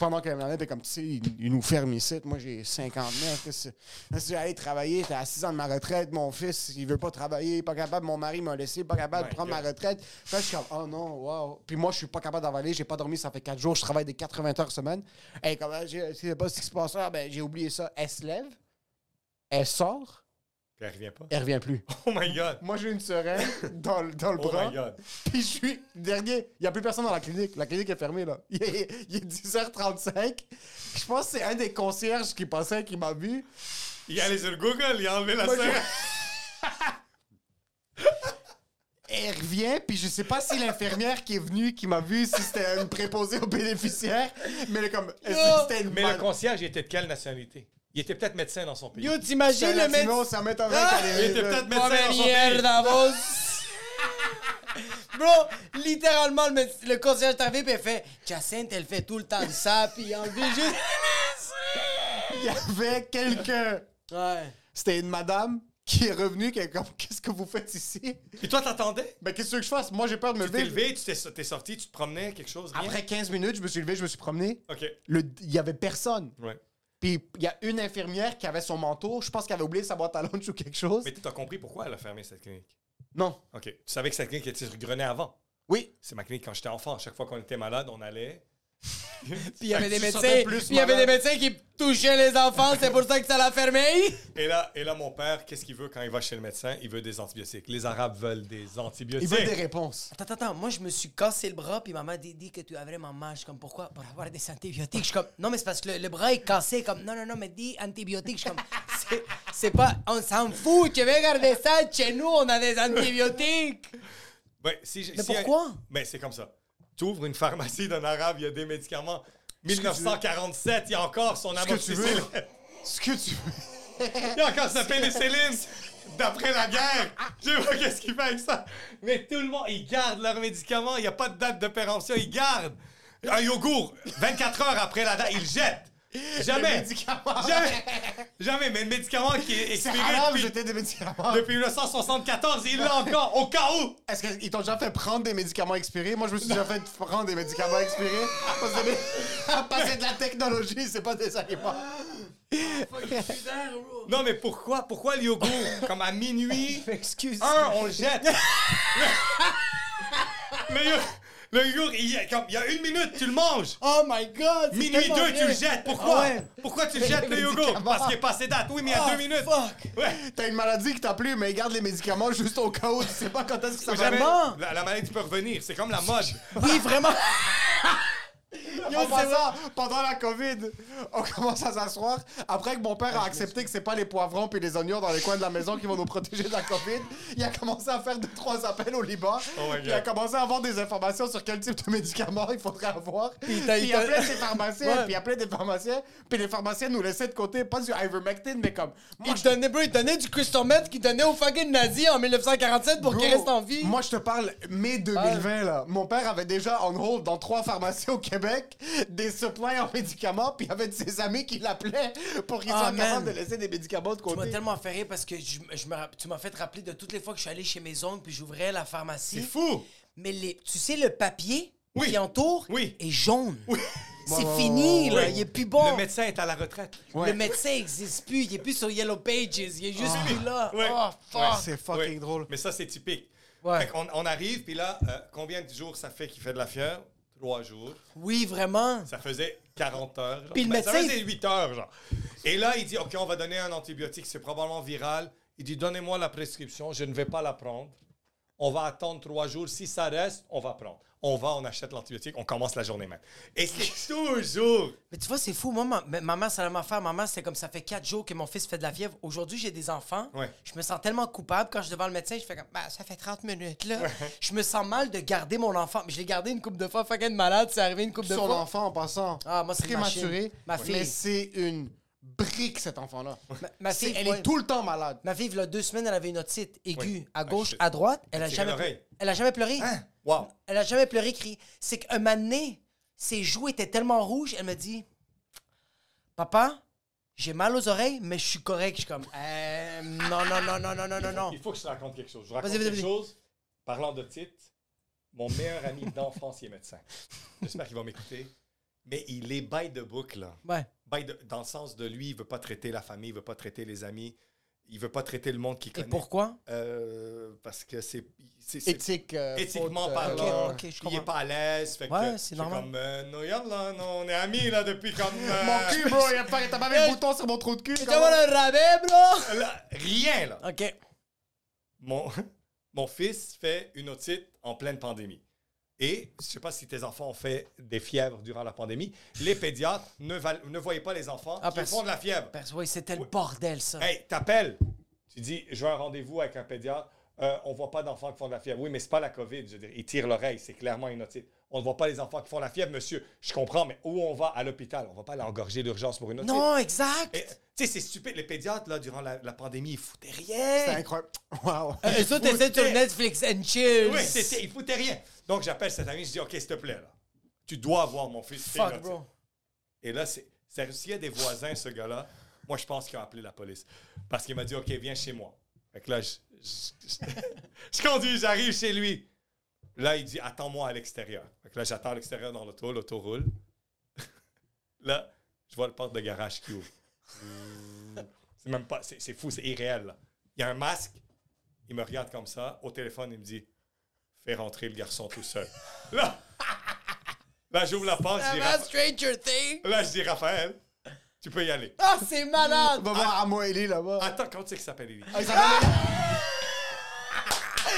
C: Pendant qu'elle me la met, puis elle est comme, tu sais, ils ils nous ferment ici. Moi, j'ai 59. qu'est-ce que- qu'est-ce que J'ai allé travailler, j'étais à 6 ans de ma retraite. Mon fils, il veut pas travailler, pas capable. Mon mari m'a laissé, pas capable de
D: My
C: prendre
D: God.
C: ma retraite. Puis là, je suis comme, oh non, wow. Puis moi, je suis pas capable d'avaler, j'ai pas dormi, ça fait 4 jours, je travaille des 80 heures semaine. Elle est comme, Ah, je je sais pas ce qui se passe là, ben, j'ai oublié ça. Elle se lève, elle sort,
D: Puis elle revient pas.
C: elle revient plus.
D: Oh my God!
C: Moi, j'ai une seringue dans, le- dans le
D: Oh
C: bras.
D: my God!
C: Puis je suis dernier. Il n'y a plus personne dans la clinique. La clinique est fermée, là. Il est, il est 10h35. Je pense que c'est un des concierges qui passait qui m'a vu.
D: Il est allé sur Google, il a enlevé la
C: Moi,
D: seringue.
C: Elle revient, puis je sais pas si l'infirmière qui est venue, qui m'a vu, si c'était une préposée aux bénéficiaires, mais elle est comme... est-ce que c'était une
D: Mais
C: mal-
D: le concierge, il était de quelle nationalité? Il était peut-être médecin dans son pays.
B: Yo,
C: C'est un
B: t'imagines le
C: latino,
B: médecin.
C: ça m'étonnerait
B: Ah!
C: qu'elle
D: Il
C: ait-
D: était peut-être médecin
B: Come
D: dans son pays.
B: mierda, vos. Bro, littéralement, le, méde- le concierge est arrivé puis elle fait Jacinthe, elle fait tout le temps ça, puis il a enlevé juste.
C: Il y avait quelqu'un.
B: Ouais.
C: C'était une madame qui est revenue, qui est comme, qu'est-ce que vous faites ici?
D: Et toi, t'attendais?
C: Ben, qu'est-ce que je fasse? Moi, j'ai peur de me
D: Tu t'es
C: lever.
D: levé, tu t'es, t'es sorti, tu te promenais, quelque chose? rien?
C: Après 15 minutes, je me suis levé, je me suis promené.
D: OK.
C: Le- Il y avait personne.
D: Ouais.
C: Puis il y a une infirmière qui avait son manteau. Je pense qu'elle avait oublié sa boîte à lunch ou quelque chose.
D: Mais t'as compris pourquoi elle a fermé cette clinique?
C: Non.
D: OK. Tu savais que cette clinique était sur Grenet avant.
C: Oui.
D: C'est ma clinique quand j'étais enfant. À chaque fois qu'on était malade, on allait.
B: Puis il y avait des
C: Tu
B: médecins.
C: sentais plus
B: puis il y avait des
C: malade.
B: médecins qui touchaient les enfants, c'est pour ça que ça l'a fermé.
D: Et là, et là mon père, qu'est-ce qu'il veut quand il va chez le médecin? Il veut des antibiotiques. Les Arabes veulent des
C: Ils
D: antibiotiques.
C: veulent des réponses.
B: Attends, attends, moi je me suis cassé le bras, puis maman dit, dit que tu as vraiment mal. Je suis comme, pourquoi Pour avoir des antibiotiques. Je suis comme, non, mais c'est parce que le, le bras est cassé. Comme, non, non, non, mais dis antibiotiques. Je suis comme, c'est- c'est pas, on s'en fout, tu veux garder ça chez nous, on a des antibiotiques.
D: Ouais, si j'ai-
B: Mais
D: si-
B: pourquoi?
D: Mais c'est comme ça. Tu ouvres une pharmacie d'un Arabe, il y a des médicaments. 1947, il y a encore son
C: que tu veux.
D: amoxicilline.
C: Ce que tu veux.
D: Il y a encore sa pénicilline d'après la guerre. Je sais pas qu'est-ce qu'il fait avec ça. Mais tout le monde, ils gardent leurs médicaments. Il n'y a pas de date de péremption. Ils gardent un yogourt 24 heures après la date. Ils le jettent. Jamais. Jamais. Jamais. Mais le médicament qui est
C: C'est
D: expiré
C: grave,
D: depuis,
C: j'étais des médicaments.
D: depuis 1974, il l'a encore au cas où.
C: Est-ce qu'ils t'ont déjà fait prendre des médicaments expirés? Moi, je me suis déjà fait prendre des médicaments expirés. Parce que des- passer de la technologie, c'est pas des aliments.
D: Non, mais pourquoi? Pourquoi le yogourt? Comme à minuit,
B: Excuse.
D: un, on le jette. le yo- le yogourt, il y a- comme- il y a une minute, tu le manges.
B: Oh my god! c'est
D: Minuit
B: tellement
D: 2, tu
B: vrai.
D: le jettes. Pourquoi?
B: Ah ouais.
D: Pourquoi tu le jettes, le yogourt?
C: médicaments.
D: Parce qu'il est passé date. Oui, mais il y a
B: Ah,
D: deux minutes.
B: fuck. Ah,
D: Ouais.
C: T'as une maladie qui t'a plu, mais ils gardent les médicaments juste au cas où. Tu sais pas quand est-ce que ça
D: Faut
C: va.
D: jamais-
B: Vraiment?
D: La, la maladie peut revenir. C'est comme la mode.
B: Oui, vraiment.
C: Yo, c'est ça, pendant la COVID, on commence à s'asseoir. Après que mon père a accepté que c'est pas les poivrons puis les oignons dans les coins de la maison qui vont nous protéger de la COVID, il a commencé à faire deux, trois appels au Liban.
D: Oh my
C: il a
D: God.
C: commencé à avoir des informations sur quel type de médicaments il faudrait avoir. Puis
B: t'a-
C: il
B: il t'a-
C: appelait des pharmaciens,
B: Ouais.
C: puis il appelait des pharmaciens, puis les pharmaciens nous laissaient de côté, pas du ivermectin, mais comme. Moi,
B: Il donnait, bro, il donnait du crystal meth qu'il donnait aux fucking nazis en 1947 pour qu'ils
C: Bro,
B: restent en vie. Ah.
C: Moi, je te parle mai 2020, là. Mon père avait déjà en hold dans trois pharmacies au Québec des supplies en médicaments, puis il y avait de ses amis qui l'appelaient pour qu'ils
B: Ah,
C: soient capables de
B: man.
C: laisser des médicaments de
B: Tu m'as
C: côté.
B: tellement fait rire parce que je, je me, rapp- tu m'as fait rappeler de toutes les fois que je suis allé chez mes oncles puis j'ouvrais la pharmacie.
D: C'est fou.
B: Mais les, tu sais, le papier,
D: Oui.
B: qui entoure
D: Oui.
B: est jaune. C'est
C: Ouais, ouais,
B: fini, là.
D: Oui.
B: Il est plus bon.
D: Le médecin est à la retraite.
C: Ouais.
B: Le médecin n'existe plus. Il est plus sur Yellow Pages. Il est juste plus là.
D: Ah. Ouais.
B: Oh, fuck.
C: C'est fucking
D: Oui.
C: drôle.
D: Mais ça, c'est typique.
B: Ouais.
D: Fait qu'on- on, arrive, puis là, euh, combien de jours ça fait qu'il fait de la fièvre? Trois jours.
B: Oui, vraiment.
D: Ça faisait 40 heures. genre.
B: Puis le
D: Ben, Ça
B: médecin-
D: faisait 8 heures, genre. Et là, il dit, OK, on va donner un antibiotique, c'est probablement viral. Il dit, donnez-moi la prescription, je ne vais pas la prendre. On va attendre trois jours. Si ça reste, on va prendre. On va, on achète l'antibiotique, on commence la journée même. Et c'est toujours...
B: Mais tu vois, c'est fou. Moi, ma, ma- maman, ça la m'a fait. Maman, c'est comme ça fait quatre jours que mon fils fait de la fièvre. Aujourd'hui, j'ai des enfants.
D: Ouais.
B: Je me sens tellement coupable quand je suis devant le médecin. Je fais comme, bah, ça fait 30 minutes, là. Je me sens mal de garder mon enfant. Mais je l'ai gardé une coupe de fois. Fucking malade, c'est arrivé une coupe de
C: Son
B: fois.
C: enfant en passant,
B: Ah, moi, c'est une
C: prématuré,
B: machine. Ma fille.
C: mais c'est une brique cet enfant-là.
B: Ma, ma
C: C'est-
B: fille,
C: elle
B: ouais.
C: est tout le temps malade.
B: Ma fille, il y a deux semaines, elle avait une otite aiguë
D: Oui.
B: à
D: Ah,
B: gauche,
D: je-
B: à droite. Elle a
D: tiré
B: jamais,
D: l'oreille.
B: elle a jamais pleuré.
D: Hein? Wow.
B: Elle a jamais pleuré, crié. C'est qu'un moment donné, ses joues étaient tellement rouges, elle me dit Papa, j'ai mal aux oreilles, mais je suis correct. Je suis comme Euh, Non, non, non, non, non, non, non, non.
D: Il faut que je te raconte quelque chose. Je vous raconte
B: Vas-y, vas-y,
D: quelque
B: vas-y.
D: chose. Parlant de titre, mon meilleur ami d'enfance, il est médecin. J'espère qu'il va m'écouter. Mais il est by de boucle, là.
B: Ouais.
D: By the- dans le sens de lui, il veut pas traiter la famille, il veut pas traiter les amis, il veut pas traiter le monde qui
B: Et
D: connaît.
B: pourquoi
D: Euh, Parce que c'est c'est- c'est-
C: Éthique. euh,
D: éthiquement
C: faute, euh,
D: parlant,
B: ok, ok, je
D: il est
B: comprends.
D: pas à l'aise. Fait
B: Ouais,
D: que
B: c'est
D: je suis
B: normal.
D: comme euh, no, regarde, là, non, on est amis là depuis comme euh,
C: Mon cul, bro, il a pas t'as pas mis le bouton sur mon trou de cul.
B: C'est
C: comment?
B: comme le rabais, bro
D: là, rien là.
B: Ok.
D: Mon mon fils fait une otite en pleine pandémie. Et je sais pas si tes enfants ont fait des fièvres durant la pandémie. Les pédiatres ne, val- ne voyaient pas les enfants
B: Ah,
D: qui
B: parce-
D: font de la fièvre.
B: Parce- Oui, c'était le bordel, ça.
D: Hey, t'appelles. Tu dis, je veux un rendez-vous avec un pédiatre. Euh, on voit pas d'enfants qui font de la fièvre. Oui, mais c'est pas la COVID. Je veux dire, ils tirent l'oreille. C'est clairement une otite. On ne voit pas les enfants qui font la fièvre, monsieur. Je comprends, mais où on va à l'hôpital? On va pas aller engorger d'urgence pour une otite.
B: non,
D: Et,
B: exact. Euh,
D: Tu sais, c'est stupide. Les pédiatres, là, durant la, la pandémie, ils foutaient rien.
C: C'est incroyable. Wow.
B: Les autres étaient sur Netflix and chill.
D: Oui, euh, c'était, ils foutaient rien. Donc, j'appelle cet ami, je dis, OK, s'il te plaît, là. Tu dois voir mon fils. c'est une
B: Fuck,
D: otite.
B: bro.
D: Et là, c'est sérieux, s'il y a des voisins, ce gars-là, moi, je pense qu'il a appelé la police. Parce qu'il m'a dit, OK, viens chez moi. Fait que là, je, je- je- je conduis, j'arrive chez lui. Là, il dit, attends-moi à l'extérieur. Fait que là, j'attends à l'extérieur dans l'auto, l'auto roule. là, je vois le porte de garage qui ouvre. C'est même pas, c'est, c'est fou, c'est irréel. là. Il y a un masque, il me regarde comme ça, au téléphone, il me dit, fais rentrer le garçon tout seul. Là, là j'ouvre la porte, je dis,
B: Vraiment, Stranger Things.
D: Là, je dis, Raphaël, tu peux y aller.
B: Ah, c'est malade.
C: Va voir Amoeli là-bas.
D: Attends, comment tu sais qu'il s'appelle Ah! Élie?
C: Ah, il s'appelle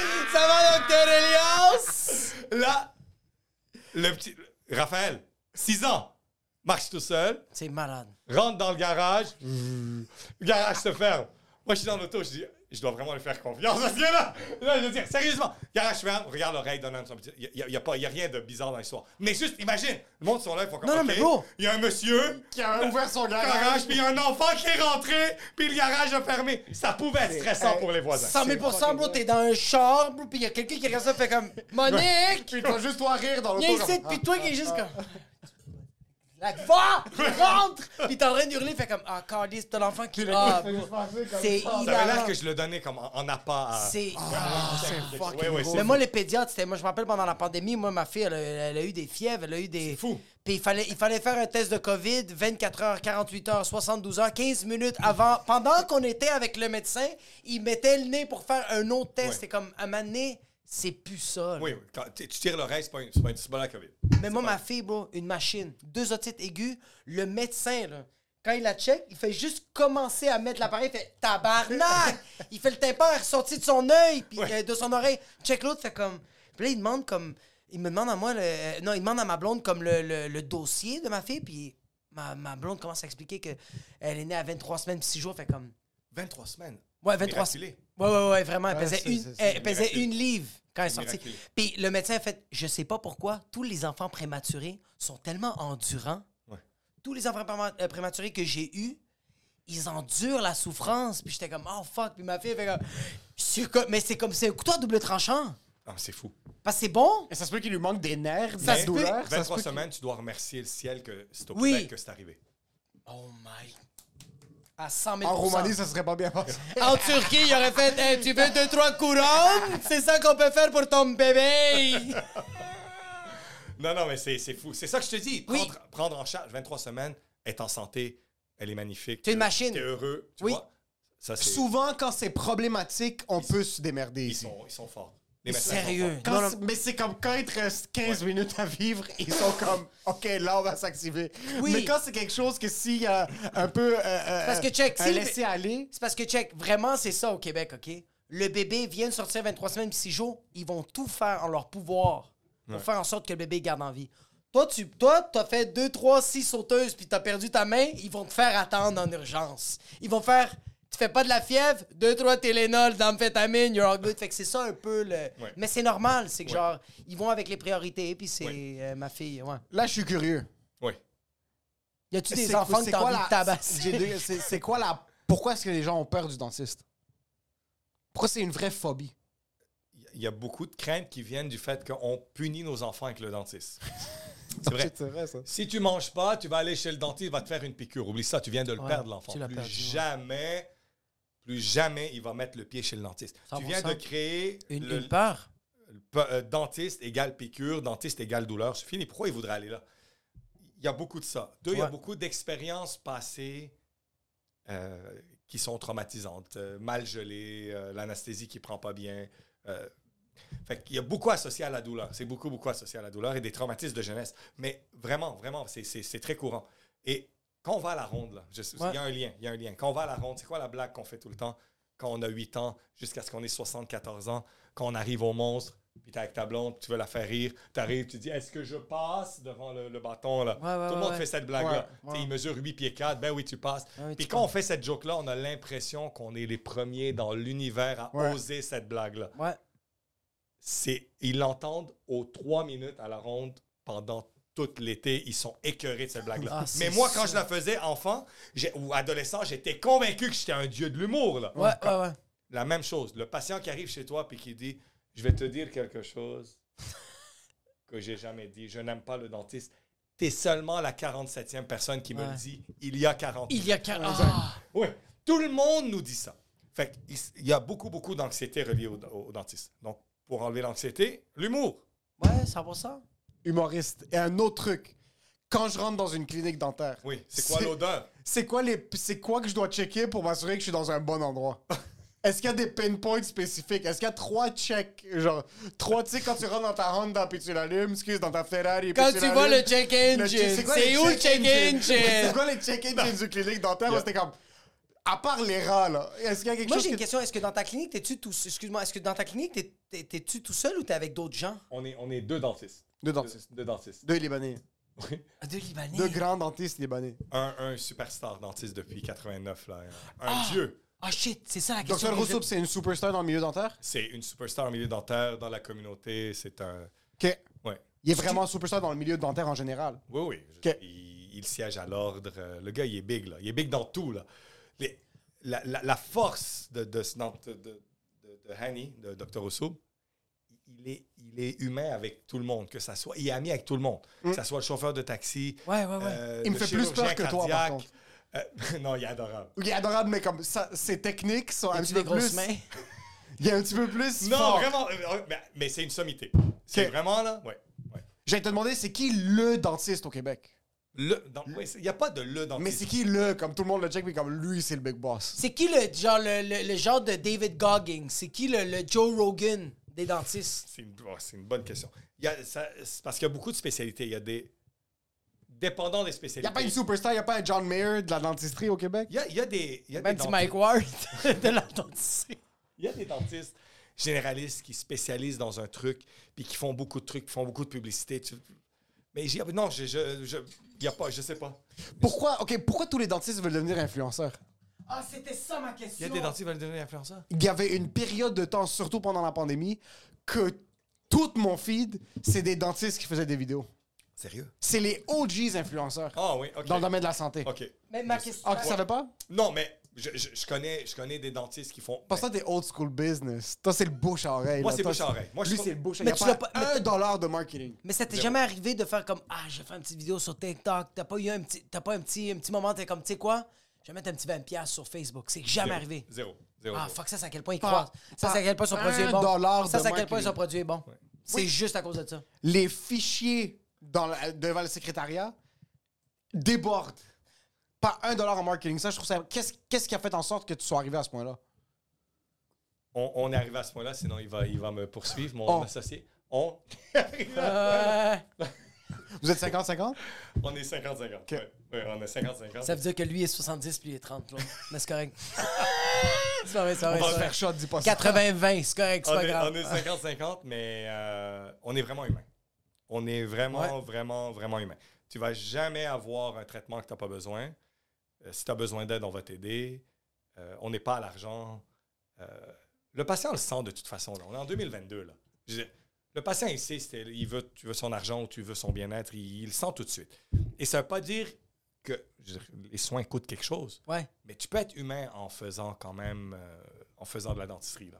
C: Eli.
B: Ça va, Docteur Elias?
D: Là, le petit. Raphaël, 6 ans, marche tout seul,
B: C'est malade.
D: rentre dans le garage, le garage se ferme. Moi, je suis dans l'auto, je dis, je dois vraiment lui faire confiance parce que là, là je veux dire, sérieusement, garage ferme, regarde l'oreille d'un homme. son petit- Il n'y a, il y a pas- il y a rien de bizarre dans l'histoire. Mais juste, imagine, le monde sont là, ils font comme
B: Non, non,
D: OK,
B: mais bro.
D: Il y a un monsieur
C: Qui a ouvert son garage.
D: garage, puis il y a un enfant qui est rentré, puis le garage a fermé. Ça pouvait être stressant pour les voisins.
B: 100 000 bro, t'es dans un char, bro, pis y'a quelqu'un qui regarde ça, fait comme Monique!
C: Puis toi, juste toi rire dans
B: Viens
C: l'auto.
B: ici,
C: comme-
B: pis toi qui est juste comme. La va! Rentre! Pis t'es en train d'hurler, fait comme Ah, calice, t'as l'enfant qui. Ah,
C: Fais juste penser comme
B: c'est
C: ça.
D: Ça avait l'air
B: hilarant.
D: que je le donnais comme en, en appât. euh, à-
B: C'est.
C: C'est fucking
D: Ouais, ouais,
C: drôle.
B: Mais moi, les pédiatres, c'était. Moi, je me rappelle pendant la pandémie, moi, ma fille, elle, a- elle a eu des fièvres, elle a eu des.
D: fou.
B: Puis il fallait, il fallait faire un test de COVID 24 heures, 48 heures, 72 heures, 15 minutes avant. Pendant qu'on était avec le médecin, il mettait le nez pour faire un autre test.
D: Ouais.
B: C'est comme, à ma nez, c'est plus ça. là.
D: Oui, oui. Quand tu tu tires l'oreille, c'est pas, une- c'est pas, une- c'est pas la COVID.
B: Mais moi, ma fille, bro, une machine, deux otites aiguës, le médecin, là, quand il la check, il fait juste commencer à mettre l'appareil, il fait tabarnak! il fait le tympan ressorti de son œil, puis
D: Ouais.
B: euh, de son oreille. Check l'autre, fait comme. Puis là, il demande comme. Il me demande à moi, le- euh, non, il demande à ma blonde comme le, le- le dossier de ma fille, puis ma, ma blonde commence à expliquer que elle est née à 23 semaines, 6 jours, fait comme.
D: 23 semaines.
B: Ouais, 23
D: Miraculé.
B: Ouais, ouais, ouais, vraiment. Elle
C: Ouais,
B: pesait,
C: c'est-
B: une,
C: c'est- c'est
B: elle pesait
D: miraculé.
B: une livre quand elle est
D: C'est
B: sortie.
D: miraculé.
B: Puis le médecin a fait Je sais pas pourquoi, tous les enfants prématurés sont tellement endurants.
D: Ouais.
B: Tous les enfants préma- euh, prématurés que j'ai eus, ils endurent la souffrance. Puis j'étais comme Oh fuck. Puis ma fille fait comme. C'est comme- Mais c'est comme. C'est un couteau à double tranchant.
D: Ah, mais c'est fou.
B: Parce que c'est bon.
C: Et ça se peut qu'il lui manque des nerfs, de
B: Ça
C: la
B: se peut.
C: douleur. ça se
D: 23
C: peut qu'il-
D: ben, semaines, tu dois remercier le ciel que c'est au
B: Oui.
D: Québec que c'est arrivé.
B: Oh my. À 100 000
C: En Roumanie, ça serait pas bien passé.
B: En Turquie, il aurait fait Hey, Tu veux deux, trois couronnes C'est ça qu'on peut faire pour ton bébé.
D: Non, non, mais c'est c'est fou. C'est ça que je te dis.
B: Oui.
D: Prendre, prendre en charge 23 semaines, être en santé, elle est magnifique.
B: T'es une
D: Euh,
B: machine.
D: T'es heureux. Tu
B: Oui.
D: vois? Ça, c'est-
C: Souvent, quand c'est problématique, on peut se démerder
D: Ils
C: ici.
D: sont, ils sont forts. Les médecins sont
B: Sérieux.
D: forts.
C: Quand
B: Non, non.
C: c'est- Mais c'est comme quand il te reste 15 minutes à vivre, ils sont comme, OK, là, on va s'activer.
B: Oui.
C: Mais quand c'est quelque chose que s'il y a un peu. euh, euh,
B: Parce que check,
C: un
B: si le-
C: laisser aller.
B: C'est parce que, check, vraiment, c'est ça au Québec, OK? Le bébé vient de sortir 23 semaines, 6 jours, ils vont tout faire en leur pouvoir pour
D: Ouais.
B: faire en sorte que le bébé garde en vie. Toi, tu toi, t'as fait 2, 3, 6 sauteuses, puis t'as perdu ta main, ils vont te faire attendre en urgence. Ils vont faire, tu fais pas de la fièvre, 2, 3 Tylenol, d'amphétamine, you're all good. Fait que c'est ça un peu le... Mais c'est normal, c'est que
D: Ouais.
B: genre, ils vont avec les priorités, puis c'est
D: Ouais.
B: euh, ma fille, ouais.
C: Là, je suis curieux.
D: Oui.
B: Y a-tu
C: C'est-
B: des enfants que
C: c'est
B: t'as
C: quoi
B: envie
C: la-
B: de tabasser?
C: j'ai deux- C'est c'est quoi la. Pourquoi est-ce que les gens ont peur du dentiste? Pourquoi c'est une vraie phobie?
D: Il y a beaucoup de craintes qui viennent du fait qu'on punit nos enfants avec le dentiste. C'est vrai.
C: ça.
D: Si tu manges pas, tu vas aller chez le dentiste, il va te faire une piqûre. Oublie ça, tu viens de le
B: Ouais,
D: perdre, l'enfant.
B: tu l'as
D: Plus
B: perdu, ouais.
D: jamais, plus jamais, il va mettre le pied chez le dentiste. Tu viens
B: 100%.
D: de créer
B: Une,
D: le,
B: une peur?
D: le pe- euh, dentiste égale piqûre, dentiste égale douleur. C'est fini. Pourquoi il voudrait aller là? Il y a beaucoup de ça. Deux, il y a
B: Ouais.
D: beaucoup d'expériences passées euh, qui sont traumatisantes. Euh, mal gelées, euh, l'anesthésie qui prend pas bien. euh, fait qu'il y a beaucoup associé à la douleur. C'est beaucoup, beaucoup associé à la douleur et des traumatismes de jeunesse. Mais vraiment, vraiment, c'est- c'est c'est très courant. Et quand on va à la ronde, là, je- il
B: Ouais.
D: y a un lien, il y a un lien. Quand on va à la ronde, c'est quoi la blague qu'on fait tout le temps quand on a 8 ans jusqu'à ce qu'on ait 74 ans, quand on arrive au monstre, puis t'es avec ta blonde, tu veux la faire rire, t'arrives, tu dis est-ce que je passe devant le, le bâton là
B: Ouais, ouais,
D: Tout le
B: ouais,
D: monde
B: ouais.
D: fait cette blague-là.
C: Ouais,
D: Tu sais, Il mesure 8 pieds 4, ben oui, tu passes.
B: Ah oui,
D: puis
B: tu
D: quand on fait cette joke-là, on a l'impression qu'on est les premiers dans l'univers à
C: Ouais.
D: oser cette blague-là
B: Ouais.
D: c'est ils l'entendent aux trois minutes à la ronde pendant tout l'été. Ils sont écœurés de cette blague-là.
B: Ah, c'est
D: Mais moi, quand
B: ça.
D: je la faisais enfant j'ai- ou adolescent, j'étais convaincu que j'étais un dieu de l'humour. là.
B: Ouais, ouais, ouais.
D: La même chose. Le patient qui arrive chez toi puis qui dit Je vais te dire quelque chose que j'ai jamais dit. Je n'aime pas le dentiste. T'es seulement la 47e personne qui me
B: Ouais.
D: le dit il y a 40
B: Il y a Ah! qu'un...
D: oui, tout le monde nous dit ça. Fait qu'il s- il y a beaucoup, beaucoup d'anxiété reliée au, au- au dentiste. Donc, pour enlever l'anxiété, l'humour.
B: Ouais, 100%.
C: Humoriste. Et un autre truc. Quand je rentre dans une clinique dentaire,
D: Oui, c'est quoi
C: C'est-
D: l'odeur?
C: c'est quoi les c'est quoi que je dois checker pour m'assurer que je suis dans un bon endroit Est-ce qu'il y a des pinpoints spécifiques Est-ce qu'il y a trois checks genre trois tu sais quand tu rentres dans ta Honda puis tu l'allumes, excuse dans ta Ferrari puis
B: Quand tu
C: l'allumes,
B: vois le check
C: le check-
B: engine,
C: quoi
B: c'est
C: les
B: où le check
C: engines? C'est
B: engine?
C: quoi les check engines du clinique dentaire
D: Yeah.
C: C'était comme à part les rats là. Est-ce qu'il y a quelque
B: Moi,
C: chose
B: j'ai une
C: que-
B: question. Est-ce que dans ta clinique, t'es-tu tout... Excuse-moi, est-ce que dans ta clinique, t'es- t'es- t'es-tu tout seul ou t'es avec d'autres gens?
D: On est, on est deux dentistes.
C: deux
D: Deux,
C: dentistes,
D: deux dentistes.
C: deux libanais,
D: Oui.
B: Ah, Deux Libanais.
C: deux grands dentistes libanais.
D: Un, un superstar dentiste depuis 89. Là. Un dieu.
B: Ah shit, c'est ça la question.
C: Docteur
B: que je-
C: Rousseau, c'est une superstar dans le milieu dentaire
D: C'est une superstar au milieu dentaire dans la communauté. C'est un.
C: OK.
D: Ouais.
C: Il est vraiment superstar dans le milieu dentaire en général.
D: Oui, oui. Je-
C: Ok.
D: Il, il siège à l'ordre. Euh, Le gars, il est big, là. Il est big dans tout, là. Les- la, la- la force de, de, ce dent- de, de, de Hani, de Dr. Rousseau, il est, il est humain avec tout le monde, que ça soit... Il est ami avec tout le monde. Que ça soit le chauffeur de taxi...
B: Ouais, ouais, ouais.
D: euh,
C: Mm. Il me
D: le
C: fait plus peur
D: chirurgien
C: que toi, par
D: cardiaque.
C: contre.
D: Euh, non, il est adorable.
C: Il est adorable, mais comme ça, ses techniques sont un
B: As-tu
C: petit
B: des
C: peu
B: grosses
C: plus.
B: mains?
C: Il est un petit peu plus.
D: Non,
C: fort.
D: vraiment, euh, mais, mais c'est une sommité. C'est
C: Ok.
D: vraiment, là, ouais. ouais.
C: J'allais te demander, c'est qui le dentiste au Québec
D: Le, dans- ouais, c'est- il n'y a pas de le dans
C: Mais c'est qui le Comme tout le monde le check, mais comme lui, c'est le big boss.
B: C'est qui le genre, le, le- le genre de David Goggins? C'est qui le, le Joe Rogan des dentistes?
D: C'est une, oh, c'est une bonne question. Il y a- ça- c'est parce qu'il y a beaucoup de spécialités. Il y a des. Dépendant des
C: Il n'y
D: spécialités.
C: a pas une superstar, il n'y a pas un John Mayer de la dentisterie au Québec
D: Il y a, il y a des. Il y a
B: Même
D: des
B: petit
D: dentistes-
B: Mike Ward de la dentisterie.
D: Il y a des dentistes généralistes qui spécialisent dans un truc, puis qui font beaucoup de trucs, qui font beaucoup de publicité. tu- Mais j'ai- non, je, je, je- il y a pas, je sais pas.
C: Pourquoi Ok, pourquoi tous les dentistes veulent devenir influenceurs
B: Ah, c'était ça ma question.
D: Il y a des dentistes qui veulent devenir influenceurs.
C: Il y avait une période de temps, surtout pendant la pandémie, que tout mon feed, c'est des dentistes qui faisaient des vidéos.
D: Sérieux?
C: C'est les OGs influenceurs
D: Ah oui, ok.
C: dans le domaine de la santé.
D: Ok.
B: Mais ma question.
C: Ah, tu savais pas
D: Non, mais je, je- je connais, je connais des dentistes qui font. Ben,
C: Parce que toi, t'es old school business. Toi, c'est le bouche à oreille.
D: Moi,
C: là.
D: c'est
C: Toi,
D: bouche à oreille. Moi, je
C: Lui,
D: suis-
C: c'est le bouche à
B: Mais
C: oreille.
B: tu
C: Il y a
B: l'as pas-
C: pas
B: mais
C: un dollar de marketing.
B: Mais ça t'est
D: Zéro.
B: jamais arrivé de faire comme Ah, j'ai fait une petite vidéo sur TikTok. T'as pas eu un petit, t'as pas un petit, un petit moment, t'es comme, tu sais quoi, je vais mettre un petit 20$ sur Facebook. C'est jamais
D: Zéro.
B: arrivé.
D: Zéro. Zéro.
B: Ah,
D: zéro.
B: fuck, ça, c'est à quel point ils
C: Pas-
B: croient. Ça,
C: pas
B: c'est à quel point son
C: un
B: produit est bon.
C: dollar
B: Ça,
C: de
B: c'est à quel point
C: marketing.
B: son produit est bon. C'est juste à cause de ça.
C: Les fichiers dans la- devant le secrétariat déborde. Pas un dollar en marketing. Ça, je trouve ça. Qu'est-ce qu'est-ce qui a fait en sorte que tu sois arrivé à ce point-là?
D: On, on est arrivé à ce point-là, sinon il va, il va me poursuivre, mon
C: On.
D: associé. On,
B: Euh,
C: Vous êtes 50-50?
D: on est 50-50. Ouais, ouais, on est 50-50.
B: ça veut dire que lui est 70 puis il est 30, Claude. Mais c'est correct. c'est pas vrai, c'est pas vrai.
D: va
B: c'est
D: faire
B: vrai.
C: shot, dis pas
B: 80-20, c'est correct, c'est
D: on,
B: pas
D: est, on
B: grave.
D: est 50-50, mais euh, on est vraiment humain. On est vraiment, vraiment, vraiment humain. Tu vas jamais avoir un traitement que tu n'as pas besoin. Euh, si tu as besoin d'aide, on va t'aider. Euh, on n'est pas à l'argent. Euh, le patient le sent de toute façon. là. On est en 2022. Là. Je veux dire, le patient, il sait si t'es- il veut, tu veux son argent ou tu veux son bien-être. Il, il le sent tout de suite. Et ça ne veut pas dire que je veux dire, les soins coûtent quelque chose.
B: Ah, Ouais.
D: Mais tu peux être humain en faisant quand même, euh, en faisant de la dentisterie. Là.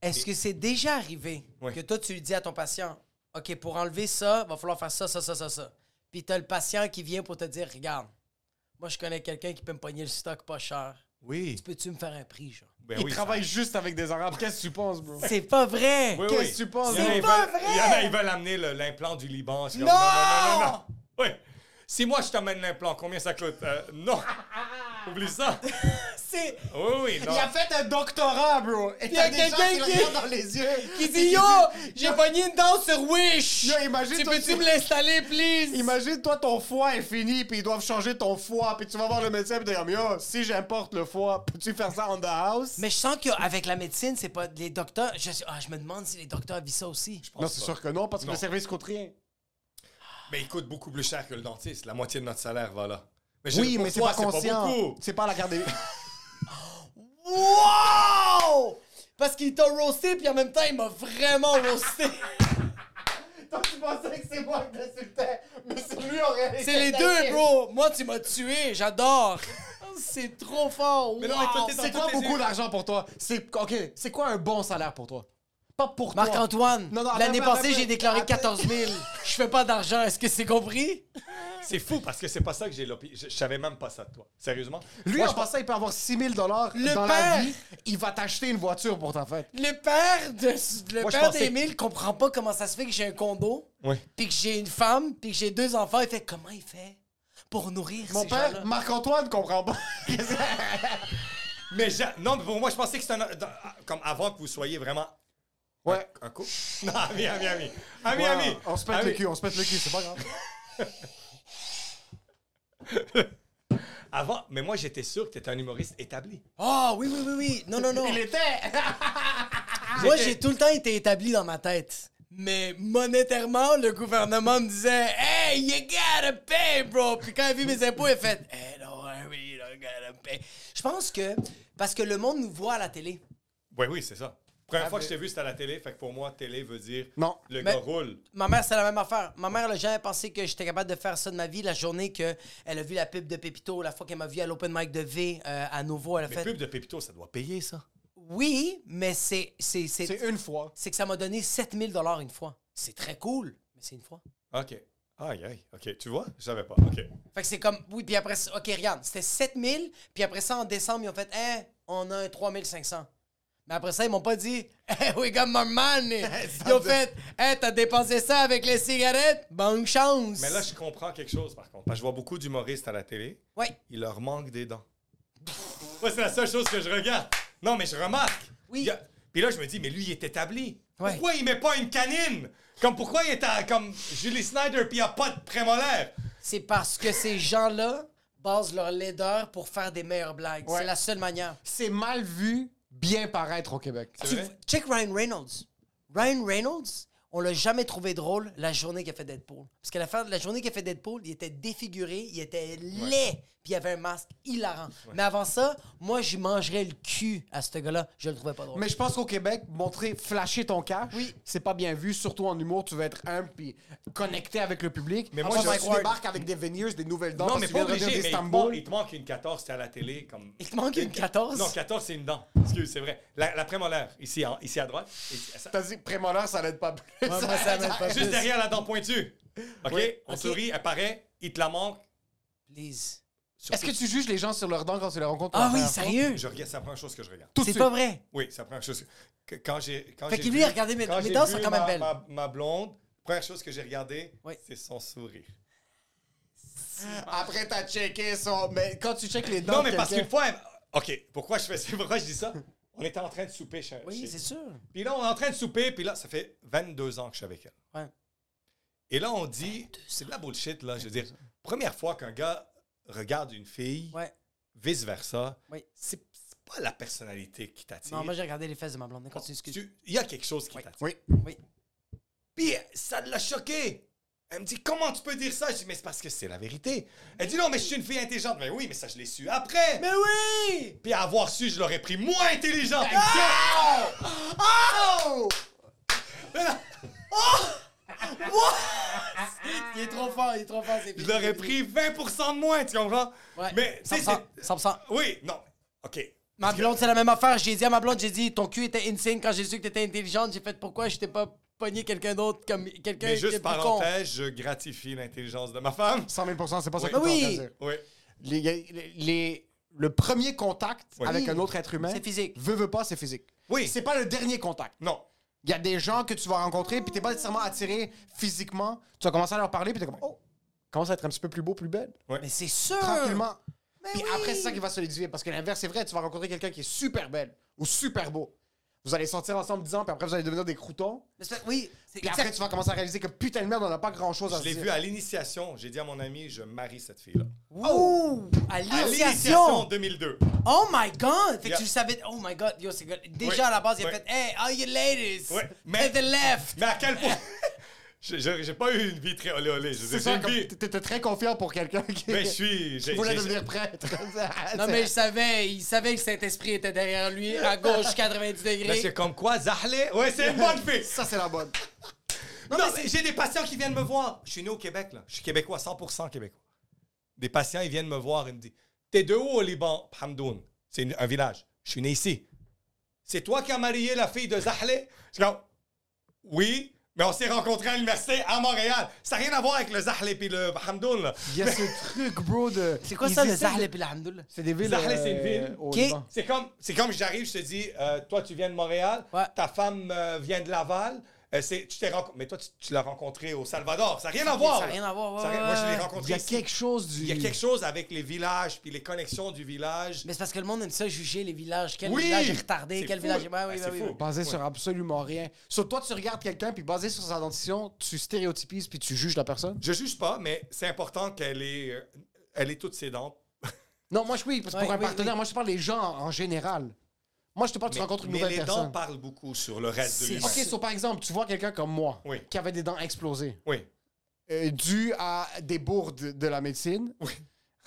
B: Est-ce que c'est déjà arrivé
D: Ouais.
B: que toi, tu lui dis à ton patient, OK, pour enlever ça, va falloir faire ça, ça, ça, ça, ça. Puis t'as le patient qui vient pour te dire, regarde, moi, je connais quelqu'un qui peut me pogner le stock pas cher.
D: Oui.
B: Peux-tu me faire un prix, genre?
D: Ben
C: Il
D: oui,
C: travaille juste avec des Arabes. Qu'est-ce que tu penses, bro?
B: C'est pas vrai!
D: ça- Oui,
C: Qu'est-ce
D: oui.
C: que tu penses?
D: Il y en a,
B: C'est
D: ils
B: pas
D: veulent-
B: vrai!
D: Il y en a, ils veulent amener le- l'implant du Liban. C'est comme,
C: Non!
D: non, non, non, non. Oui. Si moi, je t'amène l'implant, combien ça coûte? Euh, non. Oublie ça.
B: C'est...
D: Oui, oui, non.
C: Il a fait un doctorat, Ah, bro! Et t'as
B: a
C: des gens
B: quelqu'un
C: qui le
B: qui-
C: regardent dans les yeux!
B: Qui dit, yo, j'ai pogné une dent sur Wish!
C: Yo, imagine
B: tu
C: toi,
B: peux-tu
C: tu-
B: me l'installer, please?
C: Imagine, toi, ton foie est fini, puis ils doivent changer ton foie, puis tu vas voir le médecin, puis t'es comme, yo, si j'importe le foie, peux-tu faire ça on the house?
B: Mais je sens qu'avec la médecine, c'est pas... Les docteurs... Je, ah, je me demande si les docteurs vivent ça aussi.
D: Je pense
C: non, c'est
D: pas.
C: sûr que non, parce que
D: Non.
C: le service coûte rien.
D: Mais il coûte beaucoup plus cher que le dentiste. La moitié de notre salaire va là. Mais je-
C: Oui,
D: pour
C: mais c'est
D: toi,
C: pas conscient.
D: beaucoup.
C: C'est pas à la garde des...
B: Wow! Parce qu'il t'a roasté, puis en même temps, il m'a vraiment roasté.
C: Toi, tu pensais que c'est moi qui t'insultais, mais c'est lui en réalité.
B: C'est les deux, bro. Moi, tu m'as tué. J'adore. C'est trop fort.
D: Mais non, mais toi,
B: Wow.
D: t'es dans
C: C'est quoi
D: toutes les
C: beaucoup
D: écoles.
C: d'argent pour toi? C'est OK, c'est quoi un bon salaire pour toi? Pas pour toi.
B: Marc-Antoine,
C: Non, non, attends,
B: l'année
C: attends,
B: passée,
C: attends,
B: j'ai déclaré
C: attends.
B: 14 000. Je fais pas d'argent. Est-ce que c'est compris?
D: C'est fou parce que c'est pas ça que j'ai l'opinion. Je, je savais même pas ça de toi. Sérieusement.
C: Lui,
D: Moi,
C: en
D: je pense-
C: passant, il peut avoir 6000 dollars
B: Le
C: dans
B: père.
C: la vie. Il va t'acheter une voiture pour ta fête.
B: Le père de le
C: Moi, je
B: père
C: pensais que-
B: d'Émile comprend pas comment ça se fait que j'ai un condo,
D: Oui.
B: puis que j'ai une femme, puis que j'ai deux enfants. Il fait comment il fait pour nourrir
C: Mon
B: ces gens-là?
C: père, Marc-Antoine, comprend pas.
D: Mais j'a- non, mais pour moi, je pensais que c'était un. dans- Comme avant que vous soyez vraiment
C: ouais.
D: un couple. Non, ami, ami, ami. Ami,
C: Ouais,
D: ami.
C: On se pète
D: Ami.
C: le cul, on se pète le cul, c'est pas grave.
D: Avant, mais moi, j'étais sûr que tu étais un humoriste établi.
B: Ah oui, oui, oui, oui. Non, non, non.
C: Il était.
B: Moi, j'ai tout le temps été établi dans ma tête. Mais monétairement, le gouvernement me disait Hey, you gotta pay, bro. Puis quand il a vu mes impôts, il a fait Hey, don't worry, you don't gotta pay. Je pense que parce que le monde nous voit à la télé.
D: Oui, Ben oui, c'est ça. Première fois que
C: Ah, mais-
D: je t'ai vu, c'était à la télé. Fait que pour moi, télé veut dire
C: Non.
D: le
B: Mais-
D: gars roule.
B: Ma mère, c'est la même affaire. Ma mère, le jamais pensé que j'étais capable de faire ça de ma vie la journée qu'elle a vu la pub de Pépito, la fois qu'elle m'a vu à l'open mic de V euh, à nouveau. Elle a
D: Mais
B: fait
D: pub de Pépito, ça doit payer, ça.
B: Oui, mais c'est- c'est-
C: C'est
B: c'est
C: une fois.
B: c'est que ça m'a donné 7000 une fois. C'est très cool, mais c'est une fois.
D: OK. Aïe, aïe. OK. Tu vois? Je savais pas. OK.
B: Fait que c'est comme, oui, puis après ça, OK, regarde, c'était 7000, puis après ça, en décembre, ils ont fait, eh, on a un 3500. Mais après ça, ils m'ont pas dit, hey, we got more money. Ils ont fait, hey, t'as dépensé ça avec les cigarettes? Bonne chance.
D: Mais là, je comprends quelque chose, par contre. Parce que je vois beaucoup d'humoristes à la télé.
B: Ouais.
D: Il leur manque des dents. moi, c'est la seule chose que je regarde. Non, mais je remarque.
B: Oui.
D: Il y a- Puis là, je me dis, mais lui, il est établi.
B: Ouais.
D: Pourquoi il met pas une canine? Comme pourquoi il est à- comme Julie Snyder, puis il a pas de prémolaire?
B: C'est parce que ces gens-là basent leur laideur pour faire des meilleures blagues.
C: Ouais.
B: C'est la seule manière.
C: C'est mal vu, bien paraître au Québec.
D: C'est
B: Tu-
D: vrai?
B: check Ryan Reynolds. Ryan Reynolds, on l'a jamais trouvé drôle la journée qu'il a fait Deadpool. Parce qu'à la fin de la journée qu'il a fait Deadpool, il était défiguré, il était laid, puis il avait un masque hilarant. Mais avant ça, moi, je mangerais le cul à ce gars-là. Je le trouvais pas drôle.
C: Mais je pense qu'au Québec, montrer, flasher ton cash,
B: Oui.
C: c'est pas bien vu, surtout en humour, tu veux être humble puis connecté avec le public.
D: Mais
C: Mais
D: moi,
C: moi,
D: je-
C: tu débarques avec des veneers, des nouvelles dents,
D: Non,
C: parce
D: mais
C: que
D: pas
C: tu viens de
D: obligé,
C: revenir
D: mais il te,
C: d'Istanbul.
D: manque, il te manque une 14, t'es à la télé comme...
B: Il te manque une 14?
D: Non, 14, c'est une dent. Excuse, c'est vrai. La, la prémolaire, ici, en- ici à droite. et- ça-
C: T'as dit prémolaire, ça l'aide pas plus.
B: Ouais, moi, ça m'aide pas plus.
D: juste derrière la dent pointue. OK?
C: Oui.
D: On
B: Ok.
D: sourit, elle paraît, il te la manque.
B: Please.
C: Est-ce que tu juges les gens sur leurs dents quand tu les rencontres pour
B: Ah
C: la
B: oui,
C: première fois?
B: sérieux?
D: Je regarde, c'est la première chose que je regarde.
C: Tout de
B: C'est
C: suite.
B: pas vrai.
D: Oui, c'est la première chose. que- quand j'ai... Quand
B: Fait
D: j'ai
B: que lui,
D: vu-
B: regardez, mes-
D: quand
B: mes
D: j'ai
B: dents
D: vu
B: sont quand
D: ma-
B: même belles.
D: Ma, ma blonde, Première chose que j'ai regardée,
B: Oui.
D: c'est son sourire.
C: Après, t'as checké son. Mais quand tu checkes les dents.
D: non,
C: de
D: mais parce
C: quelqu'un-
D: qu'une fois, elle- OK, pourquoi je fais ça? Pourquoi je dis ça? On était en train de souper chez,
B: Oui,
D: chez-
B: c'est sûr.
D: Puis là, on est en train de souper, puis là, ça fait 22 ans que je suis avec elle.
B: Ouais.
D: Et là, on dit, c'est de la bullshit, là. Je veux dire, première fois qu'un gars regarde une fille,
B: Ouais.
D: vice-versa,
B: Oui.
D: c'est c'est pas la personnalité qui t'attire.
B: Non, moi, j'ai regardé les fesses de ma blonde. Continue, excuse.
D: Tu- Il y a quelque chose qui
B: Oui.
D: t'attire.
C: Oh, Oui.
D: Puis ça l'a choqué. Elle me dit comment tu peux dire ça Je dis mais c'est parce que c'est la vérité. Elle dit non mais je suis une fille intelligente. Mais oui mais ça je l'ai su après.
B: Mais oui!
D: Puis à avoir su je l'aurais pris moins intelligente.
B: Ah!
D: Ah!
C: Oh!
B: Ah! Il est trop fort, il est trop fort, c'est
D: Je l'aurais pris 20% de moins tu comprends
B: Ouais.
D: Mais tu sais
B: 100%,
D: c'est-
B: 100%.
D: oui non ok.
B: Ma blonde, c'est la même affaire. J'ai dit à ma blonde, j'ai dit, ton cul était insane quand j'ai su que t'étais intelligente. J'ai fait, pourquoi je t'ai pas pogné quelqu'un d'autre comme quelqu'un
D: Mais
B: qui est plus
D: juste
B: con?
D: parenthèse je gratifie l'intelligence de ma femme.
C: 100 000 c'est pas ça
B: Mais
C: que
D: Oui.
C: t'es en
B: oui.
C: train de dire.
D: Oui.
C: Les- les- les- le premier contact
D: Oui.
C: avec un autre être humain,
B: C'est physique.
C: Veut, veut pas, c'est physique.
D: Oui.
C: C'est pas le dernier contact.
D: Non.
C: Il y a des gens que tu vas rencontrer, puis t'es pas nécessairement attiré physiquement. Tu vas commencer à leur parler, puis t'es comme, oh, commence à être un petit peu plus beau, plus belle.
B: Mais c'est sûr!
C: Tranquillement.
B: Mais
C: Puis
B: oui.
C: après, c'est ça qui va solidifier. Parce que l'inverse, c'est vrai, tu vas rencontrer quelqu'un qui est super belle ou super beau. Vous allez sortir ensemble 10 ans, puis après, vous allez devenir des croutons.
B: Mais c'est- Oui, c'est
C: Puis après, tu vas commencer à réaliser que putain de merde, on n'a pas grand chose à
D: Je
C: se
D: l'ai
C: dire.
D: vu à l'initiation. J'ai dit à mon ami je marie cette fille là.
B: Ouh! À
D: oh! À l'initiation en
B: l'initiation!
D: 2002.
B: Oh my god! Fait que
D: Yeah.
B: tu le savais. Oh my god, yo, c'est good. Déjà
D: Oui.
B: à la base, il a
D: Oui.
B: fait Hey, all you ladies!
D: Oui.
B: Mais...
D: Mais-
B: To the left!
D: Mais à quel point. Je- je- J'ai pas eu une vie très olé olé. Je
C: C'est
D: veux dire, j'ai
C: ça,
D: une
C: comme
D: vie-
C: t'étais très confiant pour quelqu'un qui
D: Mais ben, je suis. j'ai-
C: voulait
D: j'ai-
C: devenir prêtre.
B: Non, mais je savais, il savait que le Saint-Esprit était derrière lui, à gauche 90
D: Mais
B: degrés.
D: ben, c'est comme quoi, Zahle. Ouais, c'est une bonne fille.
C: Ça, c'est la bonne.
D: Non, mais j'ai des patients qui viennent me voir. Je suis né au Québec, là. Je suis québécois, 100% québécois. Des patients, ils viennent me voir et me disent T'es de où au Liban Hamdoun. C'est une- un village. Je suis né ici. C'est toi qui as marié la fille de Zahle Je dis Oui. Mais on s'est rencontrés à l'université à Montréal. Ça n'a rien à voir avec le Zahle et le Hamdoun. Là.
C: Il y a ce truc, bro, de.
B: C'est quoi
C: Ils
B: ça, le
C: essaient de-
B: Zahle et le Hamdoul?
C: C'est des villes. euh,
D: Zahle, c'est une ville.
C: au
B: Ok.
C: Liban.
D: C'est comme, c'est comme j'arrive, je te dis, euh, toi, tu viens de Montréal,
B: Ouais.
D: ta femme euh, vient de Laval. euh, c'est, tu t'es rencontré, mais toi, tu, tu l'as rencontré au Salvador. Ça n'a rien à voir.
B: ça a rien à voir, ouais,
D: Ça a rien-
B: ouais,
D: Moi, je
B: ouais.
D: l'ai
C: Il
D: rencontré.
C: y a
D: ici.
C: quelque chose du.
D: Il y a quelque chose avec les villages puis les connexions du village.
B: Mais c'est parce que le monde aime ça juger les villages. Quel
D: Oui!
B: village est retardé,
D: C'est
B: quel
D: fou.
B: village. Ouais, oui,
D: Ah,
B: ouais,
D: c'est
B: oui,
D: fou.
B: oui.
C: Basé sur absolument rien. Sur toi, tu regardes quelqu'un, puis basé sur sa dentition, tu stéréotypises, puis tu juges la personne.
D: Je juge pas, mais c'est important qu'elle ait, euh, elle ait toutes ses dents.
C: Non, moi, je oui, parce que pour
B: Ouais,
C: un
B: oui,
C: partenaire,
B: oui.
C: moi, je te parle des gens en en général. Moi, je te parle, tu
D: mais
C: rencontres une
D: mais
C: nouvelle
D: les dents
C: personne.
D: parlent beaucoup sur le reste
B: C'est-
D: de l'humain.
C: Ok, so, par exemple, tu vois quelqu'un comme moi,
D: Oui.
C: qui avait des dents explosées,
D: Oui.
C: euh, dû à des bourdes de la médecine,
D: Oui.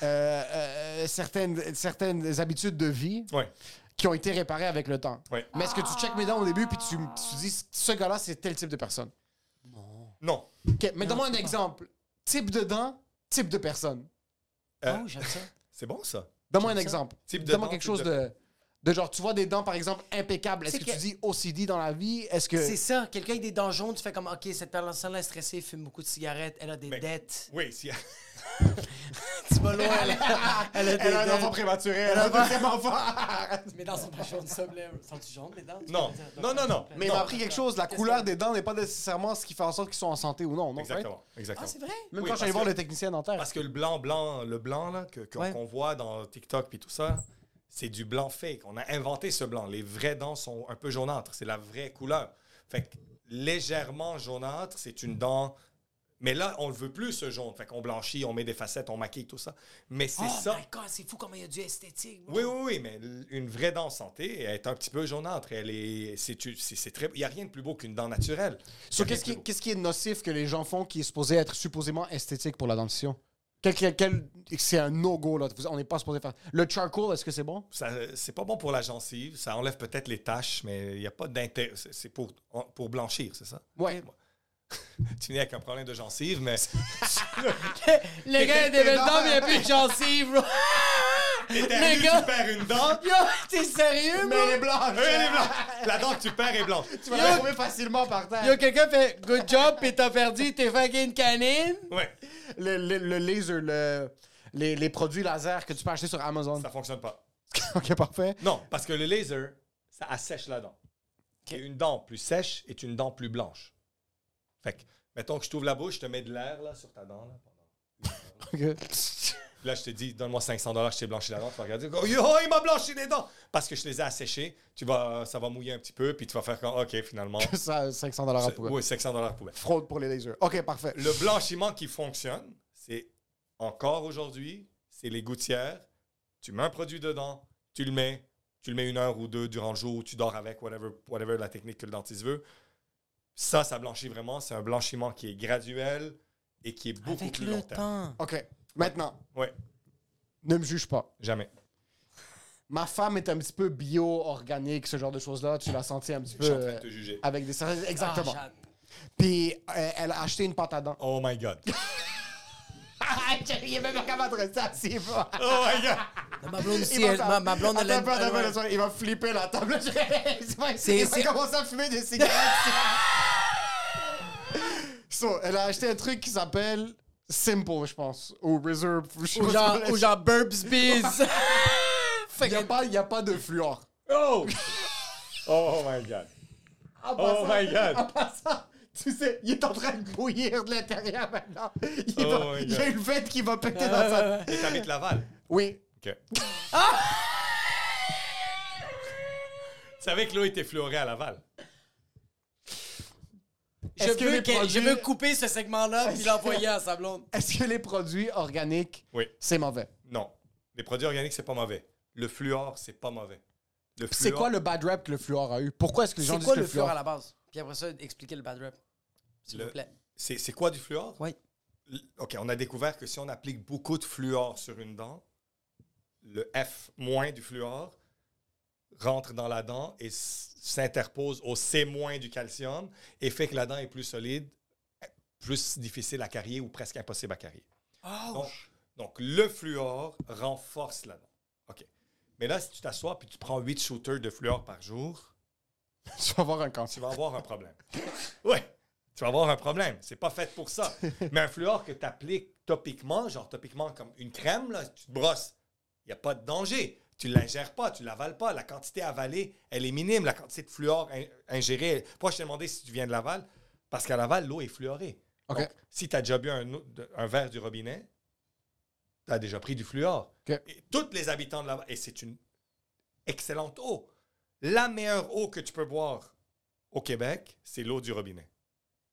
C: euh, euh, certaines, certaines habitudes de vie
D: Oui.
C: qui ont été réparées avec le temps.
D: Ouais.
C: Mais est-ce que tu checkes mes dents au début, puis tu, tu dis, ce gars-là, c'est tel type de personne?
D: Non.
C: Ok, mais donne-moi un exemple. Type de dents, type de personne.
D: Euh,
B: Oh, j'aime ça.
D: C'est bon, ça.
C: Donne-moi un
B: J'aime ça.
C: exemple.
D: Type de
C: Donne-moi
D: dents,
C: quelque
D: type
C: chose
D: de-
C: de... de genre, tu vois des dents, par exemple, impeccables. Est-ce
B: C'est
C: que,
B: que-
C: tu dis OCD dans la vie? Est-ce que.
B: C'est ça. Quelqu'un avec des donjons, tu fais comme, OK, cette personne-là est stressée, elle fume beaucoup de cigarettes, elle a des
D: Mais-
B: dettes.
D: Oui, si.
B: Tu vas loin, elle a, elle a des
C: Elle a un
B: dettes.
C: enfant prématuré, elle a un deuxième enfant.
B: Mais dans son préchon de somme, là, sont-tu jaunes, les dents?
D: Non. Non, non, non.
C: Mais il m'a appris quelque chose. La couleur des dents n'est pas nécessairement ce qui fait en sorte qu'ils sont en santé ou non. non right?
D: Exactement. Exactement.
B: Ah, c'est vrai?
C: Même
D: Oui,
C: quand je suis allé
D: parce
C: voir
D: que-
C: le technicien dentaire.
D: Parce que le blanc, blanc, le blanc là, que, que-
B: Ouais.
D: qu'on voit dans TikTok puis tout ça, c'est du blanc fake. On a inventé ce blanc. Les vraies dents sont un peu jaunâtres. C'est la vraie couleur. Fait que légèrement jaunâtre, c'est une dent. Mais là, on ne veut plus ce jaune. Fait qu'on blanchit, on met des facettes, on maquille tout ça. Mais c'est
B: oh
D: ça.
B: my god, c'est fou comment il y a du esthétique. bro.
D: Oui, oui, oui, mais l- une vraie dent santé, elle est un petit peu jaunâtre. Elle est, c'est, tu- c'est, c'est très, il n'y a rien de plus beau qu'une dent naturelle.
C: So,
D: Il y a
C: Qu'est-ce qui,
D: rien de plus beau.
C: qu'est-ce qui est nocif que les gens font qui est supposé être supposément esthétique pour la dentition? Quel, quel- quel- c'est un no-go, là. Vous- On n'est pas supposé faire. Le charcoal, est-ce que c'est bon?
D: Ça, euh, c'est pas bon pour la gencive. Ça enlève peut-être les taches, mais il n'y a pas d'intérêt. C'est, c'est pour, en- pour blanchir, c'est ça?
C: Ouais.
D: Tu viens avec un problème de gencive, mais
B: Le gars, il a des belles dents, mais il a plus de gencives, bro.
D: éternue,
B: gars-
D: tu perds une dent.
B: Yo, t'es sérieux, bro?
C: Mais elle est blanche!
D: Elle est blanche. La dent que tu perds est blanche.
C: Tu vas la trouver facilement par terre.
B: Yo, quelqu'un fait good job, pis t'as perdu tes fucking canines.
D: Ouais,
C: Le, le- le laser, le- les, les produits laser que tu peux acheter sur Amazon.
D: ça fonctionne pas.
C: ok, parfait.
D: Non, parce que le laser, ça assèche la dent. Et une dent plus sèche est une dent plus blanche. Fait que Mettons que je t'ouvre la bouche, je te mets de l'air là sur ta dent. Là, pendant une heure. Puis là, je te dis, donne-moi 500 dollars, je t'ai blanchi la dent. Tu vas regarder, oh, yo, il m'a blanchi les dents parce que je les ai asséchées. Tu vas, ça va mouiller un petit peu, puis tu vas faire comme, ok, finalement,
C: Ça, 500 dollars
D: Oh. c'est-
C: pour
D: oui, 500 dollars poubelle.
C: Fraude pour les lasers. OK, parfait.
D: Le blanchiment qui fonctionne, c'est encore aujourd'hui, c'est les gouttières. Tu mets un produit dedans, tu le mets, tu le mets une heure ou deux durant le jour, tu dors avec, whatever, whatever la technique que le dentiste veut. Ça, ça blanchit vraiment. C'est un blanchiment qui est graduel et qui est beaucoup
B: Avec
D: plus
B: le
D: long terme.
B: temps.
C: OK, maintenant,
D: Ouais,
C: ne me juge pas.
D: jamais.
C: Ma femme est un petit peu bio-organique, ce genre de choses-là. Tu l'as senti un petit
D: Je
C: peu...
D: suis en train de
C: euh,
D: te juger.
C: Avec des... Exactement.
B: Ah,
C: Puis euh, elle a acheté une pâte à dents.
D: Oh my god.
C: Il est même pas capable de rester assis. va.
D: Oh my god.
B: j'ad- ma blonde
C: Il
B: aussi,
C: va
B: elle-
C: faire-
B: ma, ma blonde, elle
C: Attends
B: aime-
C: un peu, attends un peu,
B: elle-
C: laisse-moi. Il va flipper la table. Il va-
B: C'est-
C: Il va
B: c'est-
C: commencer à fumer des cigarettes. So, elle a acheté un truc qui s'appelle Simple, je pense. Ou Reserve. je sais
B: Ou
C: pas
B: genre,
C: ce qu'on
B: ou genre Burps Bees.
C: Il n'y a, pas- il y a pas de fluor.
D: Oh. Oh my god.
C: En
D: Oh
C: passant-
D: my God.
C: En passant, tu sais, il est en train de bouillir de l'intérieur maintenant. Il,
D: Oh
C: va-
D: my
C: il y a
D: God.
C: une fête qui va péter dans sa...
D: Et t'habites Laval.
C: Oui.
D: OK. Tu savais que l'eau était fluorée à Laval.
B: Je
C: Est-ce que
B: veux,
C: les
B: qu'elle- je
C: produits-
B: veux couper ce segment-là puis l'envoyer à sa blonde.
C: Est-ce que les produits organiques,
D: Oui.
C: c'est mauvais?
D: Non. Les produits organiques, c'est pas mauvais. Le fluor, c'est pas mauvais. Le
C: C'est
D: fluor-
C: quoi le bad rap que le fluor a eu? Pourquoi est-ce que les gens
B: C'est
C: disent
B: quoi
C: que
B: le
C: fluor...
B: fleur à la base? Puis après ça, expliquez le bad rap. S'il
D: Le-
B: vous plaît.
D: C'est c'est quoi du fluor?
B: Oui.
D: L- OK, on a découvert que si on applique beaucoup de fluor sur une dent, le F- du fluor rentre dans la dent et s- s'interpose au C- du calcium et fait que la dent est plus solide, plus difficile à carrier ou presque impossible à carrier. Donc, donc, le fluor renforce la dent. OK. Mais là, si tu t'assois puis tu prends 8 shooters de fluor par jour,
C: Tu vas avoir un cancer.
D: tu vas avoir un problème. Oui, tu vas avoir un problème. C'est pas fait pour ça. Mais un fluor que tu appliques topiquement, genre topiquement comme une crème, là, tu te brosses, il n'y a pas de danger. Tu ne l'ingères pas, tu ne l'avales pas. La quantité avalée, elle est minime. La quantité de fluor in- ingérée. Pourquoi je t'ai demandé si tu viens de Laval? Parce qu'à Laval, l'eau est fluorée.
C: OK.
D: Donc, si tu as déjà bu un, eau- de- un verre du robinet, tu as déjà pris du fluor.
C: OK.
D: Et tous les habitants de Laval, et c'est une excellente eau. La meilleure eau que tu peux boire au Québec, c'est l'eau du robinet.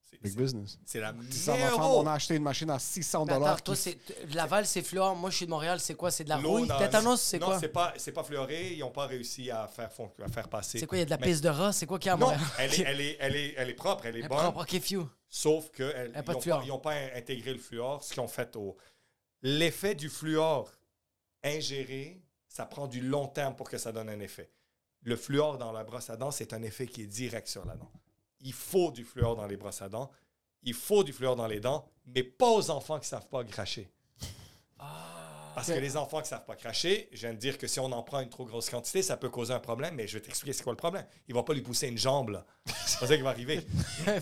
D: C'est-
C: Big
D: C'est
C: business.
D: c'est la
C: Si ça
D: meilleure
C: ensemble,
D: eau.
C: on a acheté une machine à 600
B: Mais attends,
C: dollars.
B: toi, c'est Laval, c'est fleur. Moi, je suis de Montréal. C'est quoi? C'est de la
D: L'eau
B: rouille?
D: dans-
B: Tétanos, c'est
D: Non,
B: quoi?
D: c'est pas, c'est pas fleuré. Ils n'ont pas réussi à faire, fon- à faire passer.
B: C'est quoi? Il y a de la
D: Mais-
B: pisse de rat? C'est quoi qu'il y a à
D: Non,
B: Montréal?
D: elle est, elle, est, elle, est, elle est propre, elle est
B: Elle est
D: bonne.
B: propre. OK, few.
D: Sauf qu'ils
B: a pas de
D: n'ont
B: fluor.
D: pas, ils ont pas in- intégré le fluor, ce qu'ils ont fait au. L'effet du fluor ingéré, ça prend du long terme pour que ça donne un effet. Le fluor dans la brosse à dents, c'est un effet qui est direct sur la dent. Il faut du fluor dans les brosses à dents, il faut du fluor dans les dents, mais pas aux enfants qui ne savent pas cracher.
B: Ah.
D: Parce que les enfants qui ne savent pas cracher, je viens de dire que si on en prend une trop grosse quantité, ça peut causer un problème, mais je vais t'expliquer c'est quoi le problème. Ils ne vont pas lui pousser une jambe, là. C'est pas ça qui va arriver.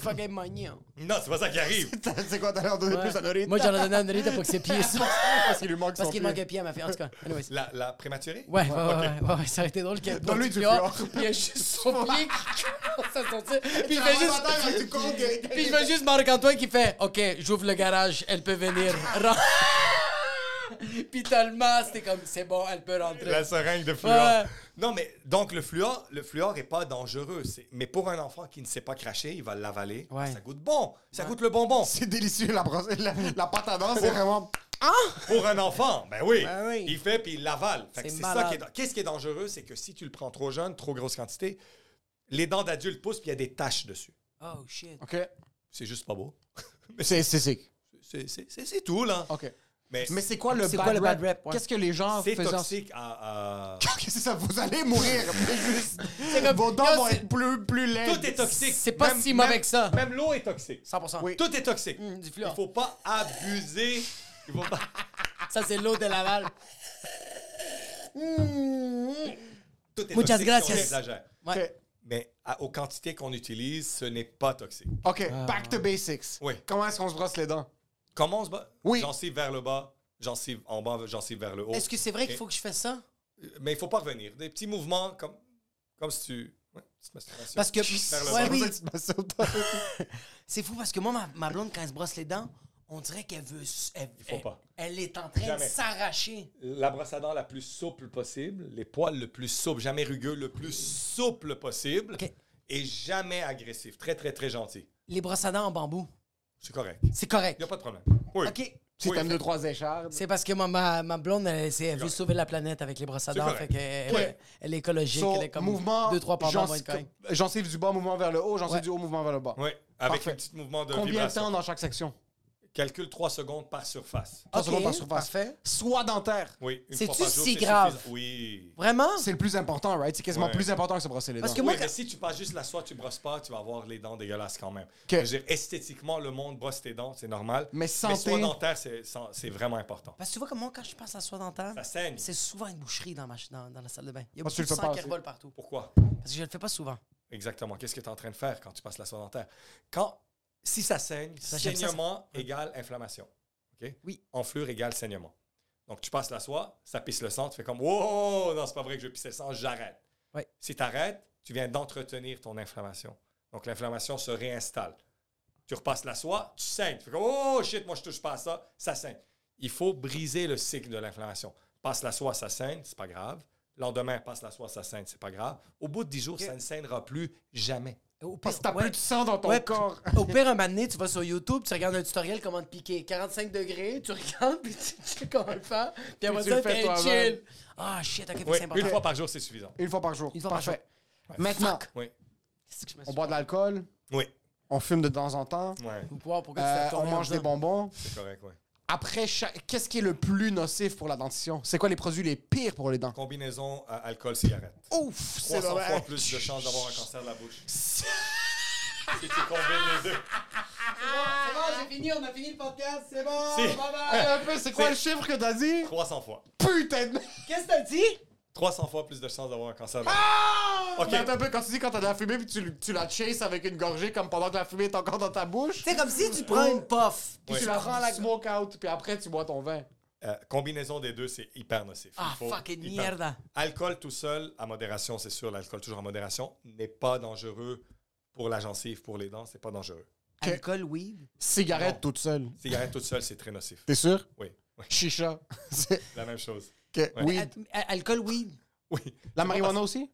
B: Fucking money. hein.
D: Non, c'est pas ça qui arrive.
C: c'est quoi, t'as l'air de donner plus à Norita?
B: Moi, j'en ai donné à Norita pour que ses pieds soient-
C: parce qu'il lui manque
B: Parce
C: son
B: qu'il
C: pied.
B: manque un pied à ma fille. En tout cas, anyways.
D: La, la prématurée?
B: Ouais, ouais, ouais, ouais, ouais, ouais, ça aurait été drôle qu'elle
C: Dans lui, du
B: fluor,
C: fluor.
B: puis il y a juste son pied qui commence à sortir. Puis il
C: Tu
B: fait
C: vas
B: juste.
C: voir, tu comptes que-
B: Puis je vois juste Marc-Antoine qui fait Ok, j'ouvre le garage, elle peut venir. Ren- Puis t'as le masque, t'es comme C'est bon, elle peut rentrer.
D: La seringue de fluor.
B: Ouais.
D: Non, mais donc le fluor, le fluor est pas dangereux. c'est- Mais pour un enfant qui ne sait pas cracher, il va l'avaler.
B: Ouais.
D: Ça goûte bon. Ça goûte le bonbon.
C: C'est délicieux, la, brosse- la, la pâte à dents, c'est vraiment...
D: Pour un enfant, ben oui.
C: Ah
B: Ben oui.
D: Il fait puis il l'avale. Fait que
B: C'est
D: C'est ça
B: malade.
D: qui est. dan- Qu'est-ce qui est dangereux, c'est que si tu le prends trop jeune, trop grosse quantité, les dents d'adulte poussent puis il y a des taches dessus.
B: Oh shit.
C: OK.
D: C'est juste pas beau.
C: C'est c'est sick.
D: C'est- C'est c'est- c'est tout là.
C: OK.
D: Mais,
C: Mais c'est quoi le
B: C'est
C: bad
B: quoi le
C: rap?
B: bad rap, ouais.
C: Qu'est-ce que les gens
D: c'est
C: faisaient... en-
D: toxique à- à...
C: Qu'est-ce que ça? Vous allez mourir. C'est juste...
B: comme-
C: Vos dents
B: Yo,
C: vont
B: c'est-
C: être plus, plus laides.
D: Tout est toxique.
B: C'est pas si mauvais que ça.
D: Même l'eau est toxique.
B: 100%.
C: Oui.
D: Tout est toxique.
B: Mm, du fluor.
D: Il faut pas abuser. Il faut pas...
B: Ça, c'est l'eau de Laval.
D: Tout est
B: Muchas
D: toxique si on
B: gracias.
D: l'exagère.
B: Ouais.
C: OK.
D: Mais à- aux quantités qu'on utilise, ce n'est pas toxique.
C: OK,
B: Ah.
C: back to basics.
D: Oui.
C: Comment est-ce qu'on se brosse les dents?
D: Comment on se bat?
C: Oui.
D: Gencive vers le bas, gencive en bas, gencive vers le haut.
B: Est-ce que c'est vrai qu'il faut que je fasse ça?
D: Mais il faut pas revenir. Des petits mouvements comme, comme si tu... Petite masturbation.
B: Parce que.
D: Vers le
B: Ouais, oui.
D: bas.
C: C'est pour ça que tu m'as sauté.
B: C'est fou parce que moi, ma, ma blonde, quand elle se brosse les dents, on dirait qu'elle veut. s- Elle,
D: faut
B: elle-
D: pas.
B: elle est en train
D: Jamais.
B: de s'arracher.
D: La brosse à dents la plus souple possible, les poils le plus souple, jamais rugueux, le plus souple possible
B: OK.
D: et jamais agressif. Très, très, très gentil.
B: Les brosses à dents en bambou.
D: C'est correct.
B: C'est
D: Il
B: correct.
D: n'y a pas de problème. Oui.
B: OK.
C: Si
D: Oui,
C: t'aimes deux, trois échardes.
B: C'est parce que ma, ma, ma blonde, elle, c'est- elle veut
D: correct.
B: sauver la planète avec les brosses à
D: C'est
B: dents.
D: correct.
B: Fait qu'elle-
D: Oui.
B: elle, elle est écologique.
C: So,
B: elle est comme
C: mouvement,
B: deux, trois par
C: gens-
B: mois de cogne.
C: Gencive du bas, mouvement vers le haut, gencive
B: Ouais.
C: du haut, mouvement vers le bas.
D: Oui. Avec
C: Parfait.
D: un petit mouvement de
C: Combien de
D: vibration.
C: temps dans chaque section?
D: Calcule 3 secondes par surface.
C: Trois secondes par
B: OK,
C: surface.
B: parfait.
C: Soit dentaire.
D: Oui. une
B: C'est-tu
D: fois par jour,
B: si
D: c'est
B: grave?
D: suffisant. Oui.
B: Vraiment?
C: C'est le plus important, right? C'est quasiment
D: Ouais.
C: plus important que se brosser les dents.
B: Parce que
D: Oui,
B: moi,
D: mais
B: quand-
D: si tu passes juste la soie, tu brosses pas, tu vas avoir les dents dégueulasses quand même.
C: Que-
D: Je veux dire, esthétiquement, le monde brosse tes dents, c'est normal.
C: Mais santé-
D: soie dentaire, c'est sans- c'est vraiment important.
B: Parce que tu vois, comme moi, quand je passe à soie dentaire,
D: Ça saigne.
B: c'est souvent une boucherie dans, ma ch- dans, dans la salle de bain. Il y a
C: Parce
B: beaucoup
C: que
B: de
C: tu le fais
B: sang
C: pas
B: qui
C: assez.
B: revole partout.
D: Pourquoi?
B: Parce que je le fais pas souvent.
D: Exactement. Qu'est-ce que tu es en train de faire quand tu passes la soie dentaire? Quand, si ça saigne,
B: Ça, j'aime ça,
D: saignement égale inflammation. OK?
B: Oui.
D: Enflure égale saignement. Donc, tu passes la soie, ça pisse le sang, tu fais comme Wow, non, c'est pas vrai que je vais pisser le sang, j'arrête.
B: Ouais.
D: Si tu arrêtes, tu viens d'entretenir ton inflammation. Donc, l'inflammation se réinstalle. Tu repasses la soie, tu saignes. Tu fais comme Oh shit, moi je touche pas à ça, ça saigne. Il faut briser le cycle de l'inflammation. Passe la soie, ça saigne, c'est pas grave. Lendemain, passe la soie, ça saigne, c'est pas grave. Au bout de 10 jours, ça ne saignera plus jamais.
B: Au pire,
C: Parce que t'as
B: ouais.
C: plus de sang dans ton
B: Ouais.
C: corps.
B: Au pire, un moment donné, tu vas sur YouTube, tu regardes un tutoriel comment te piquer. 45 degrés, tu regardes, puis tu sais comment le faire. Puis après
C: tu le
B: ça,
C: fais
B: t'es
C: toi-même.
B: chill. Ah, shit, ok,
D: Oui,
B: c'est important.
D: une fois par jour, c'est suffisant.
C: Une fois par jour.
B: Une fois par
C: Parfait. Maintenant,
D: Oui.
B: Qu'est-ce que je me
C: on
B: suis
C: boit de l'alcool,
D: Oui.
C: on fume de temps en temps,
D: Ouais,
B: Ou pouvoir, pourquoi tu
C: euh,
B: fais la
C: on
B: tournée en
C: mange des
B: disant-
C: bonbons.
D: c'est correct, oui.
C: Après, chaque- qu'est-ce qui est le plus nocif pour la dentition? C'est quoi les produits les pires pour les dents?
D: Combinaison euh, alcool-cigarette.
C: Ouf! C'est
D: 300
C: vrai.
D: fois plus de chances d'avoir un cancer de la bouche. si tu combines les deux.
B: C'est bon, j'ai fini, on a fini le podcast, c'est bon.
D: Si.
C: Ah, un peu, c'est quoi le chiffre que t'as dit?
D: 300 fois.
C: Putain de...
B: Qu'est-ce que t'as dit?
D: 300 fois plus de chances d'avoir un cancer de la bouche.
B: Ah!
C: Mais attends un peu, quand tu dis quand t'as de la fumée puis tu, tu la chases avec une gorgée comme pendant que la fumée est encore dans ta bouche,
B: C'est comme si tu prends
C: Oh.
B: une puff.
C: puis tu la rends la smoke out, puis après tu bois ton vin.
D: Euh, combinaison des deux, c'est hyper nocif.
B: Ah,
D: Il faut-
B: fucking
D: hyper-
B: merde.
D: Alcool tout seul, à modération, c'est sûr, l'alcool toujours en modération, n'est pas dangereux pour la gencive, pour les dents, c'est pas dangereux.
C: Que-
B: Alcool, weed.
C: Cigarette
D: Non.
C: toute seule.
D: Cigarette toute seule, c'est très nocif.
C: T'es sûr?
D: Oui, oui,
C: Chicha. C'est-
D: la même chose.
C: que-
D: Ouais.
C: weed.
B: Al- al- Alcool, weed.
D: Oui,
C: La marijuana aussi?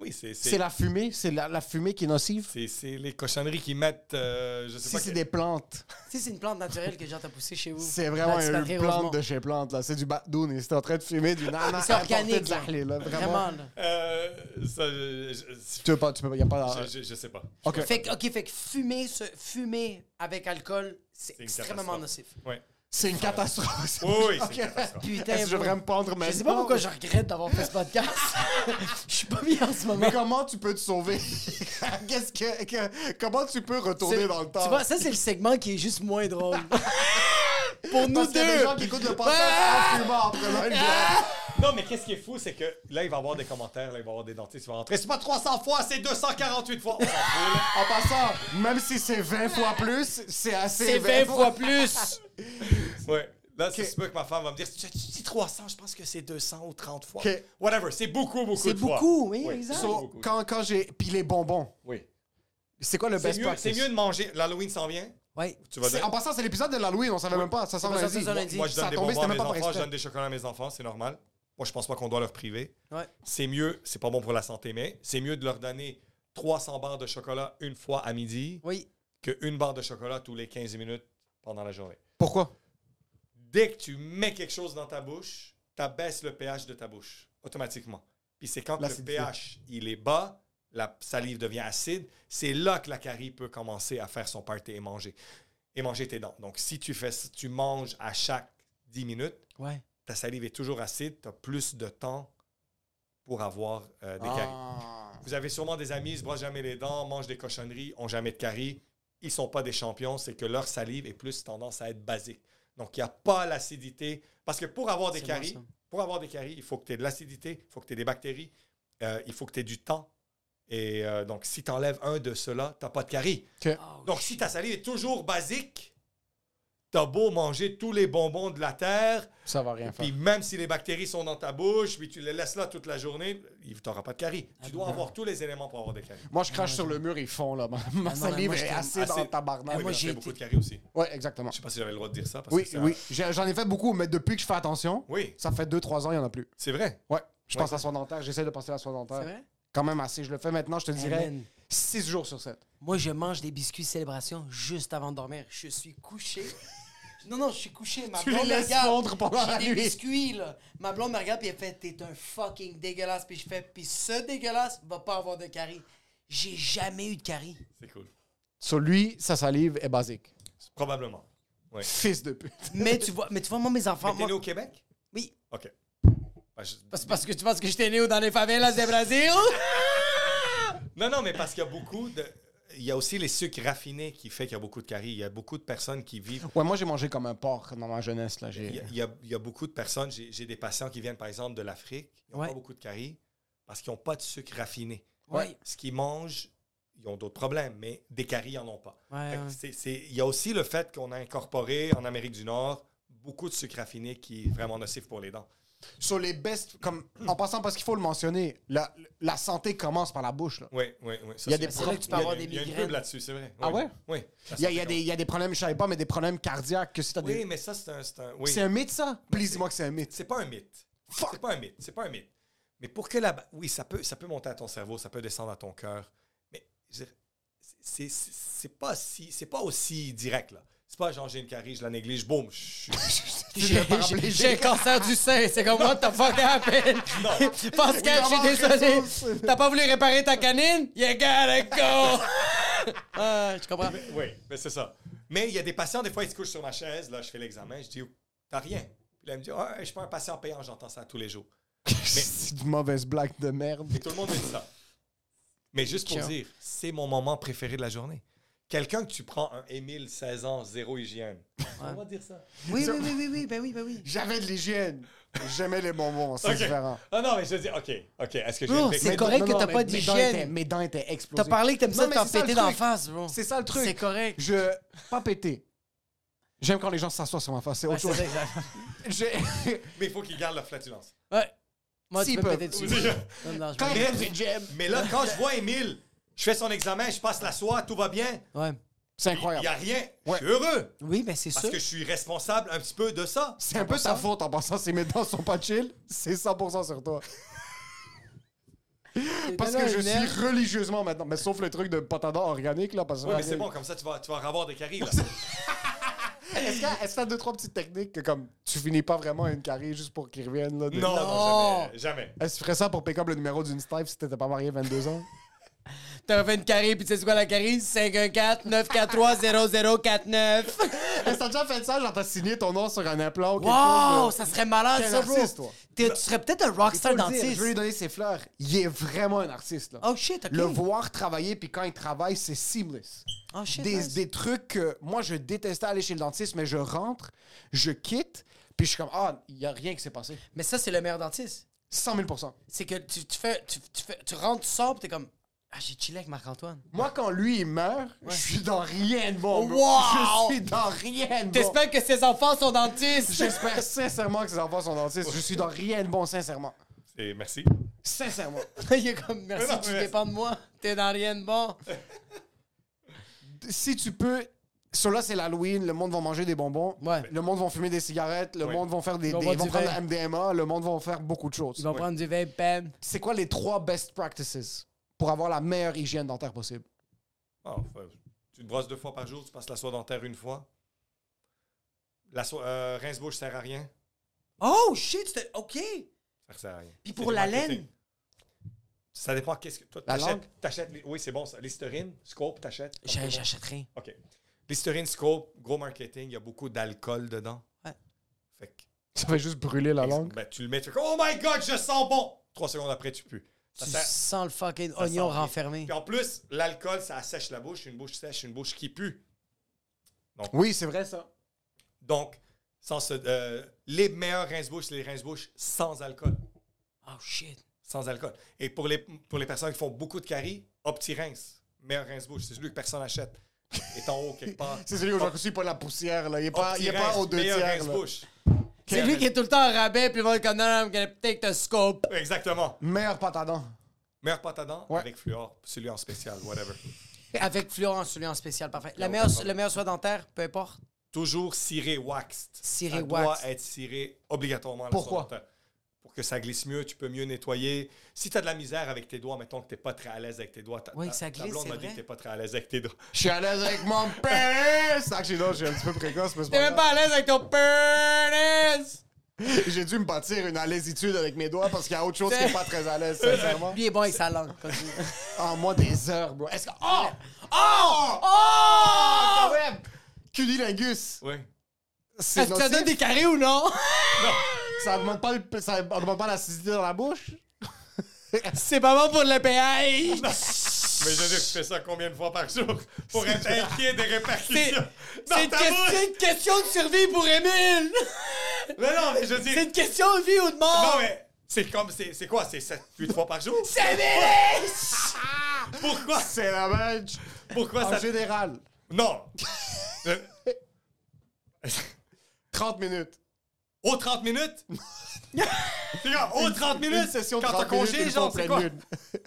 D: oui c'est c'est-
C: C'est la fumée, c'est la, la fumée qui est nocive.
D: c'est- c'est les cochonneries qui mettent, euh, je sais
C: Si
D: pas...
C: c'est
D: que-
C: des plantes,
B: Si c'est une plante naturelle que genre t'as poussée chez vous.
C: c'est vraiment
B: Elle a
C: une
B: disparu, heureusement.
C: plante de chez plante, là. C'est du badoun, et c'est en train de fumer du nana.
B: C'est organique, là.
C: importé de Zahle, là. Vraiment.
B: Vraiment, là.
D: Euh, ça, je, je-
C: Tu veux pas, tu peux, y a pas.
D: je- je- je sais pas.
C: Ok.
B: Fait que, ok, fait que fumer, ce, fumer avec alcool, c'est
D: une
B: extrêmement
D: catastrophe.
B: nocif.
D: Ouais.
C: C'est une catastrophe.
D: Oui, oui, c'est
C: Ok.
D: une catastrophe.
B: Putain,
C: Est-ce que je
B: bro.
C: devrais me pendre
B: Je
C: maintenant?
B: sais pas pourquoi je regrette d'avoir fait ce podcast. Je suis pas bien en ce moment.
C: Mais comment tu peux te sauver? Qu'est-ce que, que- Comment tu peux retourner
B: C'est-
C: dans le temps?
B: Tu vois, ça, c'est le segment qui est juste moins drôle. Pour nous
C: Parce qu'il y a
B: deux. Ah!
C: des gens qui écoutent le podcast en fumant après leur
D: Non, mais qu'est-ce qui est fou, c'est que là, il va y avoir des commentaires, là, il va y avoir des dentistes qui vont rentrer. C'est pas 300 fois, c'est 248 fois. On s'en fout, là.
C: En passant, même si c'est 20 fois plus, c'est assez.
B: C'est 20 fois plus.
D: Ouais. Là, c'est sûr que ma femme va me dire tu, tu dis 300, je pense que c'est 200 ou 30 fois.
C: Ok.
D: Whatever, c'est beaucoup, beaucoup.
B: C'est
D: de fois.
B: beaucoup, oui,
D: Oui.
B: exact.
D: plus.
C: So, quand, quand j'ai. Puis les bonbons.
D: Oui.
C: C'est quoi le
D: C'est
C: best
D: mieux,
C: practice?
D: c'est mieux de manger. L'Halloween s'en vient.
B: Ouais.
D: Tu vas
C: C'est-
D: dire.
C: En passant, c'est l'épisode de l'Halloween, on savait même pas. Ça sent
B: pas ça,
C: lundi.
B: ça sent lundi.
D: Moi, je
C: ça
D: donne
C: a
D: des
C: tombé,
D: bonbons à
C: c'était même
D: mes
C: pas par
D: enfants, je
C: respect.
D: donne des chocolats à mes enfants, c'est normal. Moi, je pense pas qu'on doit leur priver.
B: Ouais.
D: C'est mieux, c'est pas bon pour la santé, mais c'est mieux de leur donner 300 barres de chocolat une fois à midi
B: Oui.
D: qu'une barre de chocolat tous les 15 minutes pendant la journée.
C: Pourquoi?
D: dès que tu mets quelque chose dans ta bouche, tu abaisses le pH de ta bouche automatiquement. Puis c'est quand le
C: L'acidité.
D: pH il est bas, la salive devient acide, c'est là que la carie peut commencer à faire son party et manger et manger tes dents. Donc si tu fais tu manges à chaque 10 minutes,
B: Ouais.
D: ta salive est toujours acide, tu as plus de temps pour avoir euh, des caries.
C: Ah.
D: Vous avez sûrement des amis, ils se brossent jamais les dents, mangent des cochonneries, ont jamais de caries. Ils sont pas des champions, c'est que leur salive est plus tendance à être basique. Donc, il n'y a pas l'acidité. Parce que pour avoir des
B: C'est bon,
D: caries,
B: ça.
D: pour avoir des caries, il faut que tu aies de l'acidité, il faut que tu aies des bactéries, euh, il faut que tu aies du temps. Et euh, donc, si tu enlèves un de ceux-là, tu n'as pas de caries.
C: Ok.
B: Oh,
D: Donc, si ta salive est toujours basique, T'as beau manger tous les bonbons de la terre,
C: Ça va rien faire.
D: puis même si les bactéries sont dans ta bouche, puis tu les laisses là toute la journée, il t'aura pas de caries. Tu dois avoir tous les éléments pour avoir des caries.
C: Moi, je crache sur le mur, ils font, là. Ma, ma
B: Ah, non, mais
C: salive
B: moi, je
C: est
B: t'aime.
C: assez dans le
D: Acide.
C: tabarnak.
D: Oui,
B: moi,
D: mais
B: j'ai
D: j'ai
B: été-
D: beaucoup de caries aussi.
C: Ouais, exactement.
D: Je sais pas si j'avais le droit de dire ça. Parce
C: Oui,
D: que c'est un-
C: oui. J'ai- J'en ai fait beaucoup, mais depuis que je fais attention,
D: Oui,
C: ça fait 2-3 ans, il n'y en a plus.
D: c'est vrai.
C: Ouais. Je
D: Ouais.
C: pense à soin dentaire, j'essaie de penser à soin
B: C'est
C: dentaire.
B: vrai?
C: Quand même assez. Je le fais maintenant, je te dirais,
B: Amen.
C: 6 jours sur 7.
B: Moi, je mange des biscuits célébration juste avant de dormir. Je suis couché. Non, non, je suis couché. Ma
C: Tu
B: blonde
C: les
B: me
C: laisses
B: regarde.
C: fondre pendant la
B: J'ai
C: nuit.
B: des biscuits, là. Ma blonde me regarde, puis elle fait T'es un fucking dégueulasse. Puis je fais Puis ce dégueulasse va pas avoir de caries. J'ai jamais eu de caries.
D: C'est cool.
C: Sur lui, sa salive est basique.
D: Probablement. Oui.
C: Fils de pute.
B: Mais tu vois, mais tu vois moi, mes enfants.
D: Mais t'es
B: moi-
D: né au Québec?
B: Oui.
D: OK. Ben, je-
B: C'est parce que tu penses que j'étais né dans les favelas du Brésil?
D: Non, non, mais parce qu'il y a beaucoup de... Il y a aussi les sucres raffinés qui fait qu'il y a beaucoup de caries. Il y a beaucoup de personnes qui vivent...
C: Ouais, moi, j'ai mangé comme un porc dans ma jeunesse, là.
D: Il y
C: J'ai...
D: a, il y a- il y a beaucoup de personnes... J'ai j'ai des patients qui viennent, par exemple, de l'Afrique. Ils n'ont
B: Ouais.
D: pas beaucoup de caries parce qu'ils n'ont pas de sucre raffiné.
B: Ouais.
D: Ce qu'ils mangent, ils ont d'autres problèmes, mais des caries, ils n'en ont pas.
B: Ouais,
D: Fait que
B: ouais.
D: c'est- c'est- Il y a aussi le fait qu'on a incorporé en Amérique du Nord beaucoup de sucre raffiné qui est vraiment nocif pour les dents.
C: Sur les best, comme, en passant, parce qu'il faut le mentionner, la, la santé commence par la bouche, là.
D: Oui, oui, oui. Ça,
C: Il y a des
D: c'est-
B: C'est là que tu peux avoir des
D: Il y a une
B: migraines.
D: pub là-dessus, c'est vrai.
C: Ah ouais?
D: Oui.
C: Il y a, il y a des, il y a des problèmes, je savais pas, mais des problèmes cardiaques que si t'as
D: Oui,
C: des...
D: mais ça, c'est un... C'est un- oui.
C: C'est un mythe, ça? Please, dis-moi que c'est un mythe.
D: C'est pas un mythe.
C: Fuck!
D: C'est pas un mythe. C'est pas un mythe. Mais pour que la. ba- Oui, ça peut, ça peut monter à ton cerveau, ça peut descendre à ton cœur. Mais je veux dire, c'est- c'est c'est pas, si, c'est pas aussi direct, là. C'est pas genre j'ai une carie, je la néglige, boum. je suis-
B: J'ai j'ai- j'ai un cancer du sein, c'est comme what the fuck happened? Pascal,
C: Oui,
B: je suis
C: remarque,
B: désolé.
C: Ressources.
B: T'as pas voulu réparer ta canine? You gotta go! Ah, je comprends.
D: Oui, mais c'est ça. Mais il y a des patients, des fois, ils se couchent sur ma chaise, là, je fais l'examen, je dis, t'as rien. Puis là, il me dit, ah, je suis pas un patient payant, j'entends ça tous les jours.
C: C'est une mauvaise blague de merde.
D: Et tout le monde me dit ça. Mais juste pour
B: Ciao.
D: dire, c'est mon moment préféré de la journée. Quelqu'un que tu prends un Émile, 16 ans, zéro hygiène. On va dire ça.
B: Oui, oui, oui, oui, oui, ben oui, ben oui.
C: J'avais de l'hygiène. J'aimais les bonbons, c'est
D: Ok.
C: différent.
D: Ah non, mais je dis, OK, OK, est-ce que j'ai
B: Non,
D: une technique?
B: C'est correct que t'as
C: mais-
B: pas
C: mes dents
B: d'hygiène.
C: étaient- Mes dents étaient explosées.
B: T'as parlé que t'aimes ça
C: Non,
B: te
C: mais
B: faire
C: c'est ça,
B: péter
C: le
B: d'en
C: truc.
B: face, bro.
C: C'est ça le truc.
B: C'est correct.
C: Je. Pas péter. J'aime quand les gens s'assoient sur ma face, c'est
B: Ouais,
C: autre
B: c'est
C: chose.
B: vrai que ça-
C: Je-
D: Mais il faut qu'ils gardent leur flatulence.
B: Ouais. Moi, tu
C: S'ils
B: peux
C: peuvent.
B: péter dessus.
D: Vous dire-
B: Non, non, je
C: Quand
B: me-
C: même,
D: Mais-
C: j'aime.
D: Mais là, quand je vois Émile, je fais son examen, je passe la soie, tout va bien,
B: Ouais.
C: C'est
D: il n'y
C: incroyable.
D: a rien. Je
C: Ouais.
D: suis heureux
B: Oui, ben c'est
D: parce
B: sûr.
D: que je suis responsable un petit peu de ça.
C: C'est un peu sa faute en passant, si mes dents sont pas chill, c'est 100% sur toi. Parce que je suis religieusement maintenant, mais sauf le truc de patadant organique là, parce que.
D: Oui, mais c'est bon, comme ça, tu vas, tu vas avoir des caries. Là.
C: Est-ce qu'il y a- est-ce que t'as deux, trois petites techniques que comme tu finis pas vraiment une carré juste pour qu'ils reviennent là? de-
D: non, non, jamais. jamais.
C: Est-ce que tu ferais ça pour pick up le numéro d'une Steve si t'étais pas marié 22 ans?
B: T'as fait une carie, puis tu sais c'est quoi la carie? 514-943-0049.
C: Est-ce que t'as déjà fait ça? Genre, t'as signé ton nom sur un implant ou quelque
B: Wow,
C: chose de-
B: ça serait malade,
C: T'es un
B: ça, bro.
C: artiste, toi.
B: T'es- Tu serais peut-être un
C: Il faut
B: rockstar
C: le dire,
B: dentiste.
C: Je vais lui donner ses fleurs. Il est vraiment un artiste, là.
B: Oh shit, ok.
C: Le voir travailler, puis quand il travaille, c'est seamless.
B: Oh shit,
C: des,
B: nice.
C: des trucs que moi, je détestais aller chez le dentiste, mais je rentre, je quitte, puis je suis comme, ah, il y a rien qui s'est passé.
B: Mais ça, c'est le meilleur dentiste.
C: 100 000
B: C'est que tu, tu fais, tu, tu fais, tu rentres, tu sors, pis t'es comme, ah, j'ai chillé avec Marc-Antoine.
C: Moi, quand lui, il meurt, je suis dans rien de bon. bro.
B: Wow!
C: Je suis dans rien de bon.
B: T'espères que ses enfants sont dentistes.
C: J'espère sincèrement que ses enfants sont dentistes. Je suis dans rien de bon, sincèrement.
D: Et merci.
C: Sincèrement.
B: Il est comme, merci,
D: Mais non,
B: tu
D: mais-
B: dépends de moi. T'es dans rien de bon.
C: Si tu peux... Cela, c'est l'Halloween. Le monde va manger des bonbons.
B: Ouais.
C: Le monde va fumer des cigarettes. Le
D: Ouais.
C: monde va faire des...
B: Ils vont
C: des-
B: boire
C: ils vont
B: du
C: prendre
B: vin.
C: la MDMA. Le monde va faire beaucoup de choses.
B: Ils vont prendre du vape pen.
C: C'est quoi les trois best practices pour avoir la meilleure hygiène dentaire possible?
D: Ah, enfin, tu te brosses deux fois par jour, tu passes la soie dentaire une fois. La soie, euh, rince-bouche sert à rien.
B: Oh shit, c'était- ok.
D: Ça sert à rien.
B: Puis
D: C'est
B: pour
D: du
B: la
D: marketing.
B: laine?
D: Ça dépend qu'est-ce que. Toi,
C: La
D: t'achètes.
C: langue?
D: t'achètes les- oui, c'est bon. ça. Listerine, scope, t'achètes. comme tout le
B: J'ai-
D: monde.
B: J'achète rien.
D: OK. Listerine, scope, gros marketing, il y a beaucoup d'alcool dedans.
B: Ouais.
D: Fait que-
C: Ça fait juste brûler la langue.
D: Ben, tu le mets, tu fais Oh my god, je sens bon! Trois secondes après, tu pues. Ça
B: Tu
D: sert-
B: sens le fucking
D: ça
B: oignon
D: sent rien.
B: renfermé.
D: Puis en plus, l'alcool, ça assèche la bouche, une bouche sèche, une bouche qui pue.
C: Oui, c'est vrai, ça.
D: Donc, sans ce- euh, les meilleurs rince-bouches, c'est les rince-bouches sans alcool.
B: Oh shit.
D: Sans alcool. Et pour les, pour les personnes qui font beaucoup de caries, opti rince. Meilleur rince-bouche, c'est celui que personne n'achète. est en haut quelque part.
C: C'est celui où je suis pas la poussière, là. Il est pas, il est pas
D: reste
C: aux deux
D: meilleur
C: tiers,
D: Rex
C: là.
D: Bush.
B: C'est lui qui est tout le temps en rabais, puis il va être comme non, I'm gonna take the scope.
D: Exactement.
C: Meilleur patadon.
D: Meilleur pâte à dents
C: Ouais.
D: avec fluor, celui en spécial, whatever.
B: Avec fluor, celui en spécial, parfait. La meilleure, le meilleur soin dentaire, peu importe.
D: Toujours ciré waxed.
B: Ciré
D: ça doit
B: waxed.
D: être ciré obligatoirement. la
C: Pourquoi?
D: soirée. Pour que ça glisse mieux, tu peux mieux nettoyer. Si tu as de la misère avec tes doigts, mettons que tu pas très à l'aise avec tes doigts. ta-
B: Oui,
D: ta-
B: que ça
D: ta
B: glisse,
D: blonde
B: c'est
D: m'a dit
B: vrai.
D: que t'es pas très à l'aise avec tes doigts.
C: Je suis à l'aise avec mon pénis! Ah, que j'ai non, je suis un petit peu précoce, mais c'est
B: T'es
C: pas
B: même pas à l'aise avec ton penis!
C: grave. J'ai dû me bâtir une alésitude avec mes doigts parce qu'il y a autre chose qui est pas très à l'aise, sincèrement.
B: Lui est bon avec sa langue. continue.
C: En moi, des heures, bro. Est-ce que... Oh!
B: Oh!
C: Quand
D: Ah,
B: Oh!
C: même! Cunilingus!
D: Oui.
C: C'est
B: Est-ce que ça
C: nocif.
B: donne des carrés ou non?
C: Ça augmente pas, le- ça augmente pas l'acidité dans la bouche?
B: C'est pas bon pour le pH!
D: Mais je veux dire, tu fais ça combien de fois par jour pour être inquiet des
B: C'est
D: répercussions dans
B: c'est une,
D: ta
B: question-
D: bouche?
B: c'est une question de survie pour Émile!
D: Mais non, mais je veux dire-
B: C'est une question de vie ou de mort!
D: Non, mais c'est comme. C'est c'est quoi? C'est 7, 8 fois par jour?
B: C'est Émile!
D: Pourquoi?
C: C'est la manche!
D: Pourquoi
C: En
D: ça.
C: général,
D: Non! Euh,
C: 30 minutes.
D: Aux 30 minutes? Les gars, aux 30 minutes?
C: Une session de
D: quand
C: 30
D: t'as congé,
C: minutes, une
D: genre,
C: fois
D: c'est
C: en
D: quoi?
C: pleine lune.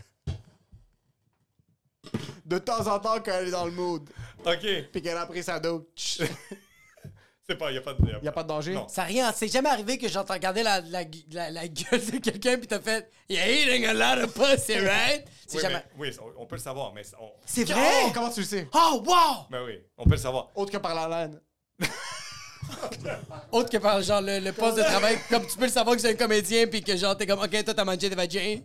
C: De temps en temps, quand elle est dans le mood,
D: Ok,
C: puis qu'elle a pris sa dope, il
D: c'est pas, y a pas de.
C: n'y a pas de danger.
D: Non.
B: Ça a rien, c'est jamais arrivé que j'entends regarder la, la, la, la gueule de quelqu'un pis t'as fait Yeah, eating a lot of pussy, right? C'est
D: Oui,
B: jamais.
D: mais- oui, on- on peut le savoir, mais. ça- On...
B: C'est
C: Oh,
B: vrai?
C: comment tu le sais?
B: Oh, wow!
D: Mais oui, on peut le savoir.
C: Autre que par la laine.
B: Autre que par genre le, le poste de travail, comme tu peux le savoir que c'est un comédien puis que genre t'es comme ok toi t'as mangé des vagins.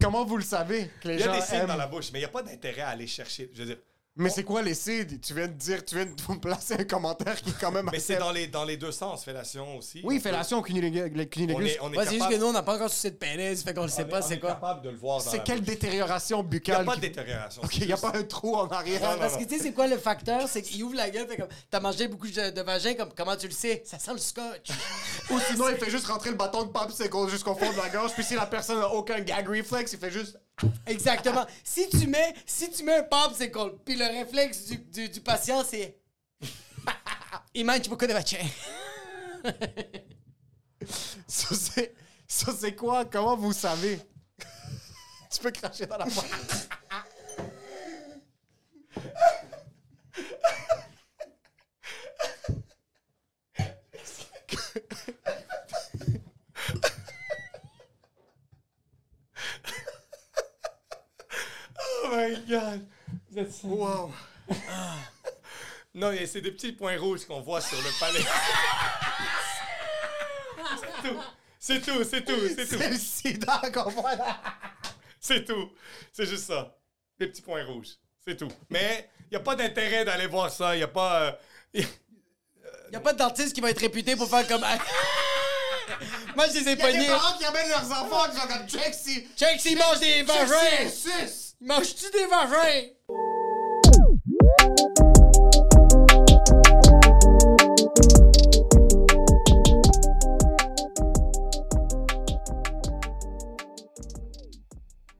C: Comment vous le savez que les
D: Il y a
C: gens
D: des signes
C: aiment?
D: dans la bouche, mais il n'y a pas d'intérêt à aller chercher. Je veux dire,
C: Mais c'est quoi les signes? Tu viens de dire, tu viens de vous placer un commentaire qui est quand même...
D: mais
C: assez-
D: c'est dans les, dans les deux sens, fellation aussi. On
C: Oui,
D: peut-
C: fellation, cunilingus.
D: On
C: cunilingus.
D: est, on est
B: Moi c'est juste
D: capable-
B: que nous on n'a pas encore sucé de pénis, fait qu'on le sait
D: on
B: pas
D: est-
B: c'est
D: on est
B: quoi.
D: capable de le voir dans
C: C'est
D: la
C: quelle
D: bouche.
C: détérioration
D: Il n'y a
C: buccale?
D: pas de
C: qui-
D: détérioration.
C: OK,
D: c'est
C: il n'y a
D: juste-
C: pas un trou en arrière.
D: Non,
C: là.
B: Parce que tu sais c'est quoi le facteur, c'est qu'il ouvre la gueule fait comme t'as mangé beaucoup de, de vagins comme comment tu le sais? Ça sent le scotch.
C: Ou sinon, il fait juste rentrer le bâton de popsicle jusqu'au fond de la gorge. Puis si la personne n'a aucun gag reflex, il fait juste...
B: Exactement. Si tu mets si tu mets un popsicle puis le réflexe du, du, du patient c'est il mange beaucoup de vagins.
C: Ça, c'est... Ça, c'est quoi? Comment vous savez? tu peux cracher dans la poêle.
D: Oh my god! Vous êtes sérieux?
C: Wow.
D: Ah. Non, mais c'est des petits points rouges qu'on voit sur le palais. c'est tout, c'est tout, c'est tout,
C: C'est le sida qu'on voit là.
D: c'est tout. C'est tout. C'est juste ça. Des petits points rouges. C'est tout. Mais il n'y a pas d'intérêt d'aller voir ça. Il n'y a pas. euh, y a-
B: Y a pas de dentiste qui va être réputé pour faire comme Moi je les ai
C: Il y a des
B: pognés.
C: parents qui amènent leurs enfants qui sont comme check si.
B: Check s'ils mangent des
C: Check
B: vagins!
C: si.
B: Manges-tu des vagins?